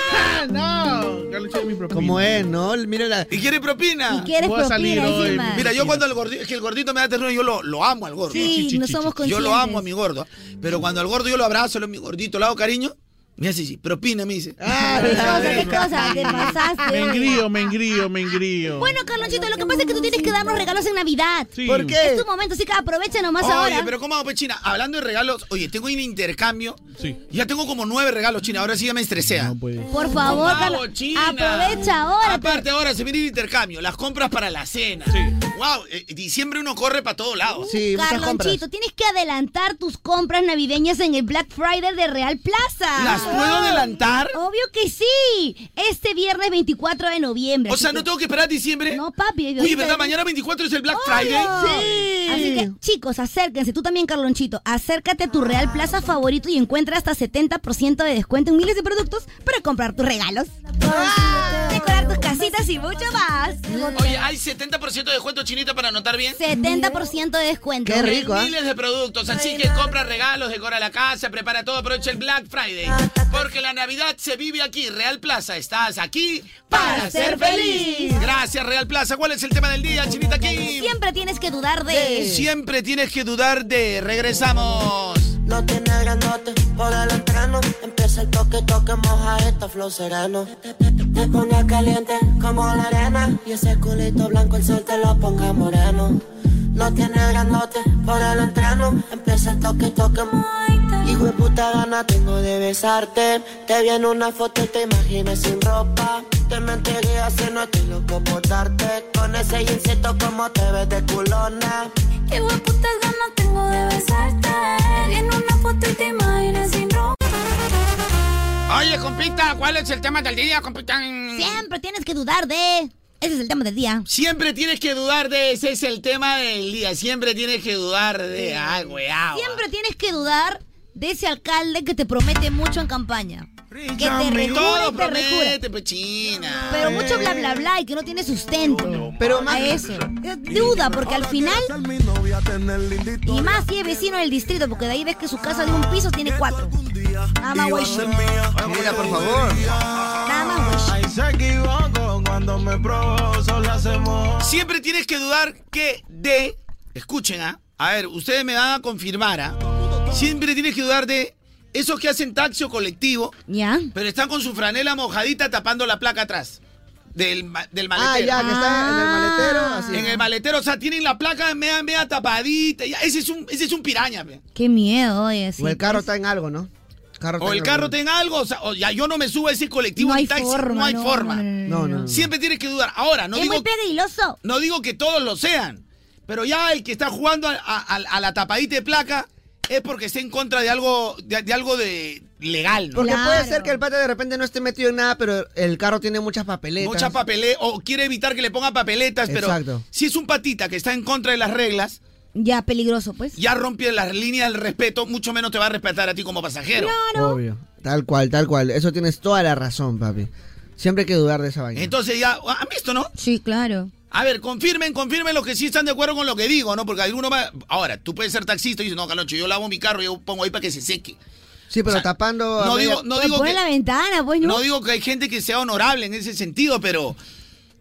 no. Calonchito, mi propina. ¿Cómo es, no? Mira la. ¿Y quiere propina? Y quieres Voy a salir propina hoy, encima. Mira, yo cuando el gordito, es que el gordito me da ternura, yo lo, lo amo al gordo. Sí, Sí, sí, no sí, somos sí. Yo lo conscientes. amo a mi gordo. Pero cuando al gordo yo lo abrazo, lo mi gordito, le hago cariño, me hace así, propina, me dice. Ah, ¿Qué cosa, qué cosa? Te pasaste. Me engrío, me engrío, me engrío. Bueno, Carlonchito, lo que pasa es que tú tienes que darnos regalos en Navidad. Sí. ¿Por qué? Es tu momento, así que aprovecha nomás oye, ahora. pero ¿cómo hago, pues, China? Hablando de regalos, oye, tengo un intercambio. Sí. Ya tengo como nueve regalos, China. Ahora sí ya me estresea. Por favor, ¿Cómo hago, Carlos, China? aprovecha ahora. pues. Aparte, ahora se viene el intercambio, las compras para la cena. Sí. Wow, diciembre uno corre para todos lados. Carlonchito, tienes que adelantar tus compras navideñas en el Black Friday de Real Plaza. ¿Las puedo adelantar? Obvio que sí. Este viernes 24 de noviembre. O así sea, que- no tengo que esperar a diciembre. No, papi. Oye, ¿verdad? Mañana 24 es el Black Friday. Así que, chicos, acérquense. Tú también, Carlonchito. Acércate a tu Real Ah. Plaza favorito y encuentra hasta 70% de descuento en miles de productos para comprar tus regalos. Decorar tus casitas y mucho más. Oye, hay 70% de descuento chinita para anotar bien. 70% de descuento. Hay Miles de productos, así que compra regalos, decora la casa, prepara todo, aprovecha el Black Friday. Porque la Navidad se vive aquí, Real Plaza. Estás aquí para ser feliz. Gracias, Real Plaza. ¿Cuál es el tema del día, chinita aquí? Siempre tienes que dudar de... Siempre tienes que dudar de. Regresamos. lo tiene el grandote por el entrano. Empieza el toque, toque, moja esta flow sereno. Te, te- te- te pone caliente como la arena. Y ese culito blanco el sol te lo ponga moreno. Lo tiene el grandote por el entrano. Empieza el toque, toque, Hijo de puta gana tengo de besarte. Te vi en una foto y te imaginé sin ropa. Te mentiría si no estoy loco por darte. Con ese insecto como te ves de culona. Qué putas ganas tengo de besarte. En una foto y te imaginas sin ropa. Oye, compita, ¿cuál es el tema del día, compita? Siempre tienes que dudar de. Ese es el tema del día. Siempre tienes que dudar de ese es el tema del día. Siempre tienes que dudar de. ah, Ay, weao. Siempre tienes que dudar de ese alcalde que te promete mucho en campaña. Que te rejura Todo y te rejura. promete, pues, pechina. Pero mucho bla bla bla y que no tiene sustento. Pero más. eso. Es Duda, porque al final. Y más si es vecino del distrito, porque de ahí ves que su casa de un piso tiene cuatro. Nada más, güey. Mira, por favor. Nada más, Ahí se equivoco cuando me probo, solo hacemos. Siempre tienes que dudar que de. Escuchen, ¿ah? A ver, ustedes me van a confirmar, ¿ah? Siempre tienes que dudar de esos que hacen taxi o colectivo. Pero están con su franela mojadita tapando la placa atrás. Del, ma- del maletero. Ah, ya, que está en el maletero, así. En el maletero, o sea, tienen la placa media, media tapadita. ya, ese, es un, ese es un piraña, pe. Qué miedo, oye. pues O Pues el carro está en algo, ¿no? O el carro tenga algo, o, sea, o ya yo no me subo a ese colectivo No ni hay taxi, forma, no hay no, forma. No, no. Siempre tienes que dudar. Ahora, no Es digo. muy peligroso. No digo que todos lo sean, pero ya el que está jugando a, a- a- a la tapadita de placa es porque está en contra de algo, de, de algo de legal, ¿no? Porque puede ser que el pata de repente no esté metido en nada, pero el carro tiene muchas papeletas. Muchas papeletas, o quiere evitar que le pongan papeletas, pero Exacto. si es un patita que está en contra de las reglas, Ya, peligroso, pues. ya rompe las líneas del respeto, mucho menos te va a respetar a ti como pasajero. Obvio. Tal cual, tal cual. Eso tienes toda la razón, papi. Siempre hay que dudar de esa vaina. Entonces ya, ¿han visto, no? Sí, claro. A ver, confirmen, confirmen los que sí están de acuerdo con lo que digo, ¿no? Porque alguno va... Ahora, tú puedes ser taxista y dices, no, Calocho, yo lavo mi carro, yo pongo ahí para que se seque. Sí, pero tapando. a no media- digo, no digo Pon que, la ventana, pues, ¿no? no digo que hay gente que sea honorable en ese sentido, pero...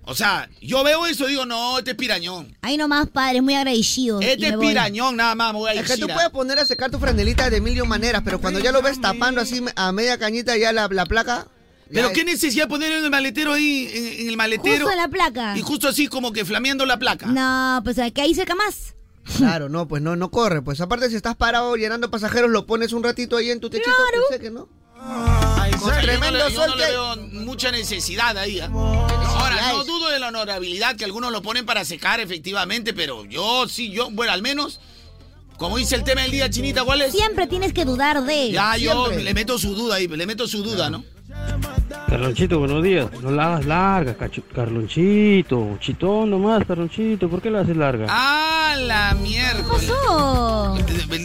O sea, yo veo eso y digo, no, este es pirañón. Ahí nomás, padre, muy agradecido. Este es pirañón, nada más, me voy a Es que tú decir, ah. puedes poner a secar tu franelita de mil y un maneras, pero cuando ya lo ves tapando así a media cañita ya la, la placa. Pero qué necesidad de poner en el maletero ahí, en, en el maletero. Justo en la placa. Y justo así como que flameando la placa. No, pues que ahí cerca más. Claro, no, pues no, no corre. Pues aparte si estás parado llenando pasajeros, lo pones un ratito ahí en tu techito. Claro. ¿no? O sea, tremendo yo no le, yo sol no que le hay. veo mucha necesidad ahí. ¿ah? Ahora, no dudo de la honorabilidad que algunos lo ponen para secar, efectivamente, pero yo sí, yo, bueno, al menos, como dice el tema del día, Chinita, ¿cuál es? Siempre tienes que dudar de. Ya, yo Siempre. le meto su duda ahí, le meto su duda, ¿no? Carlonchito, buenos días. No la hagas larga, cacho- Carlonchito. Chitón nomás, Carlonchito. ¿Por qué la haces larga? ¡Ah, la mierda! ¿Qué pasó?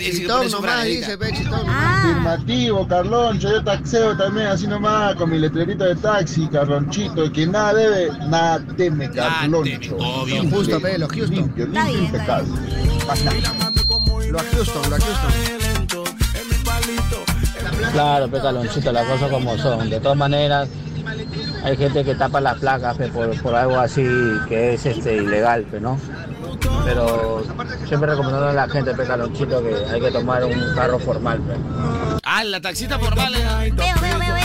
Chitón nomás, dice, Ah, Afirmativo, Carloncho, yo taxeo también así nomás con mi letrerita de taxi, Carlonchito, que nada debe, nada teme, Carloncho. Obvio. Justo, ve, los Houston. Limpio, limpio, impecable. pues, Lo a Houston, lo a Houston. Claro, pe Calonchito, las cosas como son. De todas maneras, hay gente que tapa las placas pe, por, por algo así que es este ilegal, pe, ¿no? Pero siempre recomendando a la gente, pe Calonchito, que hay que tomar un carro formal, pues. pe. Ah, la taxita formal. Veo, veo, veo, veo.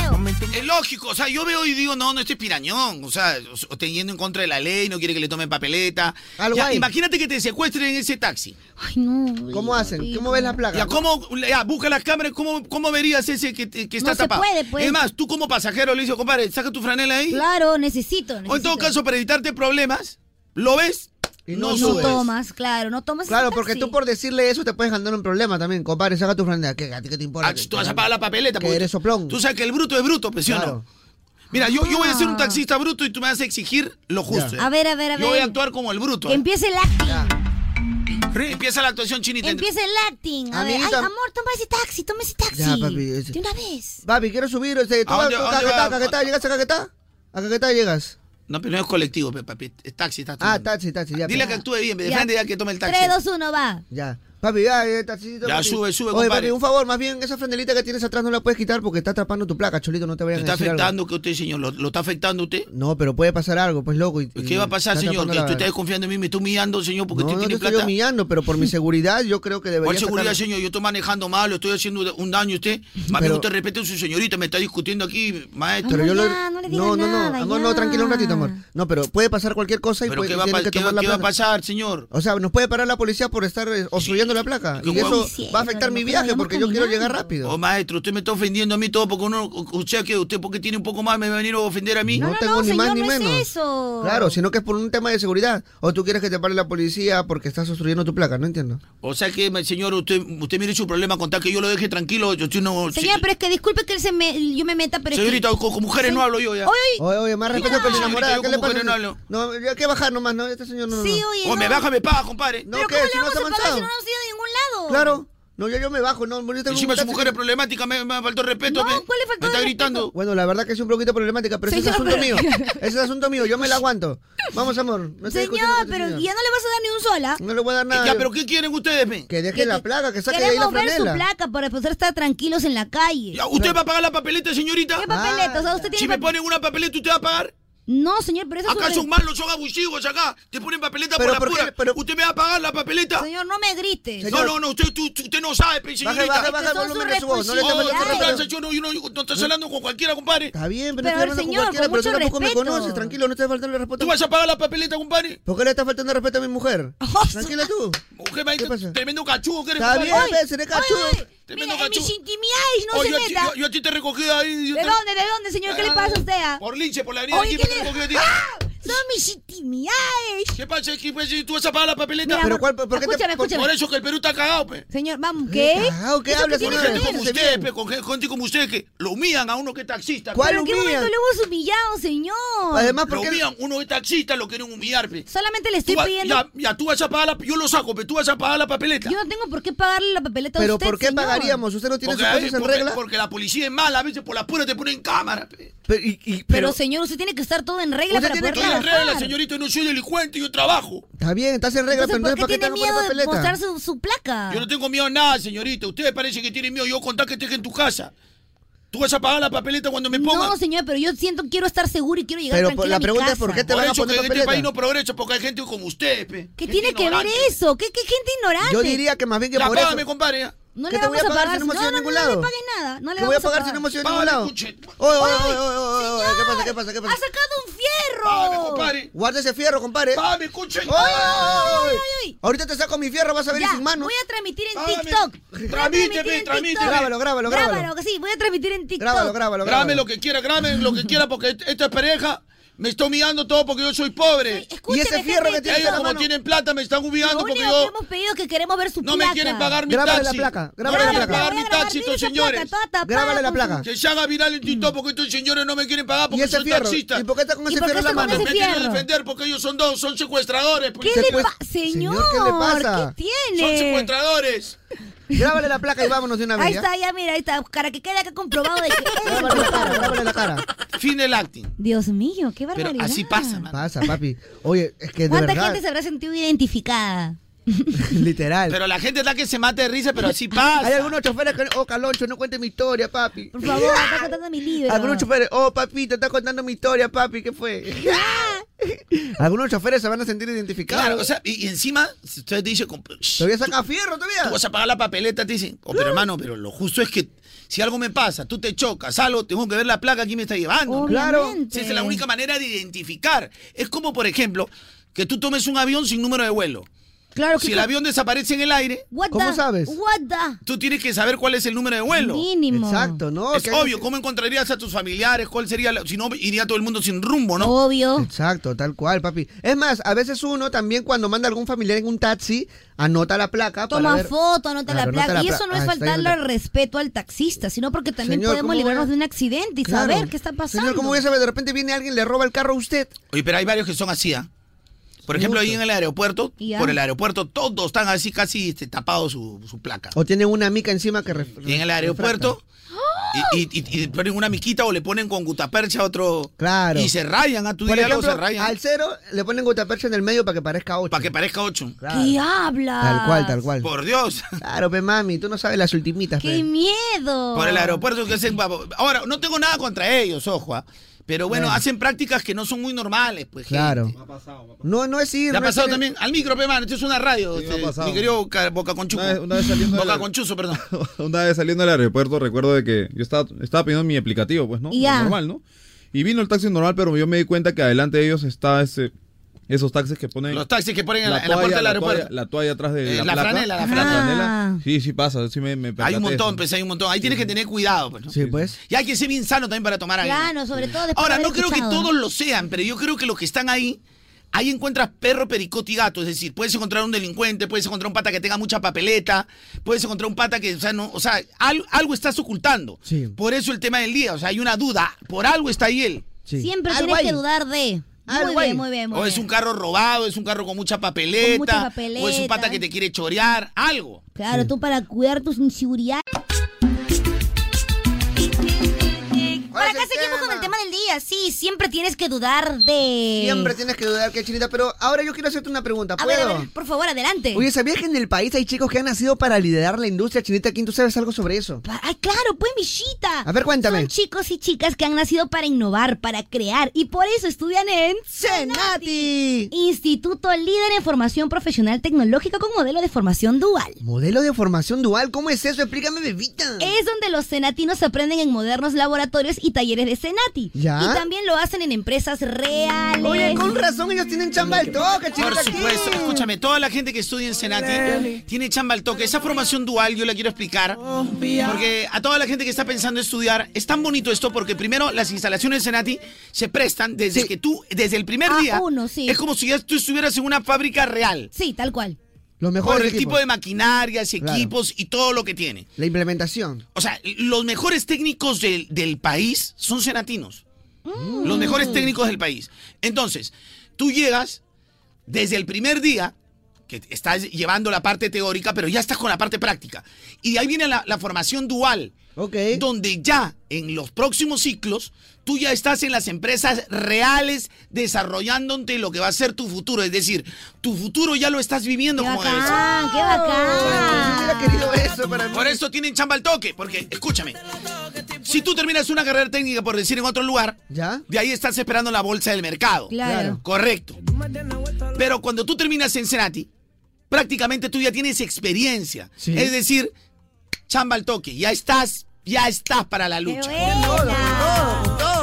Es lógico, o sea, yo veo y digo, no, no, este es pirañón. O sea, o- o te yendo en contra de la ley, no quiere que le tomen papeleta. Ya, hay. imagínate que te secuestren en ese taxi. Ay, no. ¿Cómo hacen? ¿Cómo ves la placa? Ya, ¿cómo, ya, busca las cámaras, ¿cómo, cómo verías ese que, que está No se tapado? puede, pues. Es más, tú como pasajero le dices, compadre, saca tu franela ahí. Claro, necesito. O en todo caso, para evitarte problemas, lo ves, no, no, subes. tomas, claro, no tomas. Claro, porque tú por decirle eso te puedes ganar un problema también, compadre. Saca tu franela. ¿Qué, ¿A ti qué te importa? Ah, tú vas a pagar la papeleta. Que porque eres tú- soplón. Tú sabes que el bruto es bruto, pues, ¿sí o no? Claro. Mira, yo, yo voy a ser un Ah. taxista bruto y tú me vas a exigir lo justo. ¿eh? A ver, a ver, a Yo voy a ver. actuar como el bruto. Que ¿eh? empiece el acting. Empieza la actuación chinita. Empiece el acting. A ver, ay, Amiguita- amor, toma ese taxi, toma ese taxi. Ya, papi, es- De una vez. Papi, quiero subir. Este, tú ¿A vas dónde- tú, a dónde Caquetá, va? Caquetá, llegas a Caquetá. A Caquetá llegas. No, pero no es colectivo, pe, papi. Es taxi, estás Ah, tomando. taxi, taxi, ya. Dile pe. que actúe bien, pe, de frente ya que tome el taxi. 3, 2, 1, va. Ya. Papi, ya, eh, taxicito, Ya, papi. sube, sube, Oye, compadre. papi, un favor, más bien esa franelita que tienes atrás no la puedes quitar porque está atrapando tu placa, cholito, no te vayan ¿Lo está a decir algo. afectando que usted, señor? ¿Lo, lo está afectando usted? No, pero puede pasar algo, pues loco. y- ¿Qué y va a pasar, está señor? tapando Que la- usted está desconfiando de mí, me está humillando, señor, porque No, usted no te tiene estoy plata. humillando, pero [LAUGHS] por mi seguridad yo creo que debería ¿Cuál seguridad, sacar- señor? Yo estoy manejando mal, le estoy haciendo de- un daño a usted. Más bien Mm. Pero- usted respete a su señorita, me está discutiendo aquí, maestro. Pero yo lo- no, no, no, amor, no, tranquilo un ratito, amor. No, pero puede pasar cualquier cosa y ¿Pero puede, qué va a tienen pa- que qué va- tomar la qué va a placa. pasar, señor? O sea, nos puede parar la policía por estar eh, obstruyendo la Ah, placa. Y eso va a afectar mi viaje porque yo quiero llegar rápido. Oh, maestro, usted me está ofendiendo a mí todo porque uno, o sea que usted porque tiene un poco más me va a venir a ofender a mí. No, tengo ni más ni menos. Claro, sino que es por un tema de seguridad. O tú quieres que te pare la policía porque estás obstruyendo tu placa, no entiendo. O sea que, señor, usted, usted mire su problema con tal que yo lo deje tranquilo. Yo, yo no, Señora, pero es que disculpe que él se me, yo me meta, pero es que- Señorita, con, con mujeres Sí. no hablo yo ya. Oye, Oye, oye, más respeto Señorita, que mi enamorada, yo ¿qué con le pasa? mujeres no hablo. No, hay que bajar nomás, ¿no? Este señor no, Sí, no. oye, O me no. baja, me paga, compadre. No, ¿Pero ¿qué? cómo Si le no vamos está a pagar manchado. si no nos ido a ningún lado? Claro. No, yo, yo me bajo, no, yo tengo Encima un su taxi mujer que- es problemática, me, me faltó el respeto. me, me está gritando. Bueno, la verdad que es un poquito problemática, pero ese es Señor, asunto mío. pero- Ese es asunto mío, yo me la aguanto. Vamos, amor. No estoy discutiendo Señor, con este tu pero señora. ya no le vas a dar ni un sola. No le voy a dar nada. Ya, pero ¿qué quieren ustedes, me? Que deje Que- la placa, que saque de ahí la Queremos ver su franela. placa para poder estar tranquilos en la calle. Ah, ¿Usted va a pagar la papeleta, señorita? ¿Qué papeleta? O sea, usted tiene Si me pap- ponen una papeleta, ¿usted va a pagar? No, señor, pero eso es Acá sobre- son malos, son abusivos acá. Te ponen papeleta por Pero la ¿por qué? pura. ¿Usted me va a pagar la papeleta? Señor, no me grite. No, no, no, usted, tú- tú- usted no sabe, pe, señorita. baje, baje el Son volumen sus de su voz, no le esté Oh, faltando disculpa, respeto. yo no, yo no, no estoy hablando con cualquiera, compadre. Está bien, Pero no estoy hablando con cualquiera, pero tú tampoco me conoces, tranquilo, no te faltando el respeto. ¿Tú vas a pagar la papeleta, compadre? [LAUGHS] ¿Por qué le estás faltando el respeto a mi mujer? Tranquila tú. Mujer, me tremendo cachudo que eres, Está compadre. bien, pues, ve, seré cachudo. Tremendo eh. En mis cachudo. intimidades, no Oh, se yo, a ti- meta. yo- yo a ti te recogí ahí. yo ¿De te- dónde, de dónde, señor? ¿Qué le pasa a usted? ah? Por linche, por la avenida Oye, aquí, ¿qué me le- ¡Ah! recogí a ti. Son mis intimidades. ¿Qué pasa? ¿Qué pasa? ¿Tú vas a pagar la papeleta? Mira, Pero amor, ¿cuál- por qué te- escúchame, por, escúchame. por eso que el Perú está cagado, pe. Señor, vamos, ¿qué? ¿Eso tiene con que gente ver? como usted, pe, con gen- gente como usted que lo humillan a uno que es taxista. pe. ¿Pero en qué momento lo hemos humillado, señor? lo humillan, uno que es taxista lo quieren humillar, pe. Solamente le estoy Tú vas- pidiendo- Ya, ya, tú vas a pagar la... Yo lo saco, pe, tú vas a pagar la papeleta. Yo no tengo por qué pagarle la papeleta a Pero usted, ¿por qué señor. pagaríamos? Usted no tiene Porque sus hay- cosas en porque- regla. Porque la policía es mala, a veces por la pura te ponen en cámara, pe. Pero, y- y- Pero, pero- señor, usted tiene que estar todo en regla para poder Estoy en trabajar. regla, señorita, yo no soy delincuente, yo trabajo. Está bien, estás en regla, Entonces, pero entonces ¿por ¿para qué qué te tiene hago poner miedo de papeleta? mostrar su, su placa? Yo no tengo miedo a nada, señorita. Ustedes parece que tienen miedo. Yo contar que esté en tu casa. Tú vas a pagar la papeleta cuando me pongan. No, señor, pero yo siento quiero estar seguro y quiero llegar Pero, tranquila la a mi pregunta es, casa. ¿por qué te Por van a eso poner que este papeleta? país no progresa, porque hay gente como usted, pe. ¿Qué Gente tiene que ver ignorante. eso? ¿Qué, qué gente ignorante? Yo diría que más bien que Ya, por págame, eso- compadre. ya. No ¿Qué le te voy vamos a a pagar pagar. si no hemos no, ido a no, ningún no, lado? No le pague nada. No le Te voy a vamos pagar si no hemos ido a ningún lado. Oye, oye, oye, oye, oye, oye, ¿qué pasa, qué pasa, qué pasa? ¡Ha sacado un fierro! Guarda ese fierro, compadre. ¡Págame, cuche! Ay, ay, ay. Ahorita te saco mi fierro, vas a ver Ya, en sus manos. Voy a transmitir en Págame. TikTok. Voy a Tramíteme, transmitir en tramíteme. TikTok. Grábalo, grábalo, grábalo. que sí, voy a transmitir en TikTok. Grabe lo que quiera, grabe lo que quiera, porque et- esta pareja me está humillando todo porque yo soy pobre. escúcheme, ese fierro gente que de tiene en Ellos la como mano. tienen plata me están Lo humillando único porque que yo... hemos pedido es que queremos ver su No placa. me quieren pagar mi Grábale la taxi. placa, No grábale la me quieren placa. pagar mi taxi estos señores. toda tapada Grábale la con placa. Que se haga viral en TikTok porque estos señores no me quieren pagar porque ese soy fierro? taxista. ¿Y por qué está con ese Mm. ¿Y por qué fierro en la está con mano? ese Me quieren fierro? defender porque ellos son dos, son secuestradores. pues. ¿Qué le pasa? Señor, ¿qué le pasa? ¿qué Son tiene? secuestradores. Grábale la placa y vámonos de una vez. Ahí ¿ya? está, ya mira, ahí está. Cara, que queda acá comprobado de que... Grábale la cara. Fin del acting. Dios mío, qué barbaridad. pasa, Pasa, papi. Oye, es que de ¿Cuánta verdad, gente se habrá sentido identificada? literal. Pero la gente está que se mata de risa, pero así pasa. Hay algunos choferes que, oh, Caloncho, no cuente mi historia, papi. Por favor, está contando mi libro. Algunos choferes, oh, papito, está contando mi historia, papi, ¿qué fue? [LAUGHS] Algunos choferes se van a sentir identificados. Claro, o sea, y, y encima, si usted dice, Todavía saca fierro, todavía. Tú vas a pagar la papeleta, te dicen. Oh, pero hermano, pero lo justo es que si algo me pasa, tú te chocas, algo, tengo que ver la placa que me está llevando. Claro. Esa es la única manera de identificar. Es como, por ejemplo, que tú tomes un avión sin número de vuelo. Claro Si que- el avión desaparece en el aire, What the- What the... Tú tienes que saber cuál es el número de vuelo. Mínimo. Exacto, ¿no? Es obvio, ¿cómo encontrarías a tus familiares? ¿Cuál sería? la- Si no, iría todo el mundo sin rumbo, ¿no? Obvio. Exacto, tal cual, papi. Es más, a veces uno también cuando manda algún familiar en un taxi, anota la placa. para Toma ver- foto, anota Claro, la placa. anota la y pla- eso no es Ah, está ahí faltarle anota- al respeto al taxista, sino porque también Señor, podemos ¿cómo librarnos voy a- de un accidente y Claro. saber qué está pasando. Señor, ¿cómo voy a saber? De repente viene alguien, le roba el carro a usted. Oye, pero hay varios que son así, ¿ah? Por ejemplo, ahí en el aeropuerto, Ya. por el aeropuerto, todos están así casi este, tapados su, su placa. O tiene una mica encima que... ref- Y en el aeropuerto, Y, y, y- y ponen una miquita o le ponen con gutapercha a otro. Claro. Y se rayan, ¿ah? a tu Por día ejemplo, ah, se rayan. Al cero le ponen gutapercha en el medio para que parezca 8. Para que parezca 8. ¿Qué habla? Tal cual, tal cual. Por Dios. [LAUGHS] Claro, pe mami, tú no sabes las ultimitas. ¡Qué Pe. miedo! Por el Ah, aeropuerto que hacen. babo- Ahora, no tengo nada contra ellos, ojo. ah. Pero bueno, Bueno. hacen prácticas que no son muy normales, pues. gente. Claro. No, no es ir. Le ha no es pasado ir- también al micro, pe, mano. Esto es una radio. me ha este, pasado. mi querido Boca, Boca Conchuco. Boca Conchuzo, perdón. Una vez saliendo del aeropuerto, recuerdo de que yo estaba, estaba pidiendo mi aplicativo, pues, ¿no? Y ya. Normal, ¿no? Y vino el taxi normal, pero yo me di cuenta que adelante de ellos está ese, esos taxis que ponen. Los taxis que ponen en la- en la toalla, puerta del aeropuerto. toalla- la toalla atrás de Eh, la, Ah. la placa. franela, la franela. Sí, sí pasa, sí me, me Hay percaté un montón, eso. pues, hay un montón. Ahí tienes que tener cuidado, pues. ¿no? Sí, pues. Y hay que ser bien sano también para tomar aire. Claro, sobre todo después Ahora, de haber no creo que escuchado. todos lo sean, pero yo creo que los que están ahí, ahí encuentras perro, pericote y gato. Es decir, puedes encontrar un delincuente, puedes encontrar un pata que tenga mucha papeleta, puedes encontrar un pata que, o sea, no, o sea al- algo estás ocultando. Sí. Por eso el tema del día, o sea, hay una duda. Por algo está ahí él. Siempre Algo tienes hay. que dudar de. Muy bien, muy bien, muy O bien. es un carro robado, es un carro con mucha papeleta, Con mucha o es un pata papeleta. que te quiere chorear, algo. Claro, tú para cuidar tus inseguridades. Por acá seguimos con el tema del día. Sí, siempre tienes que dudar de. Siempre tienes que dudar que es chinita, pero ahora yo quiero hacerte una pregunta. A ¿Puedo? ver, a ver, por favor, adelante. Oye, ¿sabías que en el país hay chicos que han nacido para liderar la industria chinita? ¿Quién tú sabes algo sobre eso? Ay, claro, pues, Michita. A ver, cuéntame. Son chicos y chicas que han nacido para innovar, para crear, y por eso estudian en Senati, Instituto Líder en Formación Profesional Tecnológica con modelo de formación dual. Modelo de formación dual, ¿cómo es eso? Explícame, bebita. Es donde los senatinos aprenden en modernos laboratorios y talleres de Senati. ¿Ya? Y también lo hacen en empresas reales. Oye, con razón ellos tienen chamba al toque, Por supuesto, escúchame, toda la gente que estudia en Senati tiene chamba al toque. Esa formación dual yo la quiero explicar. Porque a toda la gente que está pensando estudiar, es tan bonito esto porque primero las instalaciones de Senati se prestan desde que tú, desde el primer A día. uno, sí. Es como si ya tú estuvieras en una fábrica real. Sí, tal cual. Los Por mejores el equipos. tipo de maquinarias, Claro. equipos y todo lo que tiene. La implementación. O sea, los mejores técnicos del, del país son senatinos. Mm. Los mejores técnicos del país. Entonces, tú llegas desde el primer día, que estás llevando la parte teórica, pero ya estás con la parte práctica. Y de ahí viene la, la formación dual. Donde ya en los próximos ciclos, tú ya estás en las empresas reales desarrollándote lo que va a ser tu futuro. Es decir, tu futuro ya lo estás viviendo como debe ser. ¡Qué bacán! Por eso tienen chamba al toque, porque escúchame. Si tú terminas una carrera técnica, por decir, en otro lugar, ¿Ya? de ahí estás esperando la bolsa del mercado. Claro. Correcto. Pero cuando tú terminas en Senati, prácticamente tú ya tienes experiencia. Sí. Es decir, chamba al toque, ya estás, ya estás para la lucha.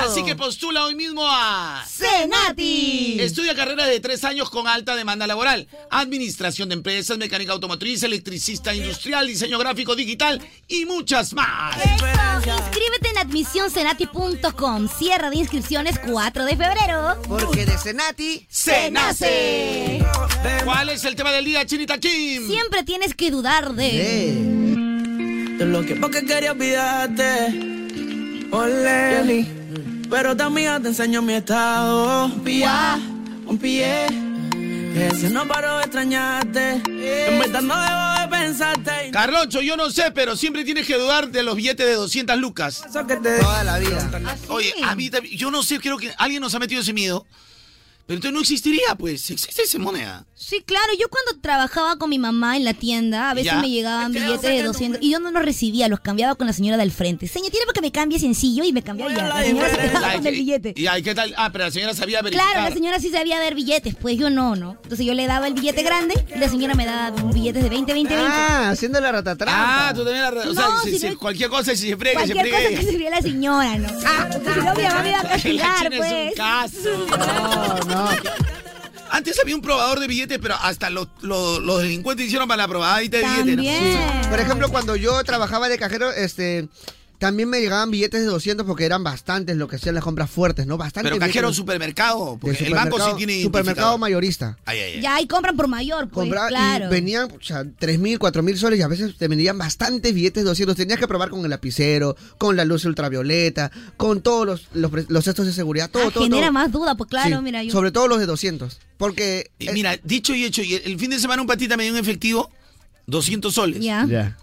Así que postula hoy mismo a Senati. Estudia carrera de tres años con alta demanda laboral. Administración de empresas, mecánica automotriz, electricista industrial, diseño gráfico digital y muchas más. Inscríbete en admisioncenati.com. Cierra de inscripciones 4 de febrero. Porque de Senati se nace. ¿Cuál es el tema del día, Chinita Kim? Siempre tienes que dudar de. De lo que porque quería olvidarte. Ole. Pero tu amiga te enseñó mi estado. Un pía, un pie. Que si no paro de extrañarte. En verdad no debo de pensarte. Carloncho, yo no sé, pero siempre tienes que dudar de los billetes de 200 lucas. Toda la vida. Oye, a mí también- yo no sé, creo que alguien nos ha metido ese miedo. Pero entonces no existiría, pues. Existe esa moneda. Sí, claro, yo cuando trabajaba con mi mamá en la tienda, a veces Ya. me llegaban billetes de 200 y yo no los recibía, los cambiaba con la señora del frente. Señor, tiene que me cambie sencillo y me cambiaba ya. La señora se quedaba con el billete. ¿Y ay, qué tal? Ah, pero la señora sabía verificar. Claro, la señora sí sabía ver billetes, pues yo no, ¿no? Entonces yo le daba el billete grande y la señora me daba billetes de 20, 20, 20. Ah, haciendo la ratatrampa. Ah, tú también la... re- O sea, No, si- si si- no- cualquier cosa, si se frega, se Cualquier cosa frega. que se vea la señora, ¿no? Ah, si no, mi mamá [LAUGHS] me iba a castigar, La China pues. es un caso. Antes había un probador de billetes, pero hasta los, los, los delincuentes hicieron para la probadita de billetes. ¿no? Sí. Por ejemplo, cuando yo trabajaba de cajero, este. También me llegaban billetes de 200 porque eran bastantes lo que hacían las compras fuertes, ¿no? Bastante. Pero cajero en billetes. supermercado, porque De el banco sí supermercado- tiene Supermercado identificador. mayorista. Ay, ay, ay. Ya, y compran por mayor, pues, Compraba claro. y venían o sea, 3.000, 4.000 soles y a veces te venían bastantes billetes de 200. Tenías que probar con el lapicero, con la luz ultravioleta, con todos los, los, pre- los cestos de seguridad, todo, Ah, todo. genera todo. más duda, pues claro, Sí, mira. Yo... Sobre todo los de 200. Porque. Y Mira, dicho y hecho, y el el fin de semana un patita me dio un efectivo, 200 soles. Ya. Ya.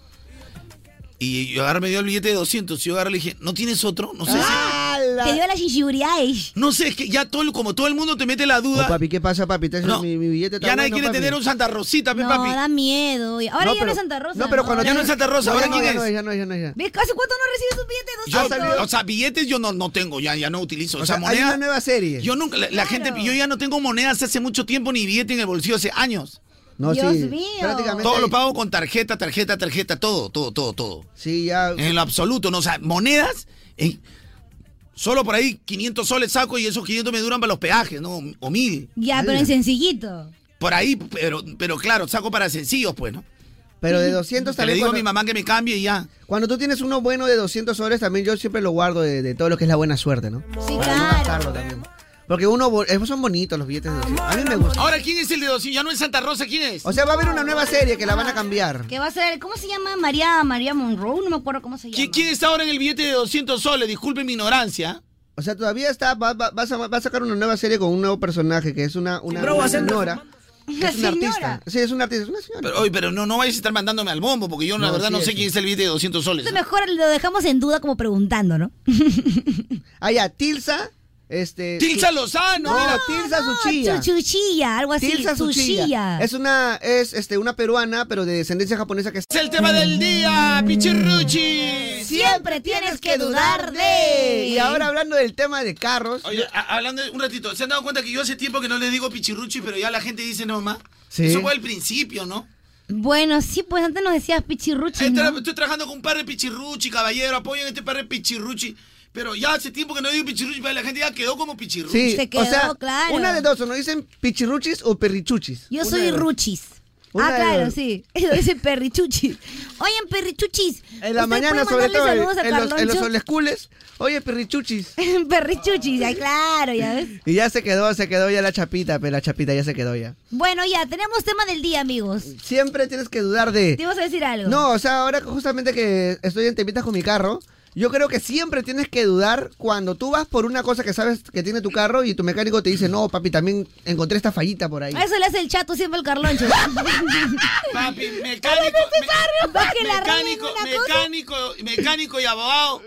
Y yo agarré, me dio el billete de 200. Y yo agarré, le dije, ¿no tienes otro? No sé Te dio la chichiburidad. No sé, es que ya todo, el- como todo el mundo te mete la duda. Oh, papi, ¿qué pasa, papi? ¿Te haces Ah. No. mi, mi billete ya nadie quiere tener un Santa Rosita, pe, No, papi. da miedo. Y Ahora ya no es Santa Rosa. No, pero cuando Ya no es Santa Rosa, ¿ahora ya quién ya es? No, ya no, ya no, ya. ¿Ves? ¿Hace cuánto no recibes un billete de Yo, 200? o sea, billetes yo no, no tengo, ya, ya no utilizo. O, sea, sea, hay moneda. una nueva serie. Yo nunca, la, la gente, yo ya no tengo monedas hace mucho tiempo ni billete en el bolsillo hace años. No, Dios sí, mío. prácticamente- Todo lo pago con tarjeta, tarjeta, tarjeta, todo, todo, todo, todo. Sí, ya. En lo absoluto, no, o sea, monedas. eh, solo por ahí 500 soles saco y esos 500 me duran para los peajes, ¿no? O mil. Ya, pero en sencillito. Por ahí, pero, pero claro, saco para sencillos, pues, ¿no? Pero de 200 Que también. Le digo a cuando- mi mamá que me cambie y ya. Cuando tú tienes uno bueno de 200 soles, también yo siempre lo guardo de, de todo lo que es la buena suerte, ¿no? Sí, claro. Porque uno, bo- esos son bonitos los billetes de 200. A mí me gusta. Ahora, ¿quién es el de 200? Ya no es Santa Rosa, ¿quién es? O sea, va a haber una nueva serie que la van a cambiar. Que va a ser, ¿cómo se llama? María María Monroe, no me acuerdo cómo se llama. ¿Qui- ¿Quién está ahora en el billete de 200 soles? Disculpe mi ignorancia. O sea, todavía está, va, va- vas a, va a sacar una nueva serie con un nuevo personaje que es una, una, Bro, una va a ser- señora. que es una artista. Sí, es una artista, es una señora. Pero, oye, pero no, no vayas a estar mandándome al bombo, porque yo la No, verdad sí no es. sé quién es el billete de 200 soles. Entonces mejor lo dejamos en duda como preguntando, ¿no? [LAUGHS] Ah, ya, Tilsa. Este, Tilsa su- Lozano, No, mira. Tilsa No, Suchilla. Chu- Chuchilla, algo así, Tilsa Suchilla. Suchilla. Es una, es este, una peruana, pero de descendencia japonesa que es. el tema del día, Pichirruchi. Siempre tienes que Y ahora hablando del tema de carros. Oye, a- hablando de- un ratito, ¿se han dado cuenta que yo hace tiempo que no les digo pichirruchi, pero ya la gente dice no, mamá? Sí. Eso fue al principio, ¿no? Bueno, sí, pues antes nos decías pichirruchi, Estoy, ¿no? tra- estoy trabajando con un par de pichirruchi, caballero, apoyen a este par de pichirruchi. Pero ya hace tiempo que no digo pichirruchi, pero la gente ya quedó como pichirruchi. Sí, o sea, una de dos, o nos dicen pichirruchis o perrichuchis. Yo Una soy de dos. ruchis. Una ah, de claro, dos. sí. [LAUGHS] Eso dice perrichuchis. Oigan, perrichuchis. En la ¿ustedes mañana, pueden sobre mandarle todo, saludos a en, en los, en los Carloncho? olescules. Oye, perrichuchis. [LAUGHS] perrichuchis, ya claro, ya ves. Y ya se quedó, se quedó ya la chapita, pero la chapita ya se quedó ya. Bueno, ya, tenemos tema del día, amigos. Siempre tienes que dudar de... Te ibas a decir algo. No, o sea, ahora justamente que estoy en temitas con mi carro, yo creo que siempre tienes que dudar cuando tú vas por una cosa que sabes que tiene tu carro y tu mecánico te dice, no, papi, también encontré esta fallita por ahí. A Eso le hace el chato siempre al [LAUGHS] Carloncho. [LAUGHS] Papi, mecánico, me- Va que la mecánico, mecánico, mecánico y abogado,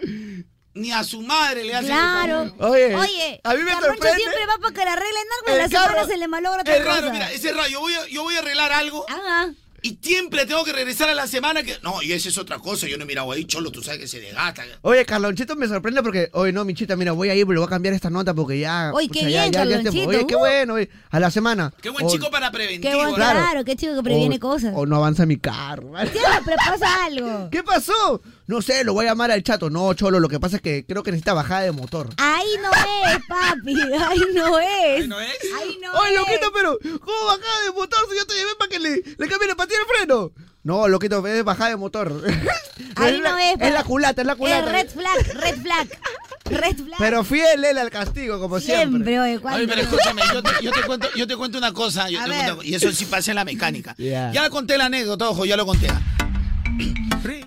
ni a su madre le hace Claro. Oye, Carloncho siempre va para que le arreglen algo y El la semana carro- se le malogra otra Es raro, cosa. mira, ese raro. Yo voy a, yo voy a arreglar algo. Y siempre tengo que regresar a la semana que. No, y esa es otra cosa. Yo no he mirado ahí, cholo, tú sabes que se desgasta. Oye, Carlonchito me sorprende porque, oye, no, Michita, mira, voy a ir, pero voy a cambiar esta nota porque ya. Oye, qué pucha, ya- bien, ya- ya es Carlonchito, tiempo. Oye, qué uh. bueno, oye, a la semana. Qué buen O- chico para preventivo. Qué bueno, ¿no? claro. qué chico que previene o- cosas. O no avanza mi carro. Siempre pasa algo. ¿Qué pasó? No sé, lo voy a llamar al chato. No, Cholo, lo que pasa es que creo que necesita bajada de motor. Ahí no es, papi. [LAUGHS] Ahí [LAUGHS] no es. Ahí no es. Oye, loquito, pero ¿cómo bajada de motor si yo te llevé para que le, le cambie la pastilla de freno? No, loquito, es bajada de motor. [LAUGHS] Ahí Es no la- es. Es la papi. culata, es la Es culata. red flag, red flag. Red flag. Pero fiel él al castigo, como siempre. Siempre, oye, ¿cuándo? Oye, pero escúchame, yo te, yo te cuento, yo te cuento una cosa, yo te cuento- y eso sí pasa en la mecánica. Ya. Ya conté la anécdota, ojo, ya lo conté.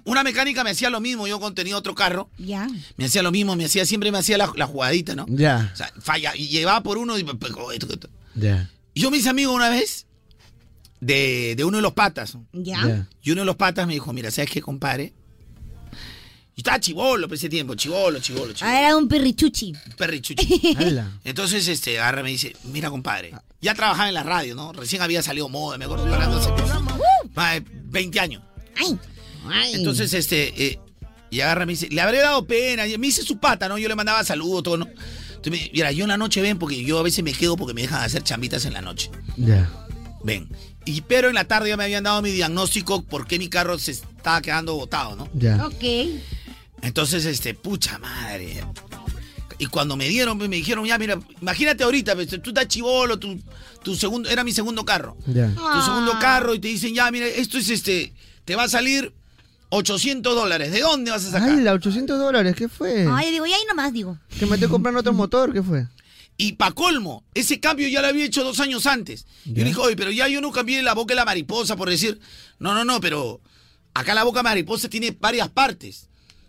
Una mecánica me hacía lo mismo, yo contenía otro carro, Ya. me hacía lo mismo, me hacía siempre me hacía la, la jugadita, ¿no? Ya. O sea, falla, y llevaba por uno y... pues, Y Yo me hice amigo una vez de, de uno de los patas. Ya. Ya. Y uno de los patas me dijo, mira, ¿sabes qué, compadre? Y estaba chivolo por ese tiempo, chivolo, chivolo, chivolo. Ah, era un perrichuchi. Perrichuchi. [LAUGHS] Ala. Entonces, este, agarra y me dice, mira, compadre, ya trabajaba en la radio, ¿no? Recién había salido moda, me acuerdo, para 12 cosas. Más de 20 años. Entonces, este, eh, y agarra y me dice, le habré dado pena. y me hice su pata, ¿no? Yo le mandaba saludos, todo, ¿no? Entonces, me dice, mira, yo en la noche ven, porque yo a veces me quedo porque me dejan hacer chambitas en la noche. Ya. Ven. Y, pero en la tarde ya me habían dado mi diagnóstico por qué mi carro se estaba quedando botado, ¿no? Ya. Ok. Entonces, este, pucha madre. Y cuando me dieron, pues, me dijeron, ya, mira, imagínate ahorita, pues, tú estás chivolo, tu, tu segundo, era mi segundo carro. Ya. Tu segundo Ah. Ah. carro y te dicen, ya, mira, esto es este, te va a salir 800 dólares. ¿De dónde vas a sacar? Ay, la 800 dólares, ¿qué fue? Ay, digo, y ahí nomás digo. Que me estoy comprando otro motor, ¿qué fue? Y pa' colmo, ese cambio ya lo había hecho dos años antes. Yo le dije, oye, pero ya yo no cambié la boca de la mariposa por decir, no, no, no, pero acá la boca de mariposa tiene varias partes.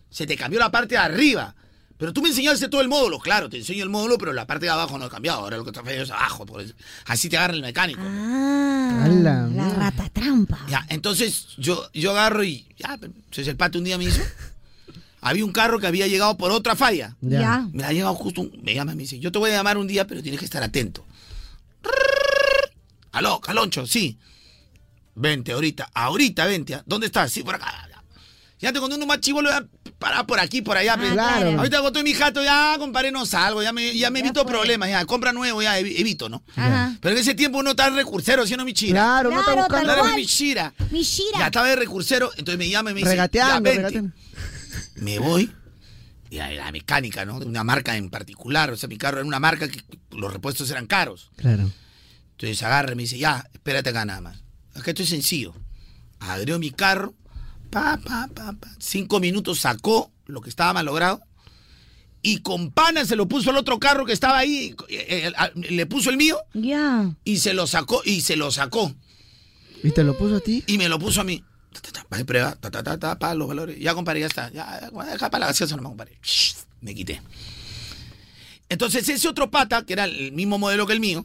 Se te cambió la parte de arriba. Pero tú me enseñaste todo el módulo, claro, te enseño el módulo, pero la parte de abajo no ha cambiado. Ahora lo que está feo es abajo, por eso. así te agarra el mecánico. Ah, la rata trampa. Ya, entonces yo, yo agarro y ya, entonces el pato un día me hizo. Había un carro que había llegado por otra falla. Ya. Ya. Me ha llegado justo un, me llama y me dice, yo te voy a llamar un día, pero tienes que estar atento. Aló, Caloncho, sí. Vente ahorita, ahorita vente. ¿ah? ¿Dónde estás? Sí, por acá. Ya te conté uno más chivo, lo voy a parar por aquí, por allá. pues. Ah, claro. Ahorita con todo mi jato, ya, compadre, no salgo, ya me, ya me evito problemas, ya, compra nuevo, ya evi- evito, ¿no? Ajá. Pero en ese tiempo uno está recursero, haciendo mi chira. Claro, uno está Claro, buscando- tal Claro, cual. mi chira. Mi chira. Ya estaba de recursero, entonces me llama y me dice, ya, Regateando, vente. regateando. Me voy y a la mecánica, ¿no? De una marca en particular, o sea, mi carro era una marca que los repuestos eran caros. Claro. Entonces agarra y me dice, ya, espérate acá nada más. Acá esto es sencillo. Abrió mi carro, pa, pa, pa, pa. Cinco minutos sacó lo que estaba malogrado y con pana se lo puso al otro carro que estaba ahí, eh, eh, a- le puso el mío Ya. y se lo sacó, y se lo sacó. ¿Y te lo puso a ti? Y me lo puso a mí. Ta, ta, ta, va de prueba, ta, ta, ta, ta, pa, los valores. Ya, compadre, ya está. Ya, ya, deja para la gaseosa nomás, compadre. Shh, Me quité. Entonces, ese otro pata, que era el mismo modelo que el mío,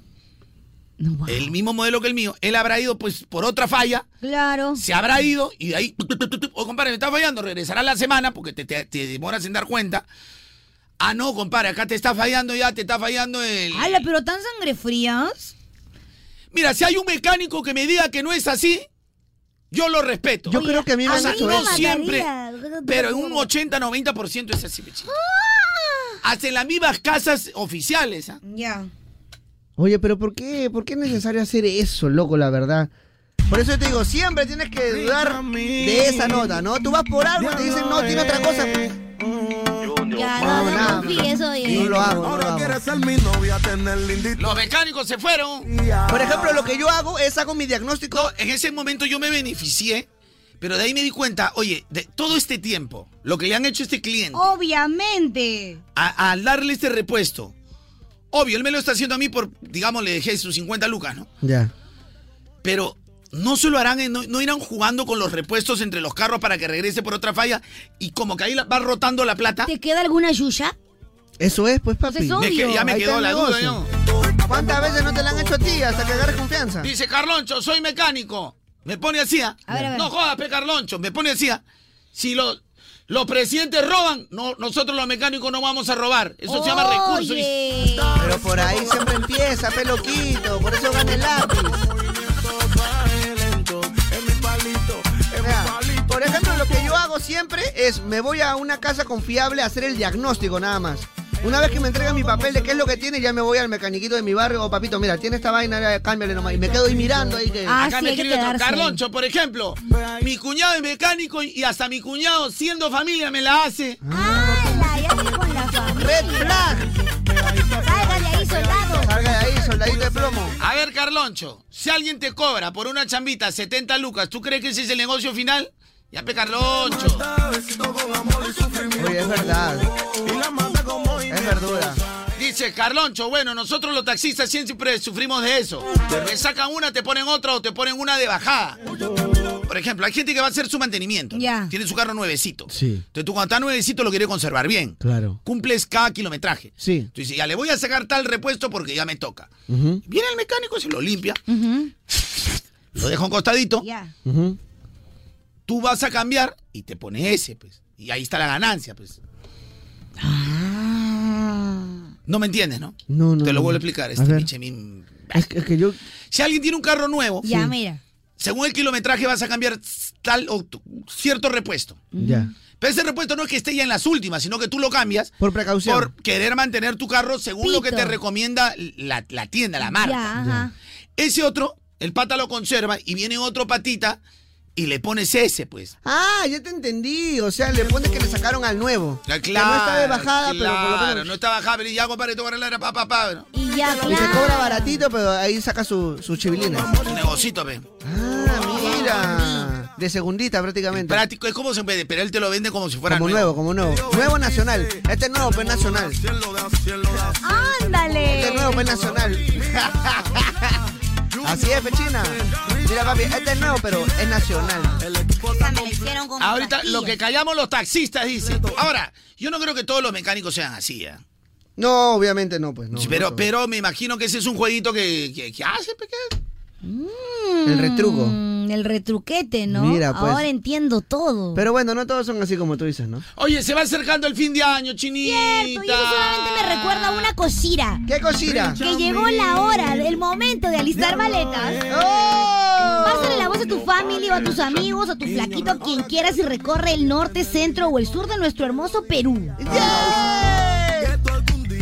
el mismo modelo que el mío, él habrá ido, pues, por otra falla, Claro. se habrá ido y de ahí, tu, tu, tu, tu, tu, oh, compadre, me está fallando, regresará la semana porque te, te- te demoras en dar cuenta. Ah, no, compadre, acá te está fallando ya, te está fallando el... Ala, pero tan sangre frías. Mira, si hay un mecánico que me diga que no es así, yo lo respeto. Yo Oye, creo que a mí me O han sea, hecho No eso. siempre, mataría. pero en un 80-90% es así, pechito. Ah. Hasta en las mismas casas oficiales. ¿ah? Ya. Oye, pero ¿por qué? ¿Por qué es necesario hacer eso, loco, la verdad? Por eso yo te digo, siempre tienes que dudar de esa nota, ¿no? Tú vas por algo y te dicen, no, tiene otra cosa. Ya, no, no, nada. no confíes, oye. No lo hago, no lo Ahora hago. quieres ser mi novia, tener lindito. Los mecánicos se fueron. Por ejemplo, lo que yo hago es hago mi diagnóstico. No, en ese momento yo me beneficié, pero de ahí me di cuenta, oye, de todo este tiempo, lo que le han hecho a este cliente, Obviamente. a- al darle este repuesto, obvio, él me lo está haciendo a mí por, digamos, le dejé sus 50 lucas, ¿no? Ya. Pero no se lo harán, eh, no, no irán jugando con los repuestos entre los carros para que regrese por otra falla y como que ahí la- va rotando la plata. ¿Te queda alguna yuya? Eso es, pues, papi. Pues es Me obvio. que- ya me Ahí está quedó el la duda, negocio. ¿Cuántas veces no te la han hecho a ti hasta que agarres confianza? Dice Carloncho, soy mecánico. Me pone así. ¿ah? A ver, a ver. No jodas, pe Carloncho. Me pone así. ¿ah? Si los, los presidentes roban, no, nosotros los mecánicos no vamos a robar. Eso se llama recurso. Oye. Pero por ahí siempre empieza, peloquito. Por eso gana el lápiz. Vea, Por ejemplo, lo que yo hago siempre es me voy a una casa confiable a hacer el diagnóstico nada más. Una vez que me entregan mi papel de qué es lo que tiene, ya me voy al mecaniquito de mi barrio. O papito, mira, tiene esta vaina, ya, cámbiale nomás. Y me quedo ahí mirando ahí Ah, que. Ah, Acá me escribe otro. Carloncho, por ejemplo. Mi cuñado es mecánico y hasta mi cuñado, siendo familia, me la hace. Red flag. Salga de ahí, soldado. Salga de ahí, soldadito de plomo. A ver, Carloncho, si alguien te cobra por una chambita 70 lucas, ¿tú crees que ese es el negocio final? Ya, pe Carloncho. Oye, es verdad. Es verdura. Dice Carloncho, bueno, nosotros los taxistas siempre sufrimos de eso. Te sacan una, te ponen otra o te ponen una de bajada. Por ejemplo, hay gente que va a hacer su mantenimiento. ¿no? Tiene su carro nuevecito. Sí, Entonces tú cuando está nuevecito lo quiere conservar bien. claro. Cumples cada kilometraje. Sí. Tú dices, ya le voy a sacar tal repuesto porque ya me toca. Ujú, Viene el mecánico, se lo limpia, Ujú. lo deja a un costadito. ujú. Tú vas a cambiar y te pone ese, pues. Y ahí está la ganancia, pues. Ah. No me entiendes, ¿no? No, no. Te lo no. vuelvo a explicar. A Este ver. pinche mim- Es que, es que yo. Si alguien tiene un carro nuevo, Ya, mira. según el kilometraje vas a cambiar tal o tu- cierto repuesto. Mm. Ya. Pero ese repuesto no es que esté ya en las últimas, sino que tú lo cambias Por precaución. por querer mantener tu carro según lo que Pito. te recomienda la, la tienda, la marca. Ya, ajá. Ese otro, el pata lo conserva y viene otro patita y le pones ese, pues. Ah, ya te entendí. O sea, le pones que le sacaron al nuevo. Claro, Que no está de bajada, pero por lo claro, menos- no está bajada, pero ya, compadre, tú agarras la pa, pa, pa. ¿no? Y ya, Y se claro. cobra baratito, pero ahí saca su, su chivilina. Un negocito, ve. Ah, mira. De segundita prácticamente. Práctico, es como se vende, pero él te lo vende como si fuera Como nuevo. nuevo, como nuevo. Nuevo nacional. Este es nuevo, pues nacional. Este Ándale. es nuevo, pues nacional. Así es, pechina. Mira, papi, este es nuevo, pero es nacional. Esa me la hicieron con Ahorita pastillas. lo que callamos los taxistas, dice. Ahora, yo no creo que todos los mecánicos sean así, ¿ah? No, obviamente no, pues no. pero, pero me imagino que ese es un jueguito que, que, que hace, pe- El retruco. Mm, El retruquete, ¿no? Mira, pues. Ahora entiendo todo. Pero bueno, no todos son así como tú dices, ¿no? Oye, se va acercando el fin de año, chinita. Y eso solamente me recuerda a una cosira. ¿Qué cosira? Que llegó la hora, el momento de alistar maletas. Oh. Pásale la voz a tu familia o a tus amigos, a tu flaquito, a quien quieras y recorre el norte, centro o el sur de nuestro hermoso Perú.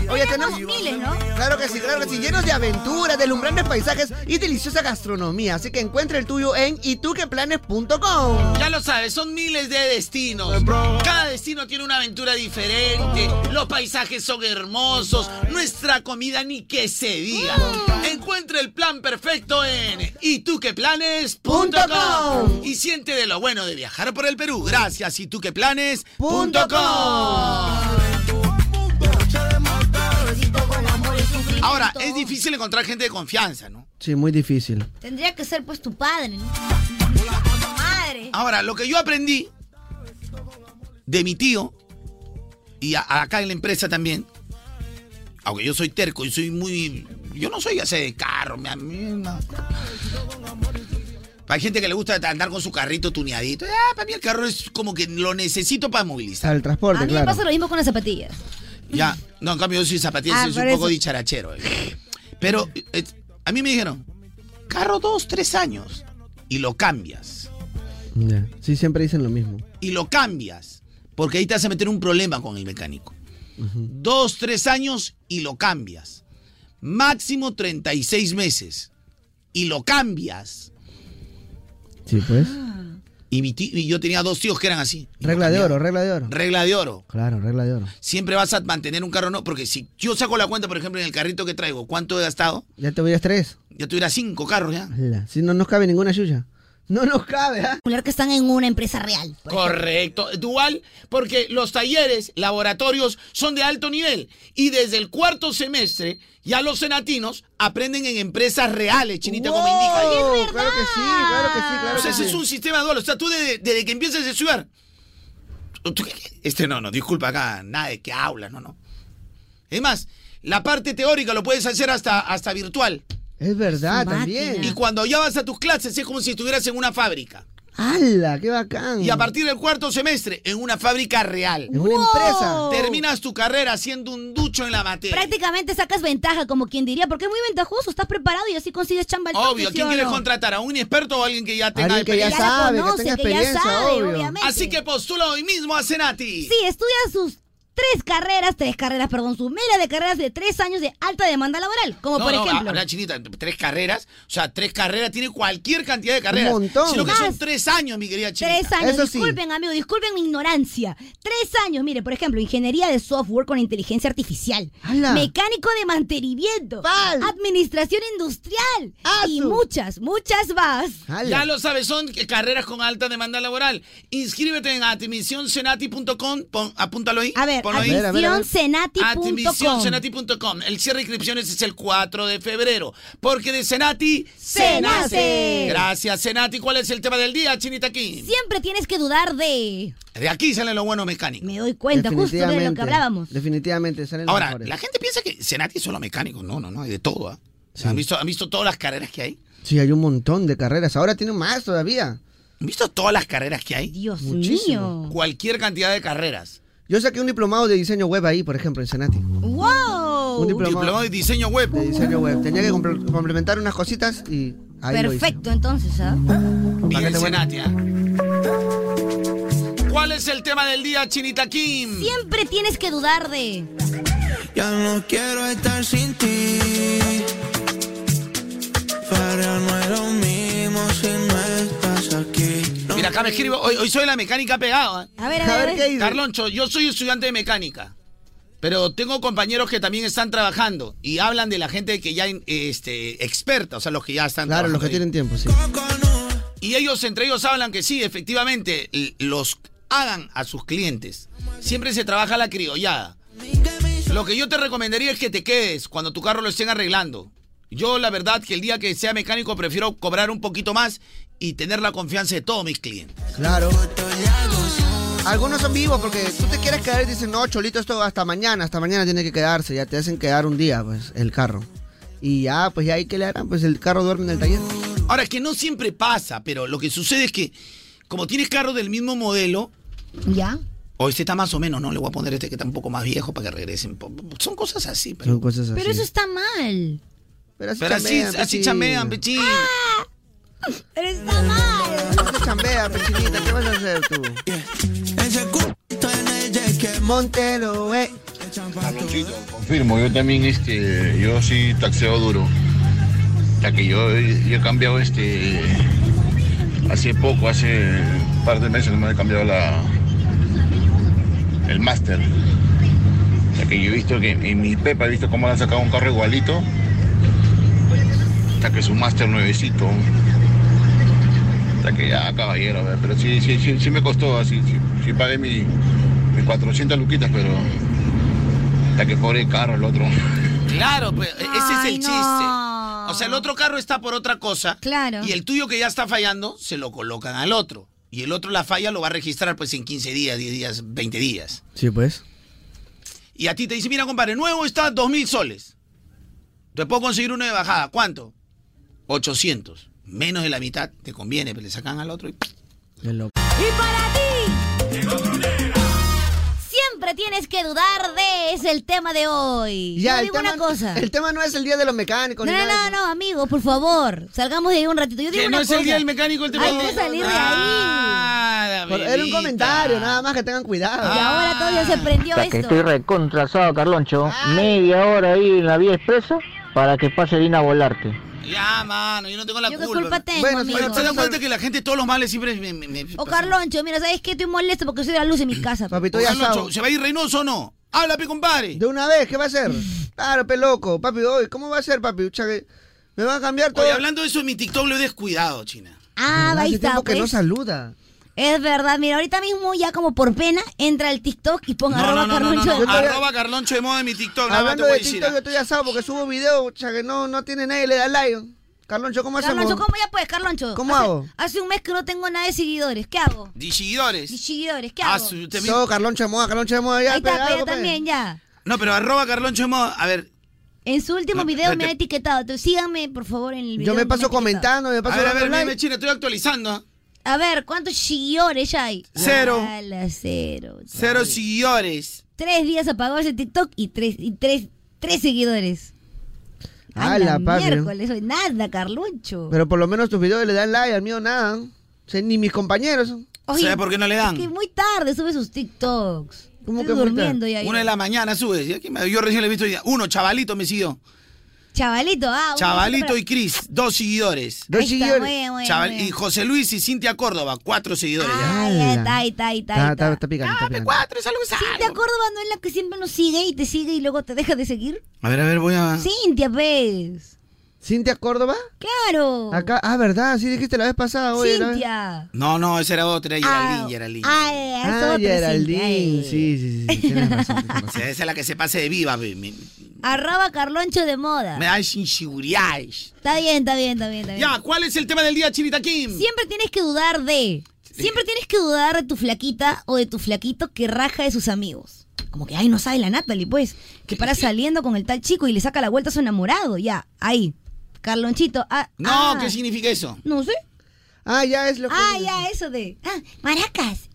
Oye, tenemos miles, ¿no? Claro que sí, claro que sí, llenos de aventuras, deslumbrantes paisajes y deliciosa gastronomía. Así que encuentra el tuyo en ituqueplanes.com. Ya lo sabes, son miles de destinos. Cada destino tiene una aventura diferente. Los paisajes son hermosos. Nuestra comida ni que se diga. Encuentra el plan perfecto en ituqueplanes.com y siente de lo bueno de viajar por el Perú. Gracias, ituqueplanes.com. Ahora, es difícil encontrar gente de confianza, ¿no? Sí, muy difícil. Tendría que ser pues tu padre, ¿no? Madre. Ahora, lo que yo aprendí de mi tío, y a- acá en la empresa también, aunque yo soy terco y soy muy... Yo no soy ese de carro, mi amigo. Hay gente que le gusta andar con su carrito tuneadito. Ah, para mí el carro es como que lo necesito para movilizar. Al A transporte, mí me claro. pasa lo mismo con las zapatillas. [LAUGHS] Ya, no, en cambio yo soy zapatilla, Ah, soy por un poco eso. dicharachero. eh. Pero eh, a mí me dijeron, carro dos, tres años, y lo cambias. Ya. Sí, siempre dicen lo mismo. y lo cambias, porque ahí te vas a meter un problema con el mecánico. Dos, tres años y lo cambias. Máximo 36 meses y lo cambias. Sí, pues. Y, mi ti- y yo tenía dos tíos que eran así. Regla de oro, regla de oro. Regla de oro. Claro, regla de oro. Siempre vas a mantener un carro no, porque si yo saco la cuenta, por ejemplo, en el carrito que traigo, ¿cuánto he gastado? Ya te hubieras tres. Ya tuviera cinco carros ya. Ala, Si no nos cabe ninguna yuya. No nos cabe, ¿ah? que están en una empresa real. Correcto, dual, porque los talleres, laboratorios son de alto nivel y desde el cuarto semestre ya los senatinos aprenden en empresas reales, chinita, como indica. ahí. Oh, Claro que sí, claro que sí, claro o sea, que ese sí. es un sistema dual, o sea, tú desde, desde que empiezas a estudiar. tú- Este no, no, disculpa acá, nada de que habla, no, no. Es más, la parte teórica lo puedes hacer hasta, hasta virtual. Es verdad, Y también. cuando ya vas a tus clases es como si estuvieras en una fábrica. ¡Hala! ¡Qué bacán! Y a partir del cuarto semestre, en una fábrica real. Mm. En una empresa. Terminas tu carrera siendo un ducho en la materia. Prácticamente sacas ventaja, como quien diría, porque es muy ventajoso, estás preparado y así consigues chamba al toque, Obvio, ¿a ¿sí quién o quieres no? contratar? ¿A un experto o a alguien que ya tenga Alguien que ya experiencia? sabe, que tenga experiencia, obvio. Así que postula hoy mismo a Senati. Sí, estudia sus tres carreras, tres carreras, perdón, su media de carreras de tres años de alta demanda laboral, como No, por no, ejemplo. habla chinita, tres carreras. O sea, tres carreras tiene cualquier cantidad de carreras. montón. Sino que son Más. tres años, mi querida chinita. Tres años, disculpen, amigo, disculpen mi ignorancia. Tres años, mire, por ejemplo, ingeniería de software con inteligencia artificial, ¡Hala! mecánico de mantenimiento, administración industrial y muchas, muchas más. Ya lo sabes, son que- carreras con alta demanda laboral. Inscríbete en admisionsenati.com. pon- Apúntalo ahí. A ver, admisionsenati.com. Admisionsenati.com. El cierre de inscripciones es el 4 de febrero. Porque de Senati ¡Se nace! Gracias, Senati. ¿Cuál es el tema del día, Chinita Kim? Siempre tienes que dudar de... De aquí salen los buenos mecánicos. Me doy cuenta, justo de lo que Definitivamente. hablábamos. Definitivamente, salen los Ahora, mejores. la gente piensa que Senati es solo mecánico. No, no, no, hay de todo. ¿ah? ¿Han, visto, ¿Han visto todas las carreras que hay? Sí, hay un montón de carreras. Ahora tienen más todavía. ¿Han visto todas las carreras que hay? Dios Muchísimo. mío. Cualquier cantidad de carreras. Yo saqué un diplomado de diseño web ahí, por ejemplo, en Senati. ¡Wow! Un diplomado. Diplomado de diseño web. De diseño web. Tenía que compl- complementar unas cositas y ahí lo hice. Perfecto, entonces, ¿ah? Bien, Senati, ¿ah? ¿Cuál es el tema del día, Chinita Kim? Siempre tienes que dudar de... Ya no quiero estar sin ti. Para no es lo mismo si no estás aquí. Mira, acá me escribo. Hoy, hoy soy la mecánica pegada. ¿ah? A ver, a A ver, ver. ¿qué dice? Carloncho, yo soy estudiante de mecánica. Pero tengo compañeros que también están trabajando y hablan de la gente que ya eh, este, experta, o sea, los que ya están Claro, los que trabajando tienen ahí. tiempo, sí. Y ellos entre ellos hablan que sí, efectivamente, l- los hagan a sus clientes. Siempre se trabaja la criollada. Lo que yo te recomendaría es que te quedes cuando tu carro lo estén arreglando. Yo la verdad que el día que sea mecánico prefiero cobrar un poquito más y tener la confianza de todos mis clientes. Claro. Algunos son vivos porque tú te quieres quedar y dicen, no, Cholito, esto hasta mañana, hasta mañana tiene que quedarse. Ya te hacen quedar un día, pues, el carro. Y ya, pues, ya ahí que le harán, pues, el carro duerme en el taller. Ahora, es que no siempre pasa, pero lo que sucede es que como tienes carros del mismo modelo, ¿Ya? o este está más o menos, no le voy a poner este que está un poco más viejo para que regresen. Po- po- Son cosas así, pero... Son cosas así. Pero eso está mal. Pero así Pero así- chamean, así pechín. chamean, pechín. Pero está mal. Eso chambea, pechinita, ¿qué vas a hacer tú? Montero, eh. Confirmo, yo también este, yo sí taxeo duro. Ya que yo, yo he cambiado este hace poco, hace un par de meses no me he cambiado la el máster. Ya que yo he visto que en mi pepa he visto cómo le han sacado un carro igualito. Hasta que es un máster nuevecito. Hasta que ya caballero, a ver, pero sí, sí, sí, sí me costó, así, sí, sí pagué mi- mis 400 luquitas, pero hasta que pobre carro el otro. Claro, pues, ese es Ay, el no. chiste. O sea, el otro carro está por otra cosa. Claro. Y el tuyo que ya está fallando, se lo colocan al otro. Y el otro la falla lo va a registrar pues en 15 días, 10 días, 20 días. Sí, pues. Y a ti te dice, mira compadre, nuevo está 2.000 soles. Te puedo conseguir uno de bajada. ¿Cuánto? 800. Menos de la mitad te conviene, pero le sacan al otro y... Y para ti. Siempre tienes que dudar de es el tema de hoy. Ya, Yo el digo tema- una cosa. el tema no es el día de los mecánicos. No, ni no, nada no, no, amigo, por favor. Salgamos de ahí un ratito. Yo digo Que una no es el cosa. día del mecánico el tema Hay de- Ah, que salir de ahí. Por- Era un comentario, nada más que tengan cuidado. Y ahora todavía se prendió Hasta que esto. estoy recontrasado, Carloncho. Media hora ahí en la vía expresa para que pase Dina a volarte. Ya, mano, yo no tengo la Yo qué culpa. culpa tengo, bueno, amigo. ¿te das cuenta que la gente todos los males siempre me... me- me- O Carloncho, mira, ¿sabes qué? Estoy molesto porque soy de la luz en mi casa. Papito, ya Carloncho, sabes. ¿se va a ir Reynoso o no? Habla, pe compadre. De una vez, ¿qué va a hacer? Claro, pe loco. Papi, hoy, ¿cómo va a ser, papi? Pucha, que me va a cambiar todo. Oye, hablando de eso, en mi TikTok lo he descuidado, China. Ah, ahí Hace está. tiempo que no pues. saluda. Es verdad, mira, ahorita mismo ya como por pena entra el TikTok y ponga No, arroba no, no, no, no, Carloncho. no. de- Arroba Carloncho de moda en mi TikTok. Nada más te Hablando voy a de decir. TikTok, yo estoy asado porque subo video, pucha, que no, no tiene nadie, le da like. Carloncho, ¿cómo hacemos? Carloncho, ¿cómo ya puedes, Carloncho? ¿Cómo Hace- hago? Hace un mes que no tengo nada de seguidores. ¿Qué hago? Di seguidores. Mis seguidores, ¿qué Ah, hago? su- te vi- So, Carloncho de moda, Carloncho de moda, ya, pues. Ahí pe, está, pero algo, pe. también ya. No, pero arroba Carloncho de moda. A ver, En su último No, video me espérate. ha etiquetado. Entonces, síganme, por favor, en el video. Yo me que ha paso etiquetado. comentando, me a paso ver, a dando ver, like. mira, China, estoy actualizando. ¿ah? A ver, ¿cuántos seguidores ya hay? Cero. Ala, cero. Cero seguidores. Tres días apagó ese TikTok y tres, y tres, tres seguidores. Ah, la papi. miércoles, hoy nada, Carloncho. Pero por lo menos tus videos le dan like, al mío nada. O sea, ni mis compañeros. Oye, ¿Sabe por qué no le dan? Es que muy tarde sube sus TikToks. ¿Cómo Estoy durmiendo ya. yo. Una de la mañana subes. ¿ya? ¿Quién me- Yo recién le he visto hoy día. Uno, chavalito me siguió. Chavalito, ah. Chavalito y Cris, dos seguidores. Dos Ahí está, seguidores. muy bien, muy bien, Chaval- muy bien. Y José Luis y Cintia Córdoba, cuatro seguidores ya. Ay, está, ahí está, ahí está. Está, ahí está, está. está picante, está picante. Cuatro, es algo que sale. Cintia Córdoba no es la que siempre nos sigue y te sigue y luego te deja de seguir. A ver, a ver, voy a. Cintia, pues. ¿Cintia Córdoba? Claro. Acá, ah, verdad, sí dijiste la vez pasada. Oye, la vez- Cintia. No, no, esa era otra, era Ah, Geraldine, Geraldine. Ay, es Ah, otra Geraldine, sí, sí, sí, sí, tienes razón. [LAUGHS] O sea, esa es la que se pase de viva, me, me- Cintia. Arroba Carloncho de moda. me da inseguridades. Está bien, está bien, está bien, está bien. Ya, ¿cuál es el tema del día, Chinita Kim? Siempre tienes que dudar de. Siempre tienes que dudar de tu flaquita o de tu flaquito que raja de sus amigos. Como que, ay, no sabe la Natalie, pues. Que para saliendo con el tal chico y le saca la vuelta a su enamorado. Ya, ahí. Carlonchito. Ah, No, ah. ¿qué significa eso? No sé. Ah, ya es lo que. Ah, ya, eso de. Ah, maracas.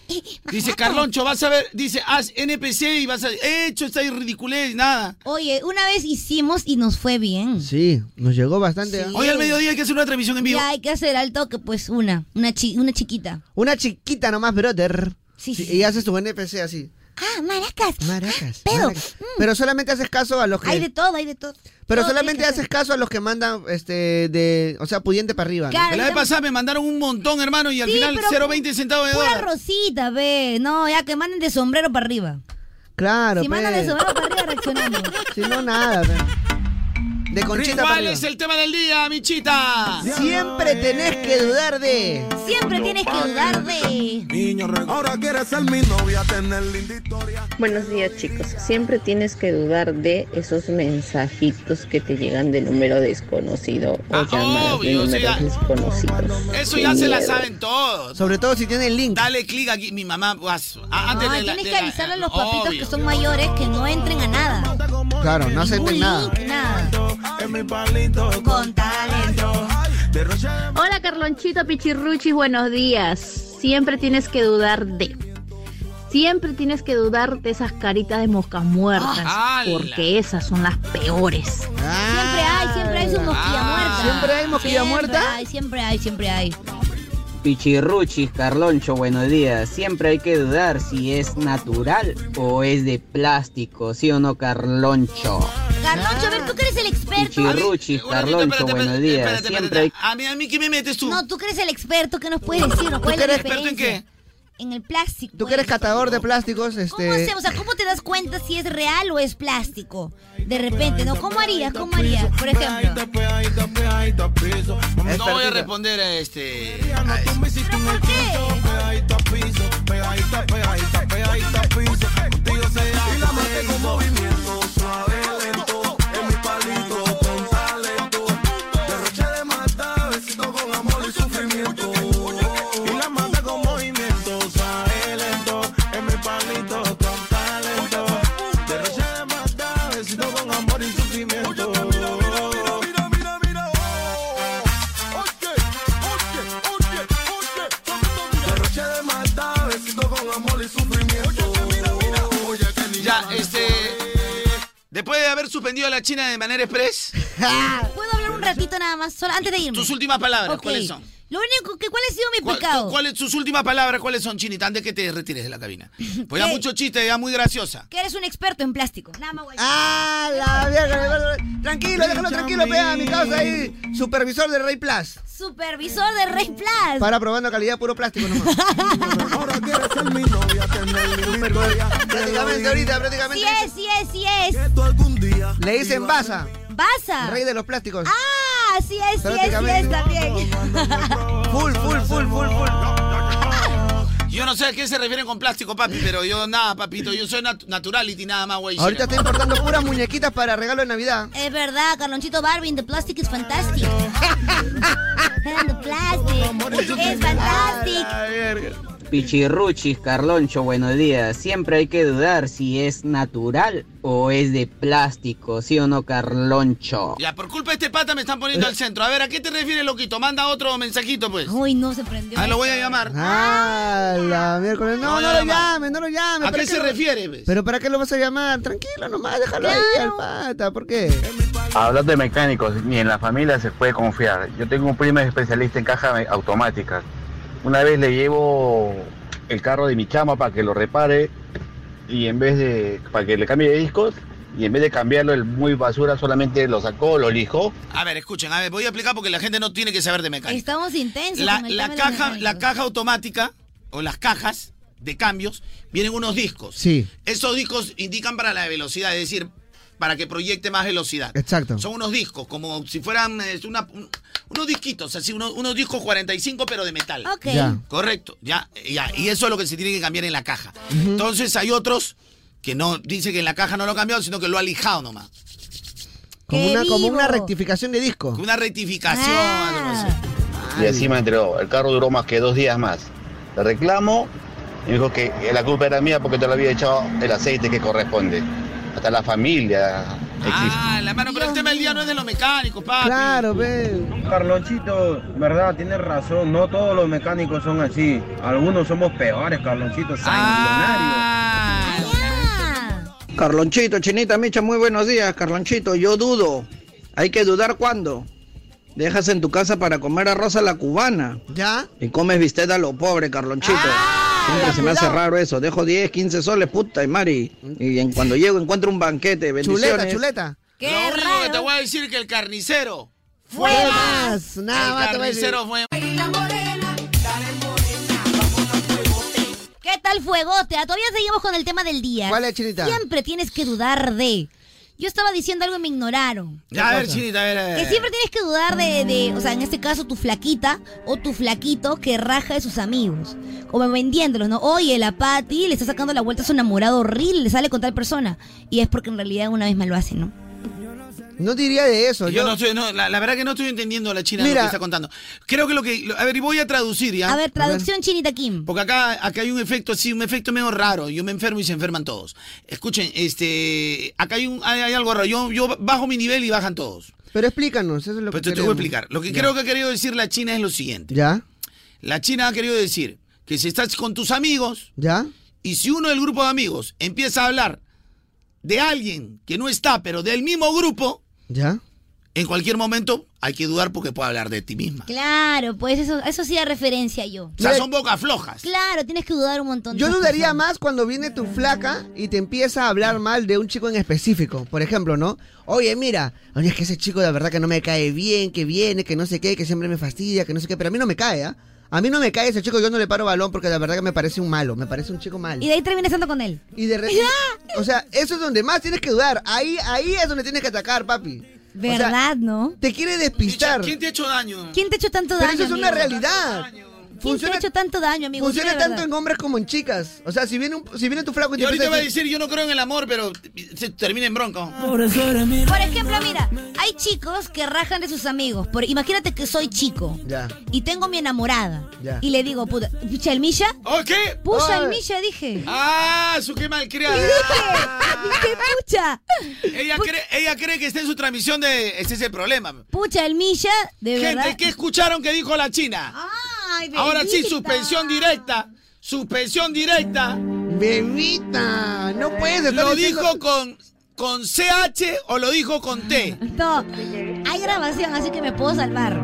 Dice Carloncho, vas a ver, dice, haz NPC y vas a. Hecho, está ahí ridiculez, nada. Oye, una vez hicimos y nos fue bien. Sí, nos llegó bastante. ¿ah? Hoy al mediodía hay que hacer una transmisión en vivo. Ya hay que hacer al toque, pues una. Una, chi- una chiquita. Una chiquita nomás, brother. Sí, sí. Y haces tu NPC así. Ah, maracas. Maracas. Pero, mm. maracas. Pero solamente haces caso a los que. Hay de todo, hay de todo. pero Todo solamente tienes que haces caso a los que mandan, este, de, o sea, pudiente para arriba. ¿no? La vez pasada me mandaron un montón, hermano, y al Sí, final pero 0.20 centavos de Pura dólar. rosita, ve. No, ya que manden de sombrero para arriba. Claro, pues. si mandan pe. de sombrero para arriba, reaccionamos. Si no, nada. pe. pues. De Conchita para ¿Cuál arriba. es el tema del día, Michita? Siempre tenés que dudar de. Siempre tienes que dudar de. Niño, re- ahora quieres ser mi novia, tener linda historia. Buenos días chicos, siempre tienes que dudar de esos mensajitos que te llegan de número desconocido o llamadas Ah, obvio, de sí, números ya- desconocidos. Eso Qué ya se la miedo. saben todos. Sobre todo si tiene el link. Dale clic aquí, mi mamá. guas, a- antes de Ay, la- tienes de que la- avisarle a los papitos obvio. que son mayores que no entren a nada. Claro, no acepten Ningún nada. link, nada. En mi palito con talento. Hola Carlonchito Pichirruchis, buenos días. Siempre tienes que dudar de. Siempre tienes que dudar de esas caritas de moscas muertas. porque esas son las peores. Siempre hay, siempre hay su mosquilla muerta. Ah. ¿Siempre hay mosquilla Siempre muerta? hay, siempre hay, siempre hay. Pichirruchis, Carloncho, buenos días. Siempre hay que dudar si es natural o es de plástico, ¿sí o no, Carloncho? Carloncho, a ver, tú que eres el experto. Pichirruchis, Carloncho, espérate, buenos días. espérate, Siempre hay A mí, a mí, ¿qué me metes tú? No, tú que eres el experto, ¿qué nos puedes decir? ¿O ¿Tú ¿Cuál es que la eres experto en diferencia? En el plástico. Tú que eres catador de plásticos, ¿Cómo este. hacemos? O sea, ¿cómo te das cuenta si es real o es plástico? De repente, ¿no? ¿Cómo harías? ¿Cómo harías? Por ejemplo. No voy a responder a este. a eso. Ya, este. Después de haber suspendido a la China de manera express, ¿Puedo hablar [LAUGHS] un ratito nada más? Solo antes de irme. tus últimas palabras, Ok. ¿cuáles son? Lo único que, ¿cuál ha sido mi ¿Cuál- pecado? cu- ¿Cuáles sus últimas palabras? ¿Cuáles son, Chinita? Antes que te retires de la cabina. Pues ya mucho chiste, ya muy graciosa. Que eres un experto en plástico. Nada más, guay. ¡Ah, la verga! Tranquilo, déjalo tranquilo, pega mi causa ahí. Supervisor de Rey Plus. Supervisor de Rey Plus. Para probando calidad puro plástico [LAUGHS] nomás. prácticamente ahorita, prácticamente. Sí es, sí es, sí es. Le dicen Baza, Baza. rey de los plásticos. Ah, sí es, sí es, sí es Prácticamente. también. Full, full, full, full, full. Yo no sé a qué se refieren con plástico, papi, pero yo nada, papito. Yo soy nat- naturality, nada más, güey. Ahorita estoy importando puras muñequitas para regalo de Navidad. Es verdad, Carlonchito Barbie, the plastic is fantastic. [LAUGHS] the plastic is fantastic. Pichirruchis, Carloncho, buenos días. Siempre hay que dudar si es natural o es de plástico, ¿sí o no, Carloncho? Ya, por culpa de este pata me están poniendo al centro. A ver, ¿a qué te refieres, loquito? Manda otro mensajito, pues. Uy, no se prendió. Ah, lo voy a llamar. Ah, la miércoles. No, No, no ya lo no más. llames, no lo llames. ¿A ¿Para qué se lo- refiere, pues? Pero ¿para qué lo vas a llamar? Tranquilo nomás, déjalo ahí al pata. ¿Por qué? Hablando de mecánicos, ni en la familia se puede confiar. Yo tengo un primo especialista en cajas me- automáticas. Una vez le llevo el carro de mi chama para que lo repare y en vez de, para que le cambie de discos, y en vez de cambiarlo, el muy basura solamente lo sacó, lo lijó. A ver, escuchen, a ver, voy a explicar porque la gente no tiene que saber de mecánica. Estamos intensos. La, con el la tema de los caja, mecánicos. la caja automática o las cajas de cambios vienen unos discos. Sí, Esos discos indican para la velocidad, es decir, para que proyecte más velocidad. exacto. Son unos discos, como si fueran eh, una- un- unos disquitos, así, unos, unos discos 45 pero de metal. Ok. Ya. Correcto, ya, ya. Y eso es lo que se tiene que cambiar en la caja. Entonces hay otros que no, dice que en la caja no lo ha cambiado, sino que lo ha lijado nomás. Como ¡Qué una, como vivo! una rectificación de disco. Una rectificación. algo así. Y así me entregó. El carro duró más que dos días más. Le reclamo y me dijo que la culpa era mía porque te lo había echado el aceite que corresponde. Hasta la familia existe. Ah, la mano, pero el tema del día no es de los mecánicos, papi. ve. Carlonchito, verdad, tienes razón. No todos los mecánicos son así. Algunos somos peores, Carlonchito. Carlonchito, Chinita, Micha, muy buenos días. Carlonchito, yo dudo. Hay que dudar cuándo. Dejas en tu casa para comer arroz a la cubana. ¿Ya? Ah, Y comes bistec a lo pobre, Carlonchito. Siempre se me hace raro eso. Dejo 10, 15 soles, puta, y Mari. Y en, cuando llego encuentro un banquete. Bendiciones. Chuleta, chuleta. lo único que te voy a decir que el carnicero Fue más. Nada el más te voy a decir. carnicero fue más. ¿Qué tal fuegote? Ah, Todavía seguimos con el tema del día. ¿Cuál es, Chinita? Siempre tienes que dudar de. Yo estaba diciendo algo y me ignoraron. Ya, a ver, chinita, a ver, a ver. Que siempre tienes que dudar de, de, o sea, en este caso, tu flaquita o tu flaquito que raja de sus amigos. Como vendiéndolos, ¿no? Oye, la Pati le está sacando la vuelta a su enamorado horrible, le sale con tal persona. Y es porque en realidad una vez más lo hace, ¿no? No diría de eso. Yo, no estoy, no, la, la verdad que no estoy entendiendo a la china Mira. lo que está contando. Creo que lo que. lo- a ver, y voy a traducir ya. A ver, traducción chinita Kim. Porque acá, acá hay un efecto así, un efecto medio raro. Yo me enfermo y se enferman todos. Escuchen, este. Acá hay, un, hay, hay algo raro. Yo, yo bajo mi nivel y bajan todos. Pero explícanos, eso es lo Pero que te, te voy queremos. a explicar. Lo que Ya. creo que ha querido decir la China es lo siguiente. ¿Ya? La China ha querido decir que si estás con tus amigos ¿Ya? y si uno del grupo de amigos empieza a hablar de alguien que no está, pero del mismo grupo, ¿Ya? en cualquier momento hay que dudar porque puede hablar de ti misma. Claro, pues eso, eso sí da referencia yo. O sea, son bocas flojas. Claro, tienes que dudar un montón. de Yo esas dudaría personas. más cuando viene tu flaca y te empieza a hablar mal de un chico en específico. Por ejemplo, ¿no? Oye, mira, oye, es que ese chico la verdad que no me cae bien, que viene, que no sé qué, que siempre me fastidia, que no sé qué, pero a mí no me cae, ¿ah? A mí no me cae ese chico, yo no le paro balón porque la verdad que me parece un malo, me parece un chico malo. Y de ahí terminas estando con él. ¡Ah! Y [LAUGHS] de repente. O sea, eso es donde más tienes que dudar. Ahí, ahí es donde tienes que atacar, papi. ¿Verdad, no? Te quiere despistar. ¿Quién te ha hecho daño? ¿Quién te ha hecho tanto Pero daño? eso es una amigo? realidad. ¿Quién te ha hecho tanto daño, amigo? Funciona Dime la tanto verdad. en hombres como en chicas. O sea, si viene, un- si viene tu flaco y te Y ahorita empieza va a decir, yo no creo en el amor, pero se termina en bronco. Por ejemplo, mira, hay chicos que rajan de sus amigos. Por, imagínate que soy chico Ya, y tengo mi enamorada. ya. Y le digo, puta, ¿pucha el Misha? ¿O qué? Pucha el Ay. Misha, dije. ¡Ah! ¡Su qué malcriada! Y dije, ¿Qué pucha? Ella cree, ella cree que está en su transmisión de. Ese es el problema. Pucha el Misha, de Gente, verdad. Ah. ¿qué escucharon que dijo la China? Ay, Ahora sí, bendita. suspensión directa. Suspensión directa. Bebita, no puedes estar ¿Lo diciendo- dijo con, con CH o lo dijo con T? No, hay grabación, así que me puedo salvar.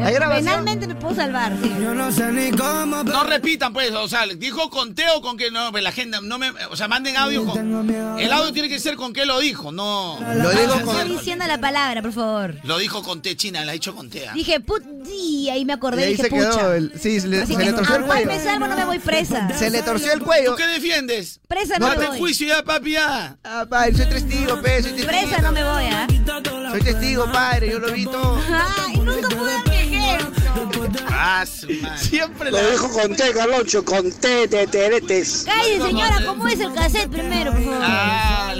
¿Hay grabación? Penalmente me puedo salvar, sí. Yo no sé ni cómo. No repitan, pues, o sea, dijo con T o con que no, pues, la agenda, no me, o sea, manden audio con. El audio tiene que ser con qué lo dijo, no. Lo digo con... diciendo la palabra, por favor. Lo dijo con T, China, la ha dicho con T. ah. Dije, put... Y ahí me Y acordé, ahí dije, se quedó. pucha. el- sí, se le, Así se que le torció el ah, pues, cuello. me salvo, no me voy presa. Se le torció el cuello. ¿Tú qué defiendes? Presa no no, te me voy. juicio ya, papi, ya. Ah, padre, soy testigo, pe, soy testigo. Presa no me voy, ¿ah? Soy testigo, padre, yo lo vi todo. Ay, nunca pude quejer. Ah, su madre. Siempre la- Lo dejo con té, Carloncho, con té de teretes. Cállese, señora, ¿cómo es el cassette primero, por favor?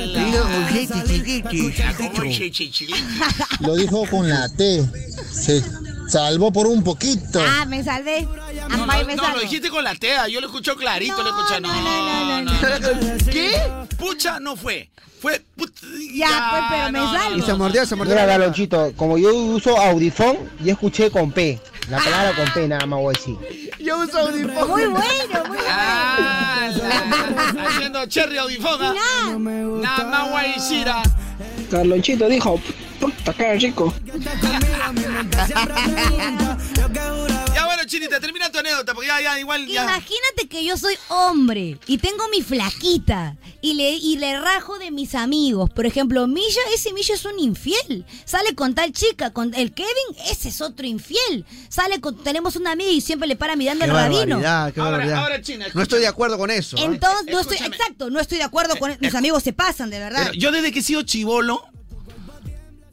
Lo dijo con la T. Se salvó por un poquito. Ah, me salvé. No, Amá, y no, me no, salvo. lo dijiste con la tea, yo lo escucho clarito, lo escuché. No, no, no, ¿Qué? Pucha no fue. Fue put- Ya, pues, pero me salvo. Y se mordió, se mordió. Mira, la lengua. Galonchito, como yo uso audifón, yo escuché con P. La palabra con P nada más voy a decir. Yo uso audifón. Muy bueno, muy bueno. Haciendo cherry audifoga. Nada más guayisira. Carlonchito dijo, puta, qué rico. Ya bueno, Chinita, termina tu anécdota, porque ya, ya, igual, ya. Imagínate que yo soy hombre y tengo mi flaquita y le, y le rajo de mis amigos. Por ejemplo, Milla, ese Milla es un infiel. Sale con tal chica, con el Kevin, ese es otro infiel. Sale con, tenemos una amiga y siempre le para mirando Qué el rabino. barbaridad, qué Ahora- barbaridad. ahora, China, no escucha. estoy de acuerdo con eso. ¿eh? Entonces, no estoy, exacto, no estoy de acuerdo con mis amigos se pasan, de verdad. Eh, Pero yo desde que he sido chivolo,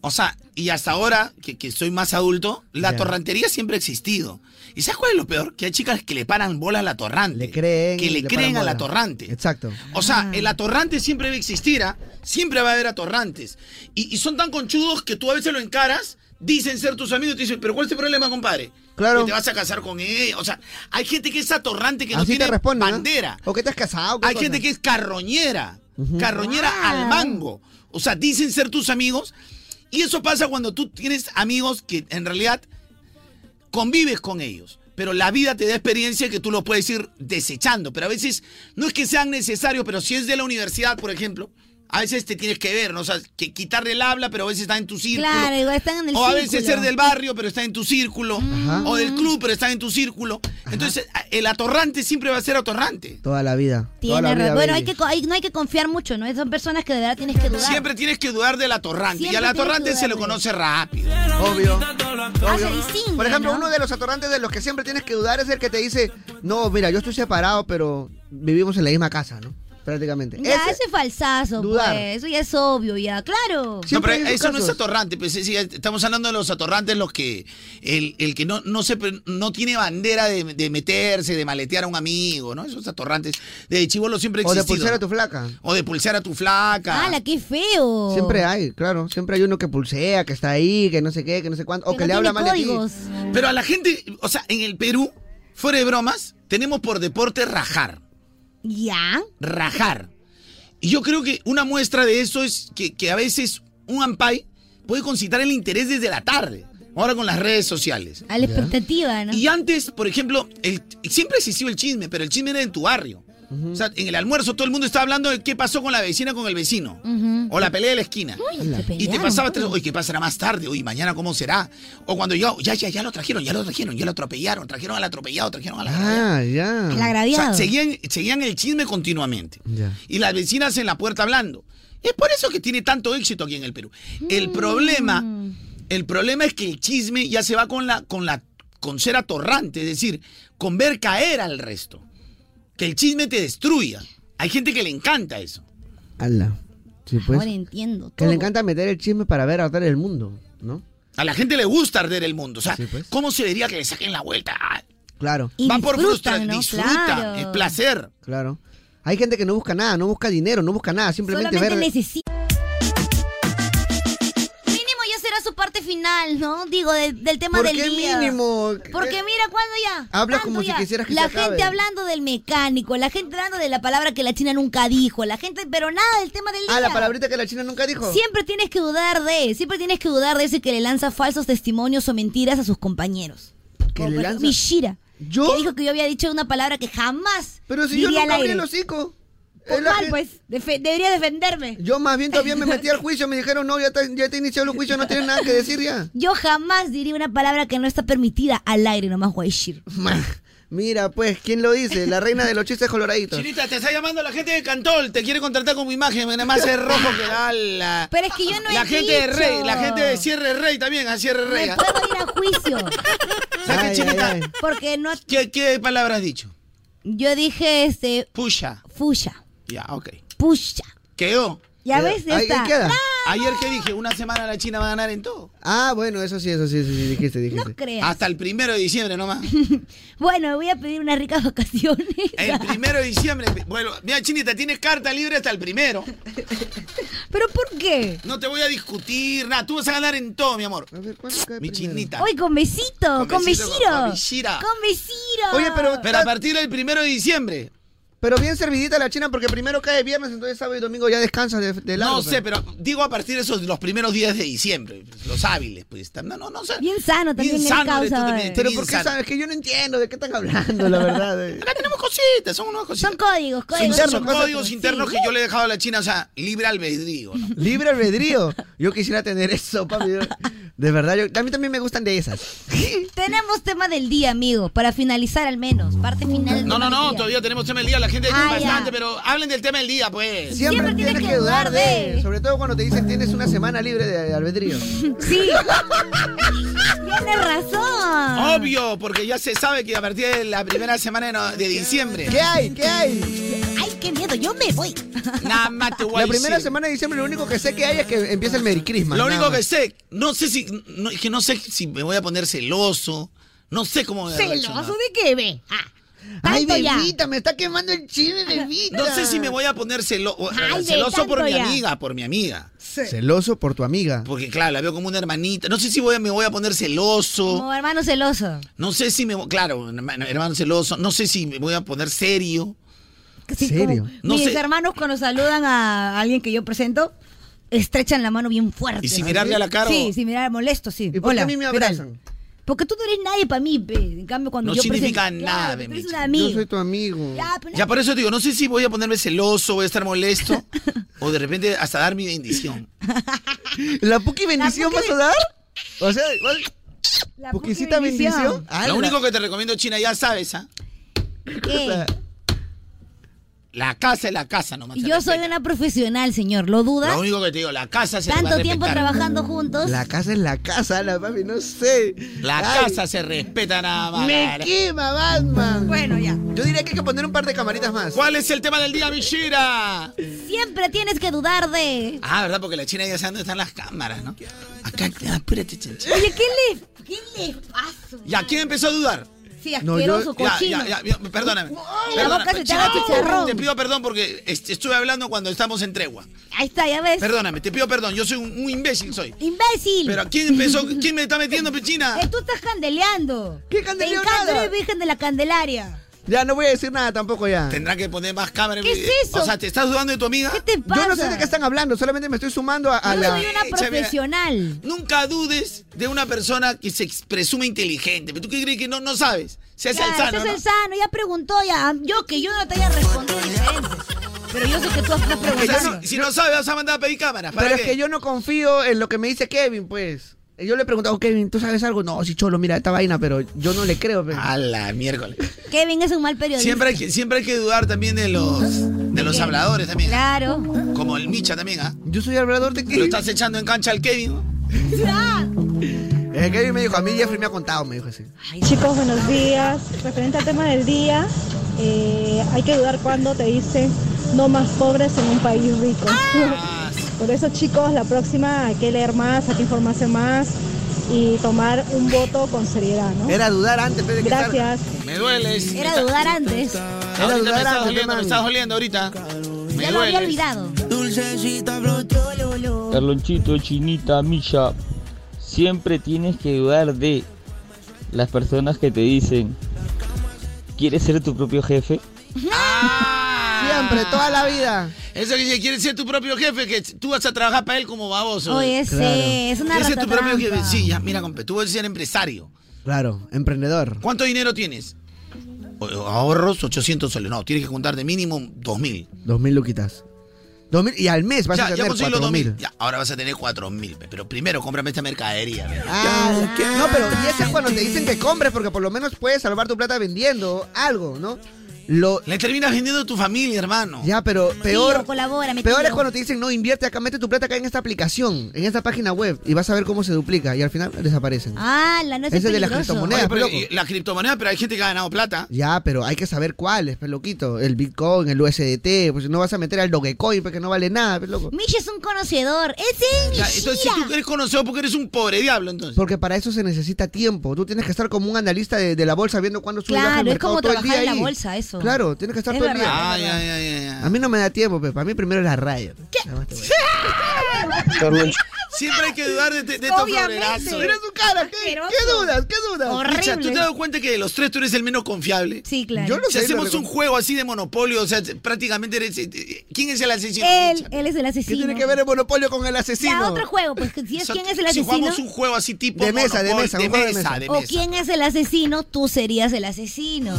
o sea, y hasta ahora, que, que soy más adulto, la Ya. torrantería siempre ha existido. ¿Y sabes cuál es lo peor? Que hay chicas que le paran bola a la torrante. Le creen. Que le, Le creen paran a la bola. torrante. Exacto. O Ah. sea, el atorrante siempre va a existir, ¿ah? siempre va a haber atorrantes. Y, y son tan conchudos que tú a veces lo encaras, dicen ser tus amigos y te dicen, pero ¿cuál es el problema, compadre? Claro. Que te vas a casar con ella. O sea, hay gente que es atorrante que no Así te tiene responden, ¿ah? bandera. O que te has Ah, casado. Hay gente que es carroñera, carroñera al mango. O sea, dicen ser tus amigos. Y eso pasa cuando tú tienes amigos que en realidad convives con ellos. Pero la vida te da experiencia que tú lo puedes ir desechando. Pero a veces no es que sean necesarios, pero si es de la universidad, por ejemplo, a veces te tienes que ver, ¿no? O sea, que quitarle el habla, pero a veces está en tu círculo. Claro, igual están en el O a veces círculo. Mm. ser del barrio, pero está en tu círculo. O del club, pero está en tu círculo. Entonces, el atorrante siempre va a ser atorrante. Toda la vida. toda la Tiene vida, razón. Bueno, hay baby. que, co- hay- no hay que confiar mucho, ¿no? Son personas que de verdad tienes que dudar. Siempre tienes que dudar del atorrante. y Siempre al tienes que atorrante se dudar le de conoce rápido. Obvio. Ah, Hace Obvio. distingue, Por ejemplo, ¿no? uno de los atorrantes de los que siempre tienes que dudar es el que te dice, no, mira, yo estoy separado, pero vivimos en la misma casa, ¿no? prácticamente. Ya, Ese- ese es falsazo, Dudar. pues. Eso ya es obvio, ya, claro. No, pero eso no es atorrante, pues, sí, sí, estamos hablando de los atorrantes, los que el, el que no, no se pre- no tiene bandera de, de meterse, de maletear a un amigo, ¿no? Esos atorrantes de chivolo siempre O de existido. pulsar a tu flaca. O de pulsar a tu flaca. Ah, ¡Hala, qué feo! Siempre hay, claro. Siempre hay uno que pulsea, que está ahí, que no sé qué, que no sé cuánto. O que, no le tiene habla mal códigos. de ti. Pero a la gente, o sea, en el Perú, fuera de bromas, tenemos por deporte rajar. ¿Ya? Rajar. Y yo creo que una muestra de eso es que, que a veces un ampay puede concitar el interés desde la tarde. Ahora con las redes sociales. A la expectativa, ¿no? Y antes, por ejemplo, el- siempre existió el chisme, pero el chisme era en tu barrio. O sea, en el almuerzo todo el mundo estaba hablando de qué pasó con la vecina con el vecino. Ujú. O la pelea de la esquina. se y te pelearon, pasaba tres, oye, ¿qué pasará más tarde? Oye, mañana cómo será. O cuando yo, ya, ya, ya lo trajeron, ya lo trajeron, ya lo atropellaron, trajeron al atropellado, trajeron al agraviado. Ah, ya. O sea, seguían, seguían el chisme continuamente. Ya. Y las vecinas en la puerta hablando. Es por eso que tiene tanto éxito aquí en el Perú. El problema, el problema es que el chisme ya se va con la, con la, con ser atorrante, es decir, con ver caer al resto. Que el chisme te destruya. Hay gente que le encanta eso. Ala. Sí, pues. Ahora entiendo Que todo. le encanta meter el chisme para ver arder el mundo, ¿no? A la gente le gusta arder el mundo. O sea, pues. ¿cómo se diría que le saquen la vuelta? Ah, Claro. Y Va por disfrutan, frustra- ¿no? disfruta, Claro. es placer. Claro. Hay gente que no busca nada, no busca dinero, no busca nada, simplemente Solamente ver. necesita. Mínimo ya será su parte final, ¿no? Digo, de- del tema ¿Por del qué día. mínimo? Porque mira, ¿cuándo ya? Hablas ¿Cuándo como si ya? quisieras que La se gente acabe. hablando del mecánico, la gente hablando de la palabra que la China nunca dijo, la gente, pero nada del tema del día. Ah, la palabrita que la china nunca dijo. Siempre tienes que dudar de, siempre tienes que dudar de ese que le lanza falsos testimonios o mentiras a sus compañeros. Que le lanza- Mishira. ¿Yo? Que dijo que yo había dicho una palabra que jamás Pero si yo diría al nunca abrí aire. el hocico. Pues Es la mal, gen- pues. Defe- debería defenderme. Yo más bien todavía me metí al juicio, me dijeron, no, ya te, ya te inició el juicio, no tienes nada que decir ya. Yo jamás diría una palabra que no está permitida al aire, nomás voy a decir. Mira, pues, ¿quién lo dice? La reina de los chistes coloraditos. Chinita, te está llamando la gente de Cantol, te quiere contratar como imagen, nada más es rojo que da la... Pero es que yo no La he gente de dicho. Rey, la gente de Cierre Rey también, a Cierre Rey. Me puedo ir a [LAUGHS] juicio. ¿Sabes qué, Chinita? Porque no. ¿Qué, qué palabra has dicho? Yo dije este. Pusha. Fusha. Ya, ok. Pusha. Quedó. Ya ves, ya Ahí- ahí está. queda. Ayer que dije, una semana la China va a ganar en todo. Ah, bueno, eso sí, eso sí, eso sí, dijiste, dijiste. Creas. Hasta el primero de diciembre nomás. [LAUGHS] Bueno, me voy a pedir unas ricas vacaciones. El primero de diciembre. Bueno, mira, Chinita, tienes carta libre hasta el primero. ¿Pero por qué? No te voy a discutir nada. Tú vas a ganar en todo, mi amor. mi chinita. Hoy con besito, con besito, besiro. con besira. Con besiro. Oye, pero- Pero a partir del primero de diciembre. Pero bien servidita la china porque primero cae viernes, entonces sábado y domingo ya descansas de, de largo. No sé, pero digo a partir de esos los primeros días de diciembre, los hábiles, pues. tam- No, no, no sé. Bien sano Bien también el sano eres tú causa. también, eh. Pero bien ¿por qué sano. sabes que yo no entiendo de qué están hablando, la verdad. eh. [LAUGHS] Acá tenemos cositas, son unos cositas. Son códigos, Son, códigos. son códigos internos que yo le he dejado a la China, o sea, libre albedrío. ¿no? Libre albedrío. Yo quisiera tener eso, papi. Yo- De verdad, yo, a mí también me gustan de esas. Tenemos tema del día, amigo, para finalizar al menos. Parte final. del No, no, tema no, del día. todavía tenemos tema del día. La gente dice Ah, ya. bastante, pero hablen del tema del día, pues. Siempre, tienes que dudar de. Sobre todo cuando te dicen tienes una semana libre de albedrío. [LAUGHS] [LAUGHS] Sí. Tienes razón. Obvio, porque ya se sabe que a partir de la primera semana de no- de diciembre. ¿Qué hay? ¿Qué hay? Ay, qué miedo, yo me voy. Nada más te voy a La primera decir. semana de diciembre lo único que sé que hay es que empieza el Merry Christmas. Lo nada único más. que sé, no sé si, no, es que no sé si me voy a poner celoso, no sé cómo me voy a ¿Celoso reaccionar. de qué ve? Ah, Ay, tanto ya. bebita, me está quemando el chile, [LAUGHS] bebita. No sé si me voy a poner celo- o- Ay, de celoso por tanto mi ya. amiga, por mi amiga. Celoso por tu amiga. Porque claro, la veo como una hermanita. No sé si voy a- me voy a poner celoso. Como hermano celoso. No sé si me voy- claro, hermano hermano celoso. No sé si me voy a poner serio. Sí, ¿Serio? como No mis sé. hermanos cuando saludan a alguien que yo presento, estrechan la mano bien fuerte. ¿Y sin mirarle a la cara Sí, o- sin mirar, molesto, sí. ¿Y por qué Hola, a mí me ¿qué tal? abrazan? Porque tú no eres nadie para mí, pe. En cambio, cuando No yo significa presento- nada, Claro, Benito. tú eres un Yo amigo. soy tu amigo. Ya, pero- Ya por eso digo, no sé si voy a ponerme celoso, voy a [LAUGHS] estar molesto o de repente hasta dar mi bendición. ¿La Puki bendición vas a dar? O sea, igual- La ¿Puquisita puki bendición. bendición? Lo único que te recomiendo, China, ya sabes, ¿ah? ¿Qué? La casa es la casa nomás. Yo soy una profesional, señor. ¿Lo duda? Lo único que te digo, la casa se Tanto va a tiempo respetar. trabajando juntos. La casa es la casa, la papi, no sé. La Ay. casa se respeta nada más. Me cara. quema, Batman. Bueno, ya. Yo diría que hay que poner un par de camaritas más. ¿Cuál es el tema del día, Mishira? Siempre tienes que dudar de. Ah, ¿verdad? Porque la China ya sabe dónde están las cámaras, ¿no? Acá, ah, espérate, chancha. Oye, ¿qué le, qué le pasa? ¿Y a quién empezó a dudar? Sí, asqueroso, Ya, cochino. ya, ya, ya, perdóname. Ay, la Perdóname. boca se te haga Chico, chicharrón. Te pido perdón porque est- estuve hablando cuando estamos en tregua. Ahí está, ya ves. Perdóname, te pido perdón. Yo soy un, un imbécil, soy. ¡Imbécil! Pero ¿quién empezó? ¿Quién me está metiendo, Pechina? Eh, tú estás candeleando. ¿Qué candeleo Te encanta, nada? eres virgen de la Candelaria. Ya no voy a decir nada tampoco ya. Tendrá que poner más cámaras. ¿Qué eh, es eso? O sea, ¿te estás dudando de tu amiga? ¿Qué te Yo no sé de qué están hablando, solamente me estoy sumando a, a Yo la. soy una Echa, mira. Profesional. Nunca dudes de una persona que se ex- presume inteligente. ¿Pero tú qué crees que no, no sabes? Se hace Ya, el ese sano, es ¿no? el sano, ya preguntó, ya. ah, Yo que yo no te haya respondido diferente. Pero yo sé que tú estás O sea, preguntando. no- si no sabes, vas a mandar a pedir cámaras. ¿Para Pero es qué? que yo no confío en lo que me dice Kevin, pues. Yo le he preguntado, Kevin, ¿tú sabes algo? No, sí, cholo, mira esta vaina, pero yo no le creo. Pero... A la miércoles. Kevin es un mal periodista. Siempre hay, que, siempre hay que dudar también de los, de los habladores también. Claro. Como el Micha también, ¿ah? Yo soy hablador de Lo estás echando en cancha al Kevin. Eh, Kevin me dijo, a mí Jeffrey me ha contado, me dijo así. Chicos, buenos días. Referente al tema del día, eh, hay que dudar cuando te dicen no más pobres en un país rico. Ah. Por eso, chicos, la próxima hay que leer más, hay que informarse más y tomar un voto con seriedad, ¿no? Era dudar antes, pero de que Gracias. Me dueles. Era dudar antes. Ahorita dudar me estás antes, doliendo, me mami. estás doliendo ahorita. Me Ya lo había dueles. olvidado. Dulcecita Carlonchito, Chinita, Misha, siempre tienes que dudar de las personas que te dicen, ¿quieres ser tu propio jefe? Siempre, toda la vida. Ah. Eso que dice, quieres ser tu propio jefe, que tú vas a trabajar para él como baboso. Oye, ese, Claro. es una ¿Quieres ser tu propio ratatrampa. jefe? Sí, ya, mira, compa, tú vas a ser empresario. Claro, emprendedor. ¿Cuánto dinero tienes? O- o Ahorros 800 soles. No, tienes que juntar de mínimo 2000. Dos mil luquitas. Dos mil, y al mes vas a Ya, ya tener conseguí los cuatro 2000. mil. Ya, ahora vas a tener 4000. pe, Pero primero cómprame esta mercadería. pe. Ah, no, pero y eso es cuando te dicen que compres, porque por lo menos puedes salvar tu plata vendiendo algo, ¿no? Lo... Le terminas vendiendo a tu familia, hermano. Ya, pero peor. Tío, colabora, mi Peor tío. es cuando te dicen, no, invierte acá, mete tu plata acá en esta aplicación, en esta página web, y vas a ver cómo se duplica, y al final desaparecen. Ah, la noche Ese es de las peligroso. criptomonedas, Oye, pe, pero- loco. y- la criptomoneda, pero hay gente que ha ganado plata. Ya, pero hay que saber cuáles, pe loquito. El Bitcoin, el USDT, pues no vas a meter al Dogecoin, porque no vale nada, pe loco. Mish es un conocedor. Ese es Ya, entonces, si tú eres conocido porque eres un pobre diablo, entonces. Porque para eso se necesita tiempo. Tú tienes que estar como un analista de, de la bolsa viendo cuándo sube y baja el Claro, es mercado como todo el trabajar en día la ahí. bolsa, eso. Claro, tienes que estar Es todo el verdad, día. Ah, ya, ya, ya, ya. A mí no me da tiempo, pe. Para mí primero la raya. ¿Qué? Siempre hay que dudar de, [LAUGHS] de, de estos florerazos. Mira su cara, ¿qué, ¿qué dudas? ¿Qué dudas? Richa, ¿tú te has dado cuenta que de los tres tú eres el menos confiable? Sí, claro. Yo no si sé, hacemos lo un juego así de monopolio, o sea, prácticamente eres. eh, eh, ¿Quién es el asesino? Él, él es el asesino. tiene que ver el monopolio con el asesino? Ya, otro juego, pues que si es O sea, quién es el si asesino. jugamos un juego así tipo. De mesa, de Monopoly, mesa, de un juego de mesa, mesa. de O mesa. quién es el asesino, tú serías el asesino.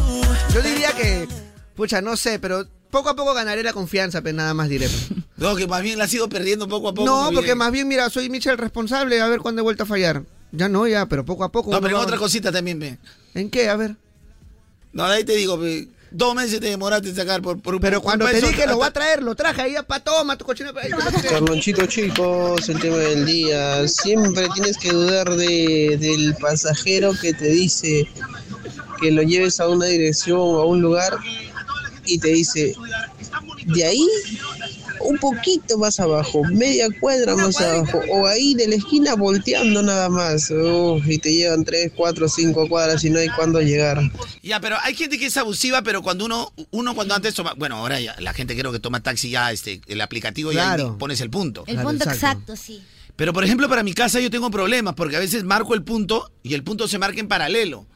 Yo diría que, pucha, no sé, pero poco a poco ganaré la confianza, pero nada más diré. pe. No, que más bien la has ido perdiendo poco a poco. No, muy porque bien. más bien, mira, soy Michel responsable, a ver cuándo he vuelto a fallar. Ya no, ya, pero poco a poco. No, uno pero en va- otra cosita también, ve. ¿En qué? A ver. No, de ahí te digo, ve, Dos meses te demoraste en sacar por, por un Pero cuando un te peso, dije lo hasta- voy a traer, lo traje ahí pa' toma tu cochina. pe- Este, Carlonchito chicos, el tema del día. Siempre tienes que dudar de, del pasajero que te dice que lo lleves a una dirección o a un lugar y te dice, de ahí un poquito más abajo, media cuadra más abajo, o ahí de la esquina volteando nada más. Uf, y te llevan 3, 4, 5 cuadras y no hay cuándo llegar. Ya, pero hay gente que es abusiva, pero cuando uno, uno cuando antes toma, bueno, ahora ya la gente creo que toma taxi ya, este, el aplicativo ya Claro. indi- pones el punto. El punto exacto, sí. Pero por ejemplo, para mi casa yo tengo problemas porque a veces marco el punto y el punto se marca en paralelo.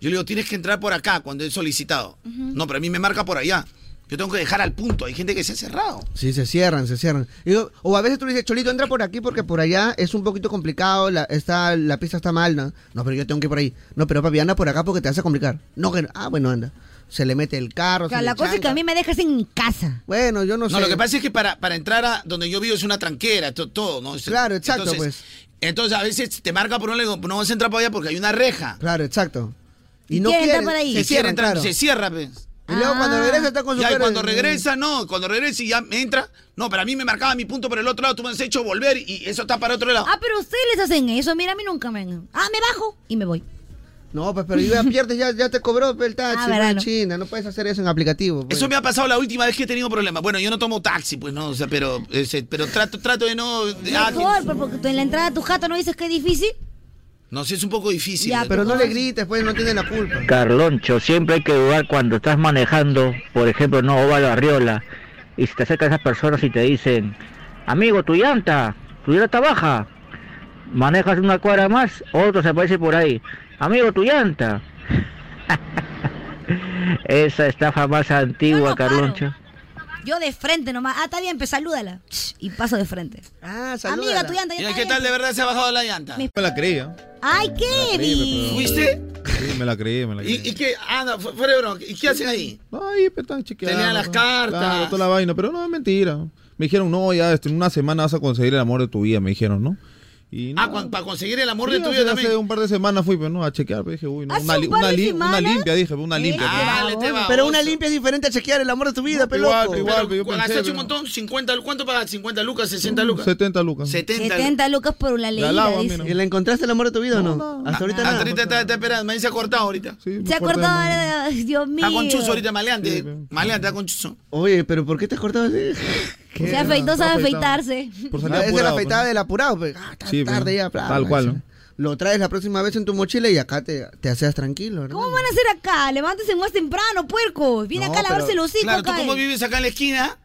Yo le digo, tienes que entrar por acá cuando he solicitado. No, pero a mí me marca por allá. Yo tengo que dejar al punto. Hay gente que se ha cerrado. Sí, se cierran, se cierran. Y yo- o a veces tú le dices, Cholito, entra por aquí porque por allá es un poquito complicado, la, está, la pista está mal, ¿no? No, pero yo tengo que ir por ahí. No, pero papi, anda por acá porque te vas a complicar. No, que no. Ah, bueno, anda. Se le mete el carro. O sea, se le la cosa es que chanca. a mí me dejas en mi casa. Bueno, yo no sé. No, lo que pasa es que para, para entrar a donde yo vivo es una tranquera, to- todo, ¿no? Este, Claro, exacto, pues. entonces, Entonces a veces te marca por un lado, no vas a entrar por allá porque hay una reja. Claro, exacto. Y, Y no quiere quieren, entrar por Se ahí. Se quiere cierran, entrar, claro. se cierra, pues. Y luego Ah. cuando regresa está con su Ya, y cara cuando de- regresa, no, cuando regresa y ya me entra. No, para mí me marcaba mi punto por el otro lado, tú me has hecho volver y eso está para otro lado. Ah, pero ustedes les hacen eso. Mira, a mí nunca me han- Ah, me bajo y me voy. No, pues pero ya pierdes, ya, ya te cobró pues, el taxi, Ah, pues, verano. China, no puedes hacer eso en aplicativo. pues. Eso me ha pasado la última vez que he tenido problemas. Bueno, yo no tomo taxi, pues no, o sea, pero, ese- pero trato, trato de no. de- ah, Mejor, pues, porque tú en la entrada de tu jato no dices que es difícil. no sé, es un poco difícil. Ya, Pero no le grites, pues no tiene la culpa. Carloncho, siempre hay que dudar cuando estás manejando, por ejemplo, no óvalo arriola, y si te acercan esas personas y te dicen, amigo, tu llanta, tu llanta baja, manejas una cuadra más, otro se aparece por ahí, amigo, tu llanta. [LAUGHS] Esa estafa más antigua, Carloncho. Yo de frente nomás. Ah, está bien, pues salúdala. Ch, Y paso de frente. Ah, salúdala. Amiga, tu [LAUGHS] llanta ya Mira, está ¿qué bien. tal de verdad se ha bajado la llanta? Me- Me la creí, ¿ah? Ay, qué Creí, pero- ¿Fuiste? Sí, me la creí, me la creí. ¿Y, y qué? Anda, fu- fuera de broma, ¿Y qué hacen ahí? Ay, pero están Te lean las cartas. Claro, toda la vaina, pero no es mentira. Me dijeron, no, ya este, en una semana vas a conseguir el amor de tu vida, me dijeron, ¿no? Y no, Ah, cuan- para conseguir el amor Sí, de tu hace- vida Hace también. un par de semanas fui, pero no, a chequear, pero dije, uy, no, ¿Hace una, un li- par de una li- una semanas? limpia, dije, una limpia. Ah, Dale, te va, pues. Pero vos. una limpia es diferente a chequear el amor de tu vida, pero igual, peloco. pero igual, pero yo Cuando pensé, has hecho un pero- montón, 50, ¿cuánto pagas? ¿50 lucas? ¿60 lucas? 70 lucas. 70. 70 lucas por una leída, dice. ¿Y le encontraste el amor de tu vida o no? Hasta ahorita Hasta nada. ahorita está, está esperando, me dice cortado ahorita. Se ha cortado ahora, ay, Dios mío. Está con chuzo ahorita, maleante. maleante, está con chuzo. Oye, pero ¿por qué te has cortado así? Se afeitó, sabe afeitarse. Por salir apurado. Ah, Es la afeitada del apurado, pues. Ah, tan Sí, pues. tarde ya, plan, Tal cual, ¿no? Lo traes la próxima vez en tu mochila y acá te, te aseas tranquilo, ¿verdad? ¿Cómo van a hacer acá? Levántense más temprano, puercos. Viene No, acá a lavarse pero- los hocico claro, ¿tú acá, cómo eh. Vives acá en la esquina.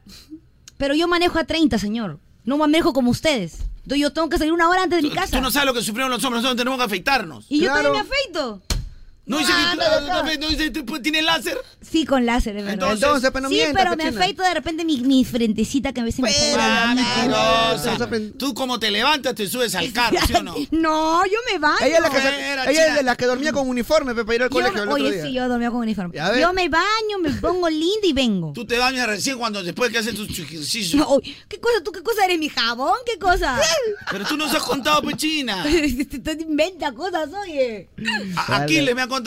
Pero yo manejo a 30, señor. No manejo como ustedes. Yo- Yo tengo que salir una hora antes de mi casa. Tú no sabes lo que sufrieron los hombres, nosotros tenemos que afeitarnos. Y yo también me afeito. Ah, No dice que Ándale acá. no, no dice, ¿tú- ¿tiene láser? Sí, con láser, es verdad. Entonces- Entonces, pues, no sí, mientas, pero pues, me china. afeito de repente mi, mi frentecita que a veces Pues, me Ah, sale. mentirosa. Tú como te levantas, te subes al carro, ¿sí o no? [LAUGHS] No, yo me baño. Ella es la que, Era, ella es china. de las que dormía con uniforme pe, para ir al Yo- colegio el otro oye, día. sí, yo dormía con uniforme. A ver. Yo me baño, me pongo [LAUGHS] linda y vengo. Tú te bañas recién cuando después que haces tus ejercicios. No, uy, ¿Qué cosa? ¿Tú qué cosa eres? ¿Mi jabón? ¿Qué cosa? [LAUGHS] Pero tú nos has contado, pues, [LAUGHS] pechina. Te inventa cosas, oye. A- Aquiles me ha contado.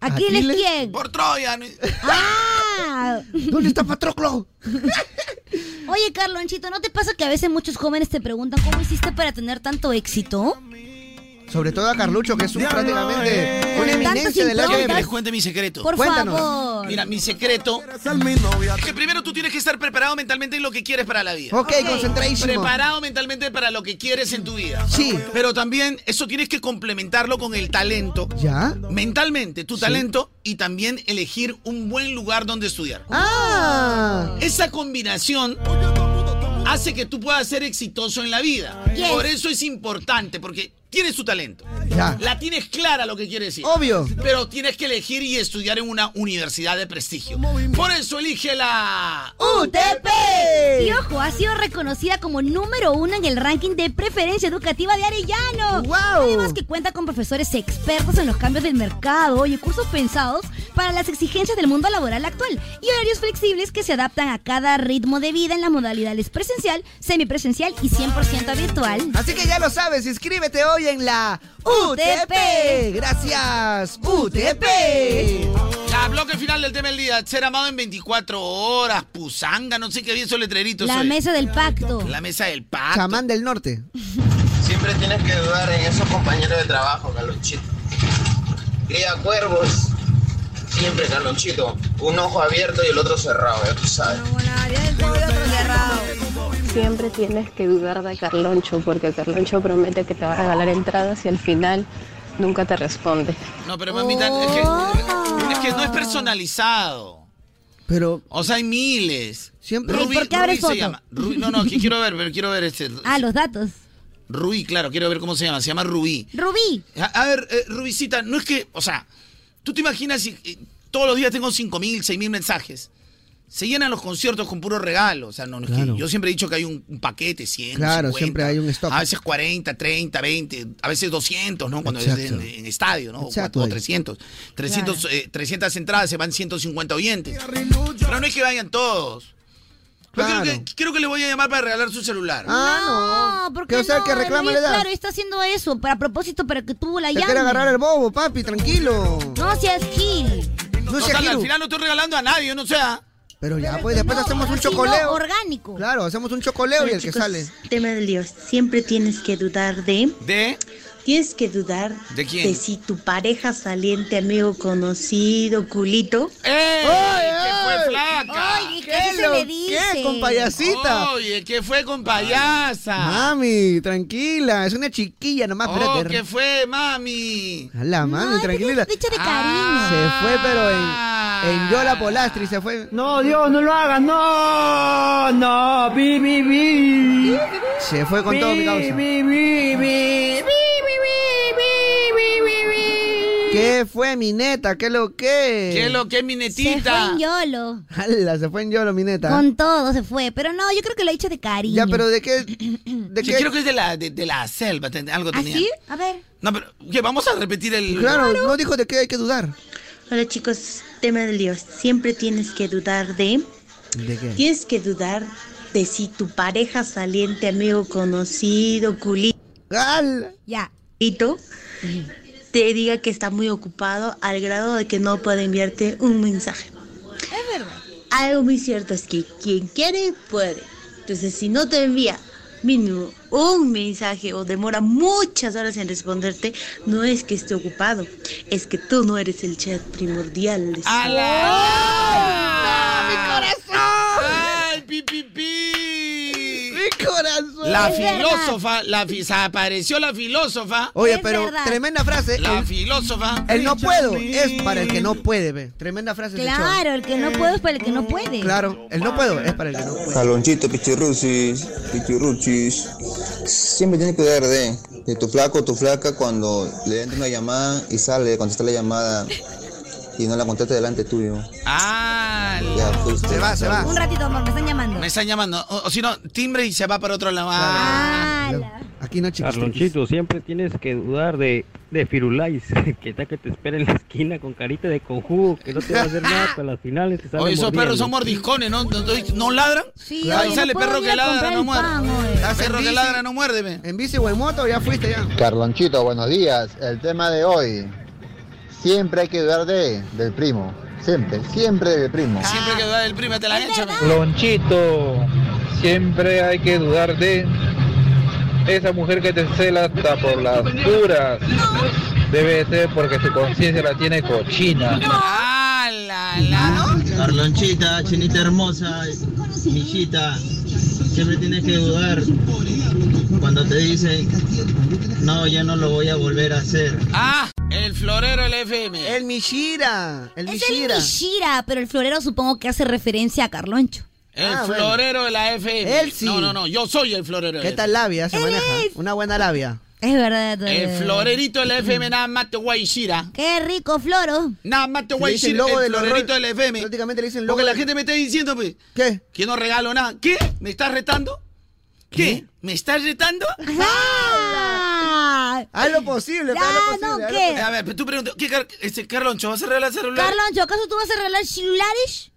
¿Aquiles ¿Aquiles? quién? Por Troya. ¿no? [LAUGHS] ¡Ah! ¿Dónde está Patroclo? [LAUGHS] Oye, Carlonchito, ¿no te pasa que a veces muchos jóvenes te preguntan cómo hiciste para tener tanto éxito? Sobre todo a Carlucho, que es un, prácticamente una eminencia del Que área les cuente mi secreto. Por Cuéntanos. favor. Mira, mi secreto es que primero tú tienes que estar preparado mentalmente en lo que quieres para la vida. Ok, Ok. concentration. Preparado mentalmente para lo que quieres en tu vida. Sí. Pero también eso tienes que complementarlo con el talento. ¿Ya? Mentalmente, tu talento y también elegir un buen lugar donde estudiar. Ah. Esa combinación hace que tú puedas ser exitoso en la vida. Yes. Por eso es importante, porque tienes tu talento. Ya. La tienes clara lo que quieres decir. Obvio. Pero tienes que elegir y estudiar en una universidad de prestigio. Por eso elige la... ¡UTP! Y ojo, ha sido reconocida como número uno en el ranking de preferencia educativa de Arellano. ¡Wow! Además que cuenta con profesores expertos en los cambios del mercado y cursos pensados para las exigencias del mundo laboral actual y horarios flexibles que se adaptan a cada ritmo de vida en las modalidades presencial, semipresencial y 100% virtual. Así que ya lo sabes, inscríbete hoy en la UTP. Gracias, UTP. La bloque final del tema del día. Ser amado en 24 horas. Pusanga, no sé qué bien esos letreritos. La oye. mesa del pacto. La mesa del pacto. Chamán del Norte. Siempre tienes que dudar en esos compañeros de trabajo, Galonchito. Cría cuervos. Siempre, Galonchito. Un ojo abierto y el otro cerrado, ya tú sabes. Siempre tienes que dudar de Carloncho porque Carloncho promete que te va a regalar entradas y al final nunca te responde. No, pero mamita, es, Oh. que, es que no es personalizado. Pero. O sea, hay miles. Siempre. ¿Y por qué abres se foto? llama. Rubí- no, no, que quiero ver, pero quiero ver este. Ah, los datos. Rubí, claro, quiero ver cómo se llama. Se llama Rubí. Rubí. A, a ver, eh, Rubicita, no es que, o sea, tú te imaginas si eh, todos los días tengo 5 mil, 6 mil mensajes. Se llenan los conciertos con puro regalo. O sea, no, no es que- Claro. yo siempre he dicho que hay un, un paquete, 100, Claro, 50, siempre hay un stock. A veces 40, 30, 20, a veces 200, ¿no? Cuando es Exacto. en, en estadio, ¿no? O Exacto. cuatro- o 300. 300, eh, 300 entradas, se van 150 oyentes. Pero no es que vayan todos. Yo creo, Claro. que, creo que le voy a llamar para regalar su celular. Ah, no. porque Que, o sea, no? que reclama Rubí, le das. Claro, está haciendo eso para a propósito para que tú la Te quiere llames. agarrar el bobo, papi, tranquilo. No seas Gil. Total, Shakiru. al final no estoy regalando a nadie, no ¿ah? sea. Pero ya, pues después hacemos un chocoleo. orgánico. Claro, hacemos un chocoleo y Bueno, el que chicos, sale. Tema del lío. Siempre tienes que dudar de. ¿De? Tienes que dudar ¿De quién? si tu pareja saliente, amigo conocido, culito. ¡Ey! ¿Qué fue flaca? Oye, ¿qué ¿Qué se lo- le dice? qué, con payasita? Oye, ¿qué fue con payasa? Mami, tranquila, es una chiquilla nomás, Oh, espérate. ¿qué fue, mami? Ah, A la mami, tranquila. de cariño. Se fue, pero en, en Yola Polastri se fue. No, Dios, no lo hagas, no, no, bi, bi, bi. Se fue con todo mi causa. Bi, bi, bi, bi, bi, bi, bi, bi, bi, bi. ¿Qué fue, mi neta? ¿Qué lo que? ¿Qué es lo que es mi netita? Se fue en YOLO. Ala, se fue en Yolo, mi neta. Con todo se fue. Pero no, yo creo que lo ha dicho de cariño. Ya, pero ¿de qué? Yo creo que es de la, de, de la selva, ten- algo ¿Ah, tenía. ¿Así? A ver. No, pero ¿qué, vamos a repetir el. no dijo de qué hay que dudar. Hola chicos, tema del lío. Siempre tienes que dudar de. ¿De qué? Tienes que dudar de si tu pareja saliente, amigo conocido, culito. Ya. Te diga que está muy ocupado al grado de que no puede enviarte un mensaje. Es verdad. Algo muy cierto es que quien quiere puede. Entonces, si no te envía mínimo un mensaje o demora muchas horas en responderte, no es que esté ocupado, es que tú no eres el chat primordial. de su- ¡Ala! ¡Ah, ¡Ay, pi, pi, pi! ¡Mi corazón! La Es verdad. filósofa, la fi- se apareció la filósofa. Oye, pero tremenda frase. La el, filósofa. el no puedo es para el que no puede, ve. Tremenda frase. ese Claro, el que no puede es para el que no puede. Claro, el no puedo es para el que no puede. Calonchito, pichirruchis, pichirruchis. Siempre tienes que dar de, de tu flaco o tu flaca cuando le entra una llamada y sale, contesta la llamada y no la contesta delante tuyo. Ah, Ya fuiste. Un ratito, amor, me están llamando. Me están llamando. O, o si no, timbre y se va para otro lado. Ah, Aquí no chicos. Carlonchito, siempre tienes que dudar de, de Firulais, [LAUGHS] que está que te espera en la esquina con carita de conjugo, que no te va a hacer nada para las finales. Te sale Oye, esos mordiendo. perros son mordiscones, ¿no? ¿No, no- no ladran? Sí, Ahí oye, no sale puedo perro ir que a ladra, comprar no el muerde. pan, Estás en Perro que bici, ladra, no muerde, ve. En bici o en moto, ya fuiste ya. Carlonchito, buenos días. El tema de hoy. Siempre hay que dudar de, del primo. Siempre, siempre del primo. Siempre que va el primo, te la echa. ve. Lonchito, siempre hay que dudar de esa mujer que te cela hasta por las puras. Debe ser porque su conciencia la tiene cochina. Carlonchita, chinita hermosa, mijita, siempre tienes que dudar cuando te dicen, no, ya no lo voy a volver a hacer. Ah, el florero el FM. El Mishira. El Es Mishira. el Mishira, pero el florero supongo que hace referencia a Carloncho. El Ah, bueno. florero de la FM. Él sí. No, no, no, yo soy el florero. de ¿Qué la tal labia se maneja? Una buena labia. Es verdad. El Eh, florerito de la FM, nada más te voy a decir, ah. Qué rico, Floro. Nada más te voy a Le dicen decir, logo el del horror. florerito de la FM. Prácticamente le dicen logo Porque la del- gente me está diciendo, pues. ¿Qué? Que no regalo nada. ¿Qué? ¿Me estás retando? ¿Qué? ¿Me estás [LAUGHS] retando? Haz lo posible, Ya, haz lo posible, no, haz lo ¿qué? posible. A ver, pero tú preguntas, ¿qué, Car- este, Carloncho, vas a regalar el celular? Carloncho, ¿acaso tú vas a regalar celulares?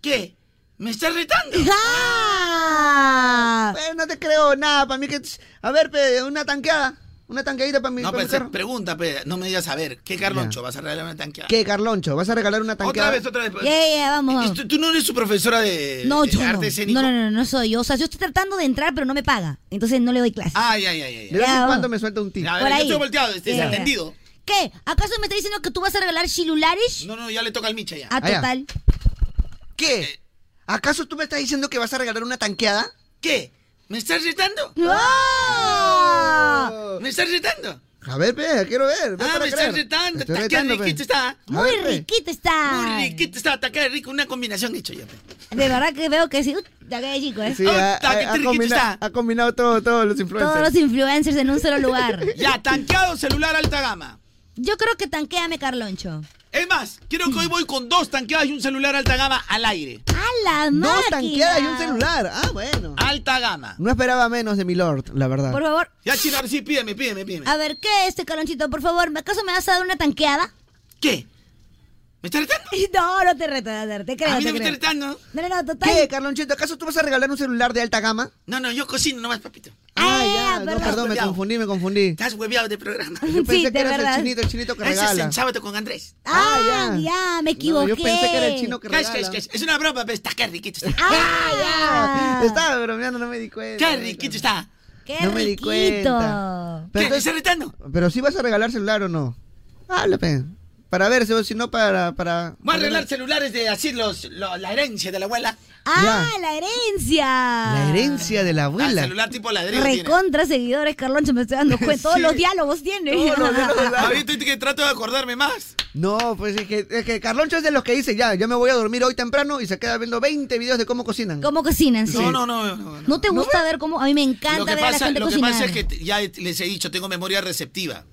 ¿Qué? ¿Me [LAUGHS] estás retando? Ah. Pero Pues, no te creo nada, para mí que... A ver, pe, una tanqueada. Una tanqueadita para mí. No, pa' mi pues, carro. pregunta, pues, no me digas a ver, ¿qué Carloncho? ¿Vas a regalar una tanqueada? ¿Qué, Carloncho? ¿Vas a regalar una tanqueada? Otra vez, otra vez. Eh, Ya, ya, ya, vamos, vamos. ¿Tú, tú no eres su profesora de, No, de yo no. arte escénico? no, no, no, no soy yo. O sea, yo estoy tratando de entrar, pero no me paga. Entonces no le doy clases. Ay, ay, ay, ay. De vez Ya, en vamos. cuando me suelta un tip. A ver, Por yo ahí. estoy volteado, este, Ya, ya. desatendido. ¿Qué? ¿Acaso me está diciendo que tú vas a regalar celulares? No, no, ya le toca al Micha ya. Ah, total. Eh. ¿Qué? ¿Acaso tú me estás diciendo que vas a regalar una tanqueada? ¿Qué? ¿Me estás retando? ¿Me estás retando? A ver, pe, Eh, quiero ver. ve Ah, para me estás creer. retando. Te estoy Está qué retando, pe. riquito está. Muy A ver, pe. riquito está. Muy riquito está. Está qué rico. Una combinación hecho ya. pe. De verdad que veo que sí. Uy, de acá de chico, ¿eh? Sí, ha, ha- ha combinado, ha combinado todo, todos los influencers. Todos los influencers en un solo lugar. Ya, tanqueado celular alta gama. Yo creo que tanquéame, Carloncho. Es más, quiero que hoy voy con dos tanqueadas y un celular alta gama al aire. ¡A la máquina! Dos tanqueadas y un celular. Ah, bueno. Alta gama. No esperaba menos de mi lord, la verdad. Por favor. Ah, Ya, Chino, ahora sí, pídeme, pídeme, pídeme. A ver, ¿qué es este Carlonchito? Por favor, ¿acaso me vas a dar una tanqueada? ¿Qué? ¿Me estás retando? [LAUGHS] No, no te reto, Nader, te creo. A mí no te me creo. estás retando. No, no, no, total. ¿Qué, Carlonchito? ¿Acaso tú vas a regalar un celular de alta gama? No, no, yo cocino nomás, papito. Ah, Eh, ya, no, perdón, me confundí, me confundí. Estás hueveado de programa. [LAUGHS] Yo pensé que eras el chinito, el chinito que Ese es regala. el sábado con Andrés. Ah, ya, me equivoqué. yo pensé que era el chino que Cash, cash, regala. cash. Es una broma, pero está qué riquito está. Ah, [LAUGHS] Estaba bromeando, no me di cuenta. Qué riquito está. Qué No me di riquito. cuenta. Pero ¿Qué? ¿Me entonces- estás retando? Pero si vas a regalar celular o no. Háblame. Para ver si- si no para... para... Voy a arreglar celulares de así los, lo- la herencia de la abuela. Ah, la herencia. La herencia de la El abuela. celular tipo ladrillo tiene. Ah, Recontra seguidores, Carloncho, me estoy [LAUGHS] dando cuenta. Todos [LAUGHS] Sí. los diálogos tiene. Todos los [LAUGHS] diálogos. Ahorita que trato de acordarme más. No, pues es que, es que Carloncho es de los que dice, ya, yo me voy a dormir hoy temprano y se queda viendo 20 videos de cómo cocinan. ¿Cómo cocinan? sí? No, no, no. no. ¿No te gusta ver cómo? A mí me encanta Lo que ver a la pasa, gente lo que cocinar. pasa es que te- ya les he dicho, tengo memoria receptiva.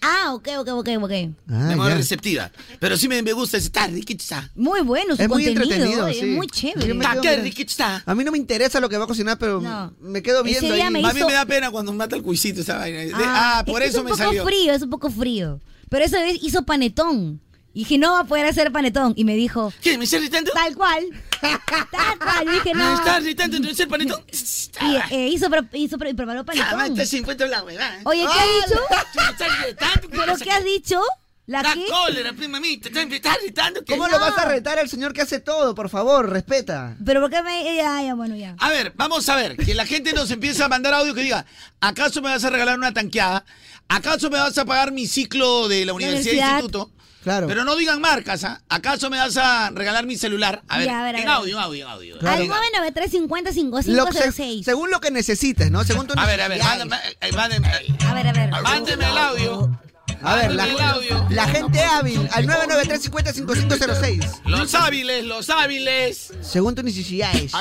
Ah, ok, ok, ok, ok. memoria receptiva. Pero sí me, me gusta, está riquito está. Muy bueno su Es muy contenido. entretenido, oye, sí. Es muy chévere. Yo me quedo mirando. A mí no me interesa lo que va a cocinar, pero No. me quedo Ese viendo día ahí. me A mí me da pena cuando mata el cuisito esa vaina. De- Ah, ah, por es que eso me salió. Es un poco frío, es un poco frío. Pero esa vez hizo panetón. Y dije, no va a poder hacer panetón. Y me dijo... ¿Qué, me estás irritando? Tal cual. Tal cual. Y dije, no. [LAUGHS] ¿Me estás irritando entonces el panetón? [LAUGHS] Y eh, hizo, pre- hizo pre- preparó Ah, panetón. está sin cuento la huevada. Oye, ¿qué Ah, [LAUGHS] has dicho? tú me estás irritando, ¿Pero cosa qué has dicho? ¿La Da qué? cólera, prima mía, te estás- me estás irritando. ¿qué? ¿Cómo lo vas a retar al señor que hace todo? Por favor, respeta. Pero ¿por qué me...? Ya, ya, bueno, ya. A ver, vamos a ver, que la gente nos empiece a mandar audio que diga, ¿acaso me vas a regalar una tanqueada? ¿Acaso me vas a pagar mi ciclo de la universidad, e universidad. instituto? Claro. Pero no digan marcas, ¿ah? ¿Acaso me vas a regalar mi celular? A ver, Ya, a ver, a en ver. audio, en audio, en audio. Al En audio. 993 Lo que se- 5506 según lo que necesites, ¿no? Según tu A ver, a ver, necesidad. mándame, eh, mándame, eh, A ver, a ver. mándeme el audio. A ver, la, mándame el audio. la gente hábil, al 993-50-5506. Los hábiles, los hábiles. Según tus necesidades.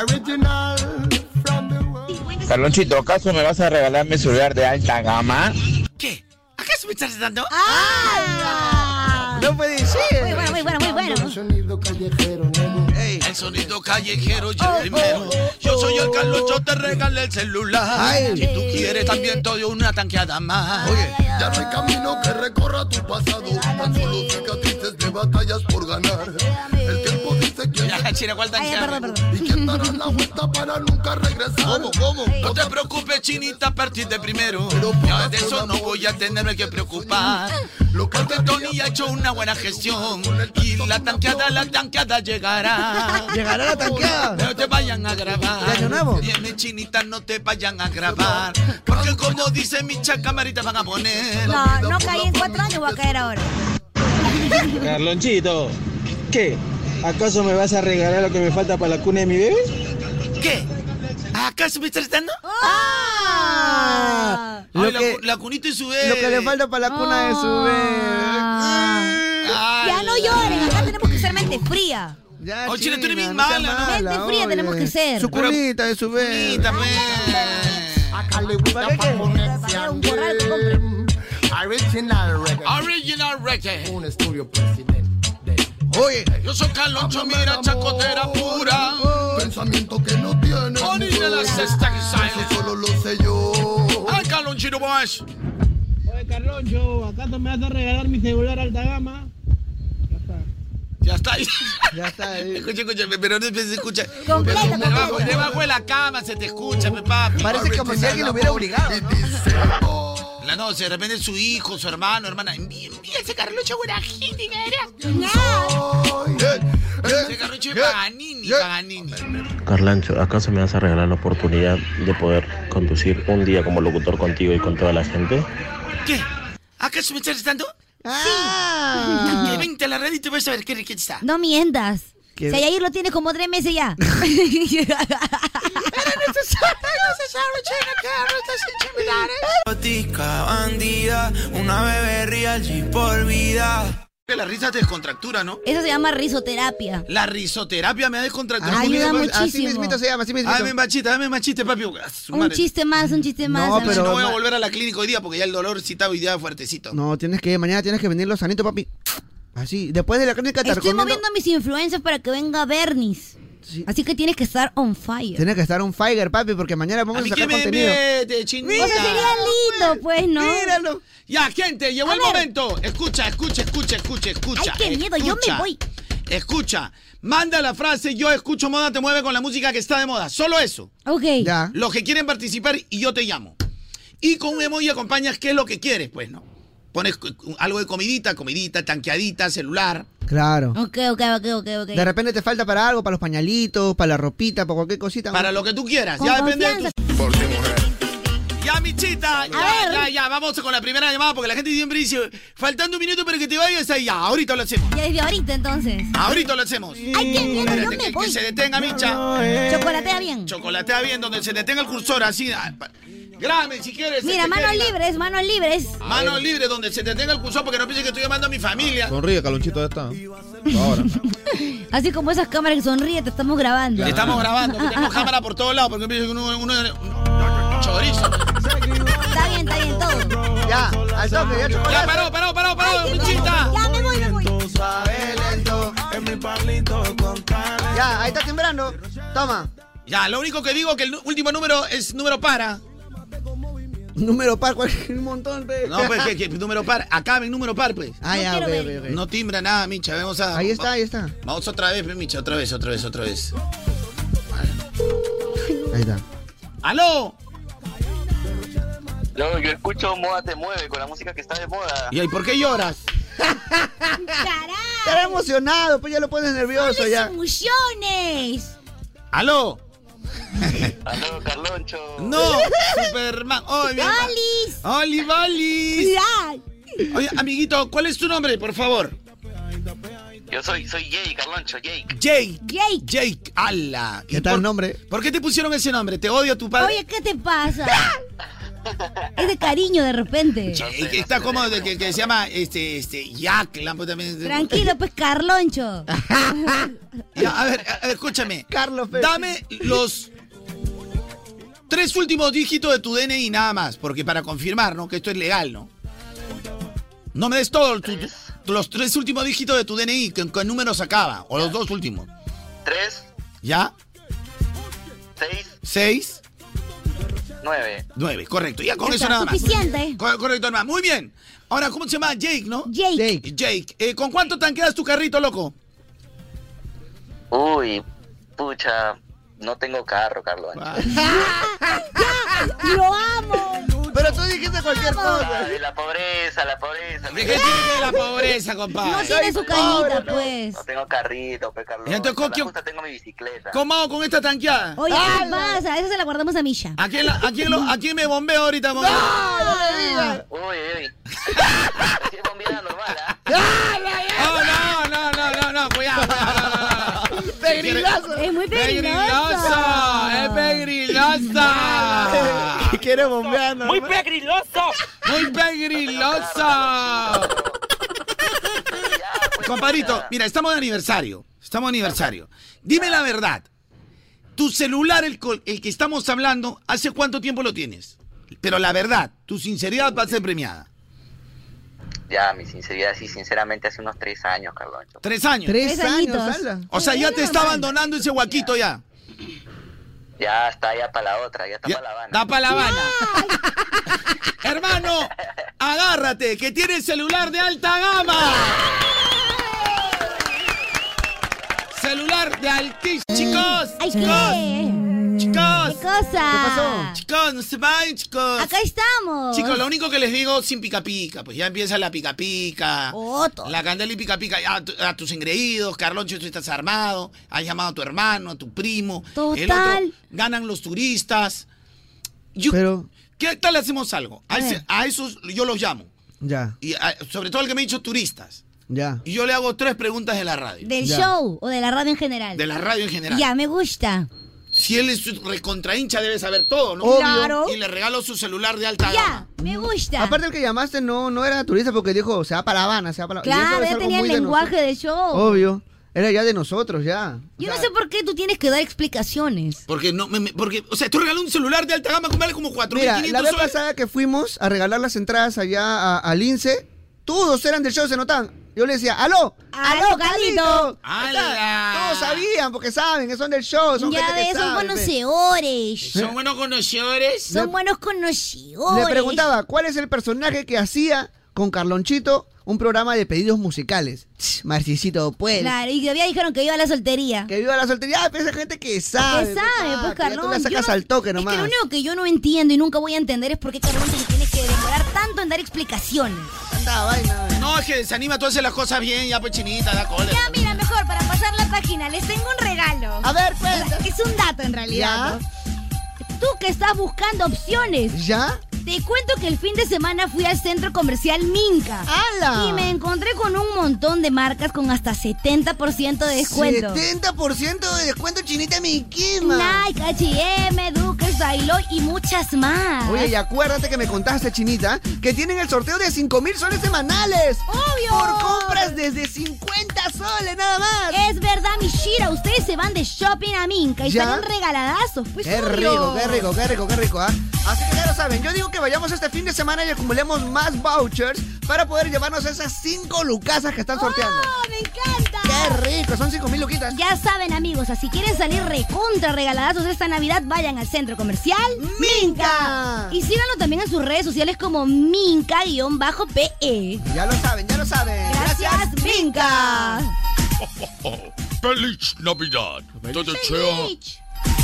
Carlonchito, ¿acaso me vas a regalar mi celular de alta gama? ¿Acaso me estás irritando? Ah. No puede ser. Muy bueno, muy bueno, muy bueno. El sonido callejero yo primero. Yo soy el Carlos, yo te regalé el celular. Ay. Si tú quieres también doy una tanqueada más. Oye, ya no hay camino que recorra tu pasado. Tan solo cicatrices de batallas por ganar. El tiempo dice que. Ya, Chira, ¿cuál tanqueada? Y que darás la vuelta para nunca regresar. ¿Cómo, cómo? No te preocupes, chinita, partiste primero. Ya de eso no voy a tenerme que preocupar. Lo que Tony ha hecho una buena gestión. Y la tanqueada, la tanqueada llegará. Llegará la tanqueada. No te vayan a grabar. ¿De Año Nuevo? Viene chinita, no te vayan a grabar. Porque como dice mi chacamarita, van a poner. No, no caí en cuatro años, voy a caer ahora. Carlonchito, ¿qué? ¿Acaso me vas a regalar lo que me falta para la cuna de mi bebé? ¿Qué? ¿Acaso me estás retando? Ah, Ay, lo la, que- cu- la cunita y Ah. su bebé. Lo que le falta para la cuna de su Ah. bebé. Ya no lloren, acá tenemos que ser mente fría. Ya, Oye, China, Oh, tú eres bien no seas mala, ¿no? mala, Gente fría oye. tenemos que ser. Su cunita de su bebé. Acá le gusta pa' ponerse a un Original Record. Original Record. Un estudio presidente. Oye, yo soy Caloncho, mira, chacotera pura. Pensamiento que no tiene. Ponile la cesta que sale. Solo lo sé yo. Ay, Calonchito Boys. Oye, Carloncho, ¿acaso me vas a regalar mi celular alta gama? Ya está ahí. Ya está ahí. [LAUGHS] Escucha, escucha, pero no se escucha. Completo, Debajo, completo. debajo de la cama se te escucha, mi papi. Parece como si alguien lo hubiera obligado. ¿no? La no, si de repente su hijo, su hermano, hermana. Envía envía ese Carloncho buena gente, cara. Eh, eh, Ese Carloncho es Paganini, Paganini. Carlancho, ¿acaso me vas a regalar la oportunidad de poder conducir un día como locutor contigo y con toda la gente? ¿Qué? ¿Acaso me estás tanto? Ah. Que vente a la red y te vas a ver qué riqueza está. No mientas. ¿Qué? Si ayer lo tienes como tres meses [LAUGHS] [LAUGHS] ya. Botica bandida, una bebé real G por vida. Que La risa te descontractura, ¿no? Eso se llama risoterapia. La risoterapia me ha descontracturado. Ayuda Porque- muchísimo. Así mismito se llama, así mismito. Dame machita, dame machita, papi. Ah, su Un madre. chiste más, un chiste más. No, a ver. pero- No voy a volver a la clínica hoy día porque ya el dolor citado hoy día es fuertecito. No, tienes que, mañana tienes que venirlo sanito, papi. Así, después de la clínica te Estoy recomiendo. moviendo a mis influencers para que venga Bernis. Así que tienes que estar on fire. Tienes que estar un Figer, papi, porque mañana vamos a, ¿Y sacar qué me contenido. mete, chinita? Eso sería lindo, pues, ¿no? Míralo. Ya, gente, llegó el momento. Escucha, escucha, escucha, escucha, Ay, escucha. qué miedo, yo me escucha. voy. Escucha, manda la frase Yo escucho moda, te mueve con la música que está de moda. Solo eso. Ok. Ya. Los que quieren participar y yo te llamo. Y con un emoji acompañas qué es lo que quieres, pues, ¿no? Pones cu- cu- algo de comidita, comidita, tanqueadita, celular. Claro. Ok, ok, ok, ok, ok. De repente te falta para algo, para los pañalitos, para la ropita, para cualquier cosita. Para lo que tú quieras. ya depende de tu... Ya, michita. Ya, ya, ya. Vamos con la primera llamada porque la gente siempre dice, faltando un minuto para que te vayas ahí. Ya, ahorita lo hacemos. Ya desde ahorita, entonces. Ahorita lo hacemos. Ay, qué miedo, yo Espérate, me que, voy. que se detenga, Micha. Chocolatea bien. Chocolatea bien, donde se detenga el cursor, así. ah, pa- Grame si quieres. Mira, este, manos queda. libres, manos libres. Manos libres, donde se detenga el cursor, porque no pienses que estoy llamando a mi familia. Sonríe, Calonchito, ya está. Ahora. [LAUGHS] Así como esas cámaras que sonríe, te estamos grabando. Te Estamos grabando, que [LAUGHS] tenemos cámara por todos lados, porque pienso que uno, uno- uno- chorizo. Está bien, está bien, todo. Ya, al toque, ya Ya, paró, paró, paró, paró, Michita. Ya me voy, me voy. Ya, ahí está timbrando. Toma. Ya, lo único que digo que el nu- último número es número para. Número par, cual- [LAUGHS] un montón, pe. No, pues, que, que número par. Acá ven número par, pues. Ah, ya, ok, ok, ok. No timbra nada, Micha. Vamos a. Ahí está, ahí está. Vamos otra vez, pues, Micha, otra vez, otra vez, otra vez. Ahí está. ¡Aló! Yo, yo escucho Moda te mueve con la música que está de moda. ¿Y ahí por qué lloras? Estará emocionado, pues ya lo pones nervioso ya. ¡Emociones! ¡Aló! Aló, Carloncho. ¡No! ¡Superman! ¡Oh, bien! ¡Olis! ¡Oli, Valis! Oye, amiguito, ¿cuál es tu nombre, por favor? Yo soy, soy Jay, Carloncho, Jay. Jake. Jake. Jake, ala. ¿Qué tal el nombre? ¿Por qué te pusieron ese nombre? ¿Te odia tu padre? Oye, ¿qué te pasa? es de cariño de repente. Jake, está cómodo de que, que se llama este, este, Jack. la puta madre. Tranquilo, pues, Carloncho. Ya, a ver, a- a ver, escúchame. Carlos, dame los tres últimos dígitos de tu DNI nada más, porque para confirmar, ¿no? Que esto es legal, ¿no? No me des todo, tu- tu- los tres últimos dígitos de tu DNI, que con números acaba, o los dos últimos. Tres, ¿Ya? seis, Seis, nueve. nueve, correcto. Ya con Ya eso está, nada más. suficiente. Co- correcto, nada más. Muy bien. Ahora, ¿cómo se llama? Jake, ¿no? Jake. Jake. Eh, ¿Con cuánto tanqueas tu carrito, loco? Uy, pucha, no tengo carro, Carloncho. ¡Lo amo! Pero tú dijiste cualquier cosa. Ay, la pobreza, la pobreza. ¿De qué tiene la pobreza, compadre? No tiene su carrito, cañita, pues. No tengo carrito, pues, Carloncho. Y entonces, A la ¿qué- justa tengo mi bicicleta. ¿Cómo hago con esta tanqueada? Oye, ¿qué te pasa? Esa se la guardamos a Misha. ¿A quién, la- a quién lo- a quién me bombeo ahorita, mamá? Uy, [LAUGHS] uy, ¡Ah, no, no, no, no, no! Cuidado, cuidado, no, no, no. Pegriloso. Es muy pegriloso. ¡Es pegrilosa! Quiere bombear, ¿no? ¡Muy pegriloso! ¡Muy pegriloso! Compadrito, mira, estamos de aniversario. Estamos de aniversario. Dime la verdad. Tu celular, el, col- el que estamos hablando, ¿hace cuánto tiempo lo tienes? Pero la verdad, tu sinceridad va a ser premiada. Ya, mi sinceridad, sí, sinceramente, hace unos tres años, Carloncho. Tres años. Tres Tres años, añitos. ala. O sea, ya te está abandonando ese huaquito ya. Ya está, ya para la otra, ya está para la Habana. Da pa' la Habana. [LAUGHS] Hermano, agárrate, que tienes celular de alta gama. celular de altísimo. Chicos, Ay, ¿qué? chicos, ¿Qué chicos. cosa? ¿Qué pasó? Chicos, no se vayan, chicos. Acá estamos. Chicos, lo único que les digo sin pica pica, pues ya empieza la pica pica. La candela y pica pica. A, tu- a tus engreídos, Carloncho, tú estás armado. Has llamado a tu hermano, a tu primo. El Total. otro, ganan los turistas. Yo- ¿Qué tal hacemos algo? A, ese- a esos yo los llamo. Ya, Y a- sobre todo al que me ha dicho turistas. ya. Y yo le hago tres preguntas de la radio. Ah. Del show o de la radio en general. De la radio en general. Ya, me gusta. Si él es su recontrahincha, debe saber todo, ¿no? Obvio. Claro. Y le regalo su celular de alta gama. Me gusta. Aparte el que llamaste no, no era turista porque dijo, se va para La Habana, se va para La y eso Claro, es ya algo tenía el muy de lenguaje nosotros. del show. Obvio. Era ya de nosotros, ya. Yo no sé por qué tú tienes que dar explicaciones. Porque no, me- me- porque, o sea, tú regalas un celular de alta gama que vale como Mira, 4.500 la vez soles. pasada que fuimos a regalar las entradas allá a- al INSE, todos eran del show, se notan. Yo le decía, aló, Aló, Ah, Carlito. Todos sabían, porque saben, que son del show, son Ya gente que ves, son sabe, pues. pe. conocedores. ¿Son buenos conocedores? Son buenos conocedores. Le preguntaba, ¿cuál es el personaje que hacía con Carlonchito un programa de pedidos musicales? Tss, Marcisito, pues. Claro, y todavía dijeron que iba a la soltería. Que viva la soltería. Ah, pero esa gente que sabe. Que sabe, pues, que ya Tú Carlón. la yo sacas no- al toque nomás. Es que lo único que yo no entiendo y nunca voy a entender es por qué Carlón se tiene que demorar tanto en dar explicaciones. No, es que desanima, tú haces las cosas bien, ya pues chinita, da cólera. Ya, mira, mejor para pasar la página, les tengo un regalo. A ver, pues. Es un dato en realidad. ¿no? Tú que estás buscando opciones. ¿Ya? Te cuento que el fin de semana fui al centro comercial Minca. ¡Hala! Y me encontré con un montón de marcas con hasta 70% de descuento. 70% de descuento chinita minquima. Nike, H&M, Duques, Dailoy y muchas más. Oye, y acuérdate que me contaste, Chinita, que tienen el sorteo de 5 mil soles semanales. ¡Obvio! Por compras desde 50 soles, nada más. Es verdad, mi Shira, ustedes se van de shopping a Minca y ¿Ya? salen regaladazos. Pues Qué obvio. rico, qué rico, qué rico, qué rico, ¿ah? Así que ya lo saben, yo digo que vayamos este fin de semana y acumulemos más vouchers para poder llevarnos esas 5 lucasas que están sorteando. ¡Oh, me encanta! ¡Qué rico! Son 5 mil luquitas. Ya saben, amigos, así quieren salir recontra regaladazos esta Navidad, vayan al centro comercial Minca. Y síganlo también en sus redes sociales como Minca-PE. Ya lo saben, ya lo saben. Gracias, Minca. Oh, ¡Feliz Navidad! Te deseo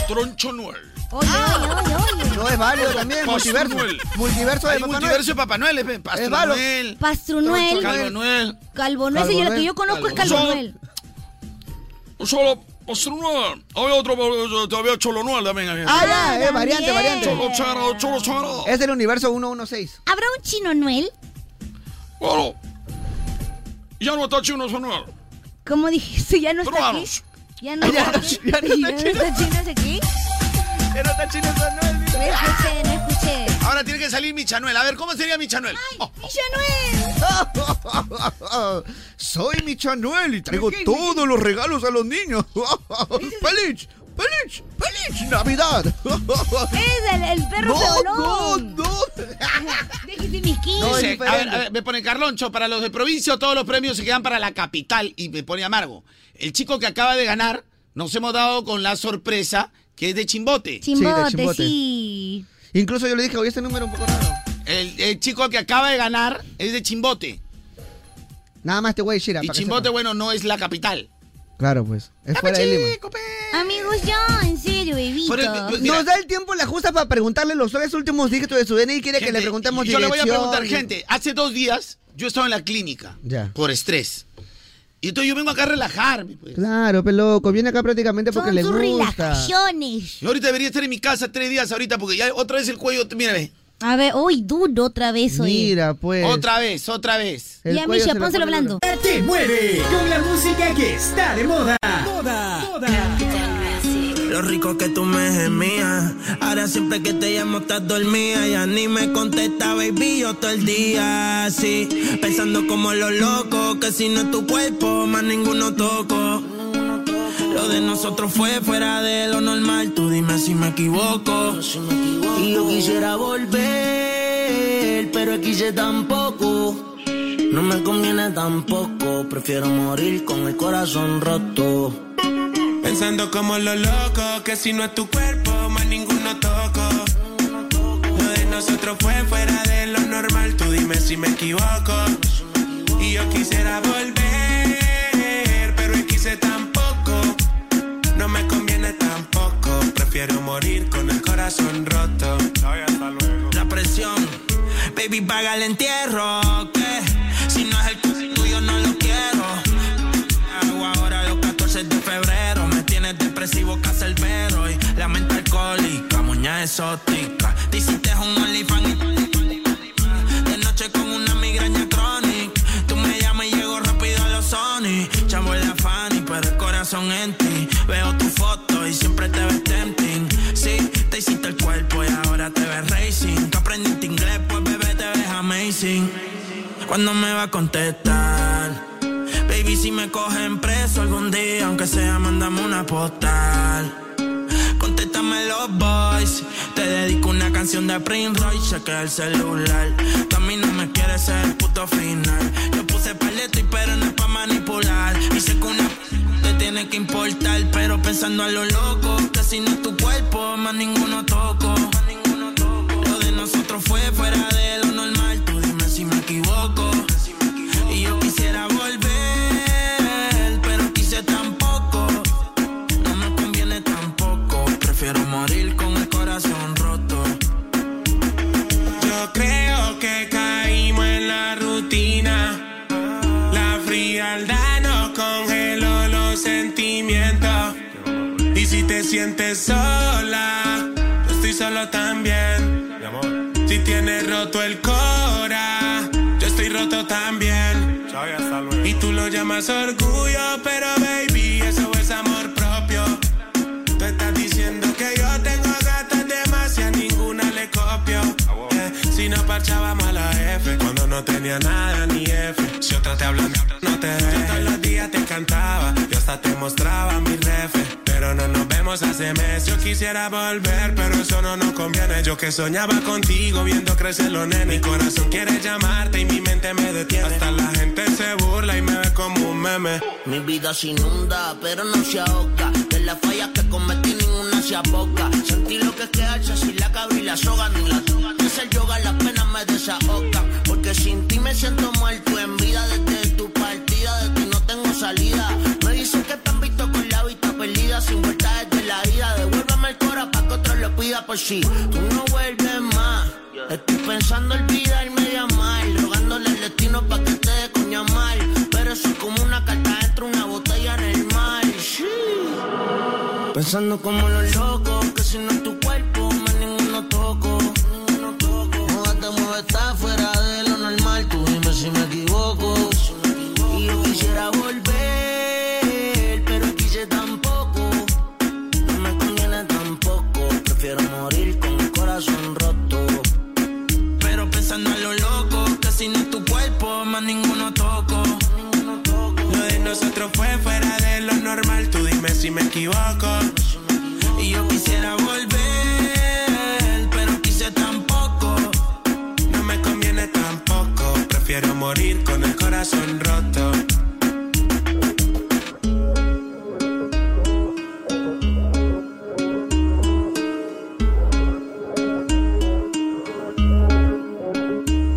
Troncho Noel. Oye, Ah. oye, oye, oye. No es válido también, Papá multiverso. Noel. Multiverso de Hay Papá multiverso de Noel. Papá Noel, eh, pe, Pastor Es válido. Noel. Pastrunuel. Calvo Noel. Calvo Noel, Calvo señora, Noel. que yo conozco es Calvo Calvo Noel. Noel. Solo Pastor Noel. Había otro, eh, todavía Cholo Noel también. había. Ah, ya, es variante, variante. Cholo Charo, Cholo Charo. Es del universo 116. ¿Habrá un chino Noel? Bueno, ya no está chino ese Noel. ¿Cómo dijiste? ¿Ya no está aquí? Peruanos. ¿Ya [LAUGHS] no está aquí? ¿Ya no está chinos aquí? ¿Ya no está chinos Noel? No escuché, no escuché. Ahora tiene que salir mi Chanuel. A ver, ¿cómo sería mi Chanuel? [LAUGHS] Soy mi Chanuel y traigo todos los regalos a los niños. [LAUGHS] ¡Feliz! ¡Feliz! ¡Feliz Navidad! Es el, el perro No, febolón. [LAUGHS] no, Déjese mis [LAUGHS] No, quince. dice, a ver, a ver, me pone Carloncho, para los de provincia todos los premios se quedan para la capital y me pone amargo. El chico que acaba de ganar, nos hemos dado con la sorpresa que es de Chimbote. Chimbote, sí, Incluso yo le dije, oye, este número un poco raro. El, el chico que acaba de ganar es de Chimbote. Nada más te voy a decir. Y Chimbote, bueno, no es la capital. Claro, pues. Es fuera de Lima. Amigos, ya, en serio, bebito. pues, Nos da el tiempo la justa para preguntarle los tres últimos dígitos de su DNI. Quiere que le preguntemos Yo le voy a dirección. preguntar, gente, hace dos días yo estaba en la clínica Ya. por estrés. Y entonces yo vengo acá a relajarme. pues. Claro, peloco. Viene acá prácticamente porque le gusta. Yo ahorita debería estar en mi casa tres días ahorita porque ya otra vez el cuello, mira, ve. A ver, uy, duro otra vez hoy. Mira, pues. Otra vez, otra vez. Y a Misha, pónselo blando. Te mueve con la música que está de moda. Lo rico que tú me gemías. Ahora siempre que te llamo estás dormida. Ya ni me contesta, baby, yo todo el día así. Pensando como los locos, que si no es tu cuerpo, más ninguno toco. Lo de nosotros fue fuera de lo normal. Tú dime si me equivoco. Y yo quisiera volver, pero quise tampoco. No me conviene tampoco. Prefiero morir con el corazón roto. Pensando como los locos, que si no es tu cuerpo, más ninguno toco. Lo de nosotros fue fuera de lo normal, tú dime si me equivoco. Y yo quisiera volver, pero él quise tampoco. No me conviene tampoco, prefiero morir con el corazón roto. La presión, baby, paga el entierro. Que si no es el caso tuyo, no lo quiero. Hago ahora los 14 de febrero. Me tienes depresivo, cacerbero. Y la mente alcohólica, muñeca exótica. Te hiciste un olifán de noche con una migraña crónica. Tú me llamas y llego rápido a los Sony. Chamo en la Fanny, pero el corazón en ti. Veo tu foto y siempre te ves tempting. Sí, te hiciste el cuerpo y ahora te ves racing. Tú aprendiste inglés, pues bebé, te ves amazing. ¿Cuándo me va a contestar? Baby, si me cogen preso algún día, aunque sea, mándame una postal. Contéstame los boys. Te dedico una canción de Prince Royce, chequea el celular. Tú a mí no me quieres ser el puto final. Yo puse paleta y pero no es pa' manipular. Y sé que una te tiene que importar, pero pensando a lo loco, que si no es tu cuerpo, más ninguno toco. Lo de nosotros fue fuera de lo normal, tú dime si me equivoco. Y yo quisiera volver, pero quise tampoco. No me conviene tampoco, prefiero morir con el corazón roto. Yo creo que caímos en la rutina. La frialdad nos congeló los sentimientos. Y si te sientes sola, yo estoy solo también. Si tienes roto el cora, yo estoy roto también. Y tú lo llamas orgullo, pero baby, eso es amor propio. Tú estás diciendo que yo tengo gatas demasiadas, ninguna le copio. Eh, si no parchábamos a la F, cuando no tenía nada ni F. Si otra te hablan, no te ve. Yo todos los días te cantaba, yo hasta te mostraba mi ref. Pero no nos vemos hace meses. Yo quisiera volver, pero eso no nos conviene. Yo que soñaba contigo viendo crecer los nenes. Mi corazón quiere llamarte y mi mente me detiene. Hasta la gente se burla y me ve como un meme. Mi vida se inunda, pero no se ahoga. De las fallas que cometí, ninguna se aboca. Sentí lo que es quedarse sin la cabra y la soga, ni la soga. Es el yoga, las penas me desahogan. Porque sin ti me siento muerto en vida desde tu partida, de ti no tengo salida. Me dicen que están visto con la vista perdida, sin vuelta desde la ida. Devuélveme el cora pa' que otro lo pida por si tú no vuelves más. Estoy pensando olvidarme de amar, rogándole al destino pa' que te dé coña mal. Pero eso es como una carta dentro de una botella en el mar. Sí. Pensando como los locos, que si no es tu cuerpo, más ninguno toco. Ninguno toco. No te mueve, está fuera de lo normal. Tú dime si me equivoco. Y yo quisiera volver, pero quise tampoco. No me conviene tampoco. Prefiero morir con el corazón roto. Pero pensando en lo loco, que si no es tu cuerpo, más ninguno toco. Lo de nosotros fue fuera de lo normal, tú dime si me equivoco. Y yo quisiera volver, pero quise tampoco. No me conviene tampoco, prefiero morir con el corazón roto.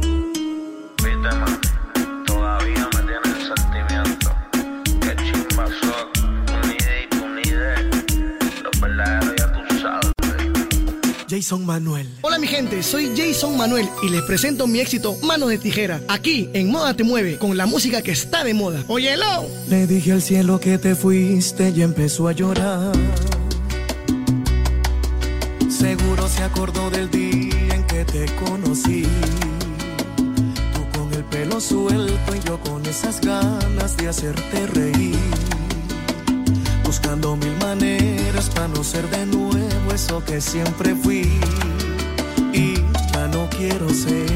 Viste, man, todavía me tiene el sentimiento. Que chimba soy, un ID, un ID. Los verdaderos ya tú sabes. Jason Manuel. Hola mi gente, soy Jason Manuel y les presento mi éxito Manos de Tijera, aquí en Moda Te Mueve, con la música que está de moda. Óyelo. Le dije al cielo que te fuiste y empezó a llorar. Seguro se acordó del día en que te conocí. Tú con el pelo suelto y yo con esas ganas de hacerte reír. Buscando mil maneras para no ser de nuevo eso que siempre fui. Y ya no quiero ser.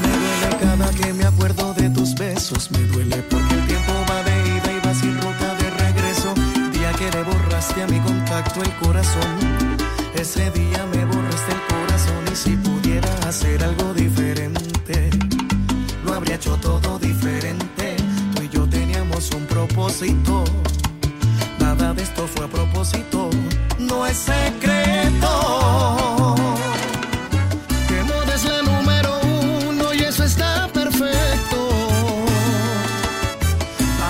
Me duele cada que me acuerdo de tus besos. Me duele porque el tiempo va de ida y va sin ruta de regreso. Día que le borraste a mi contacto el corazón. Ese día me borraste el corazón y si pudiera hacer algo diferente, lo habría hecho todo diferente. Tú y yo teníamos un propósito. Nada de esto fue a propósito. No es secreto. Que moda es la número uno y eso está perfecto.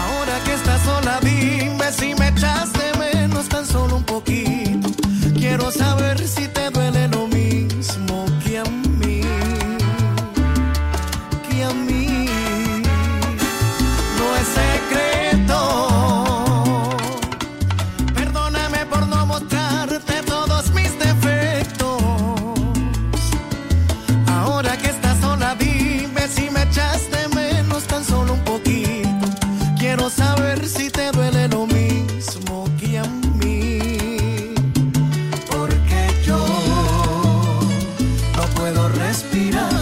Ahora que estás sola, dime si me echas de menos tan solo un poquito. Quiero saber si te duele lo mismo que a mí. Que a mí. No es secreto. Perdóname por no mostrarte todos mis defectos. Ahora que estás sola, dime si me echaste menos tan solo un poquito. Quiero saber si te duele lo mismo que a mí. Porque yo no puedo respirar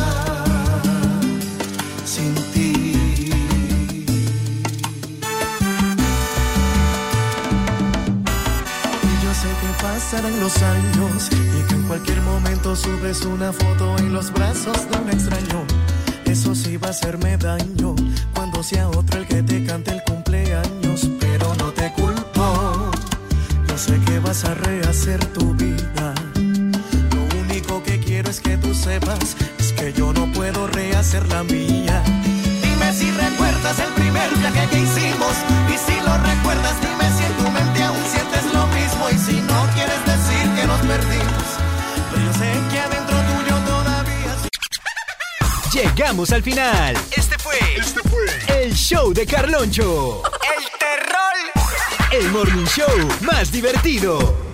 sin ti. Y yo sé que pasarán los años y que en cualquier momento subes una foto en los brazos de un extraño. Eso sí va a hacerme daño cuando sea otro el que te cante el cumpleaños. Pero no te culpo, yo sé que vas a rehacer tu vida. Lo único que quiero es que tú sepas es que yo no puedo rehacer la mía. Dime si recuerdas el primer viaje que hicimos y si lo recuerdas dime si en tu mente aún sientes lo mismo y si no quieres decir que nos perdimos. Pero yo sé que adentro tuyo todavía Llegamos al final. Este fue, este fue El show de Carloncho. el terror. El morning show más divertido.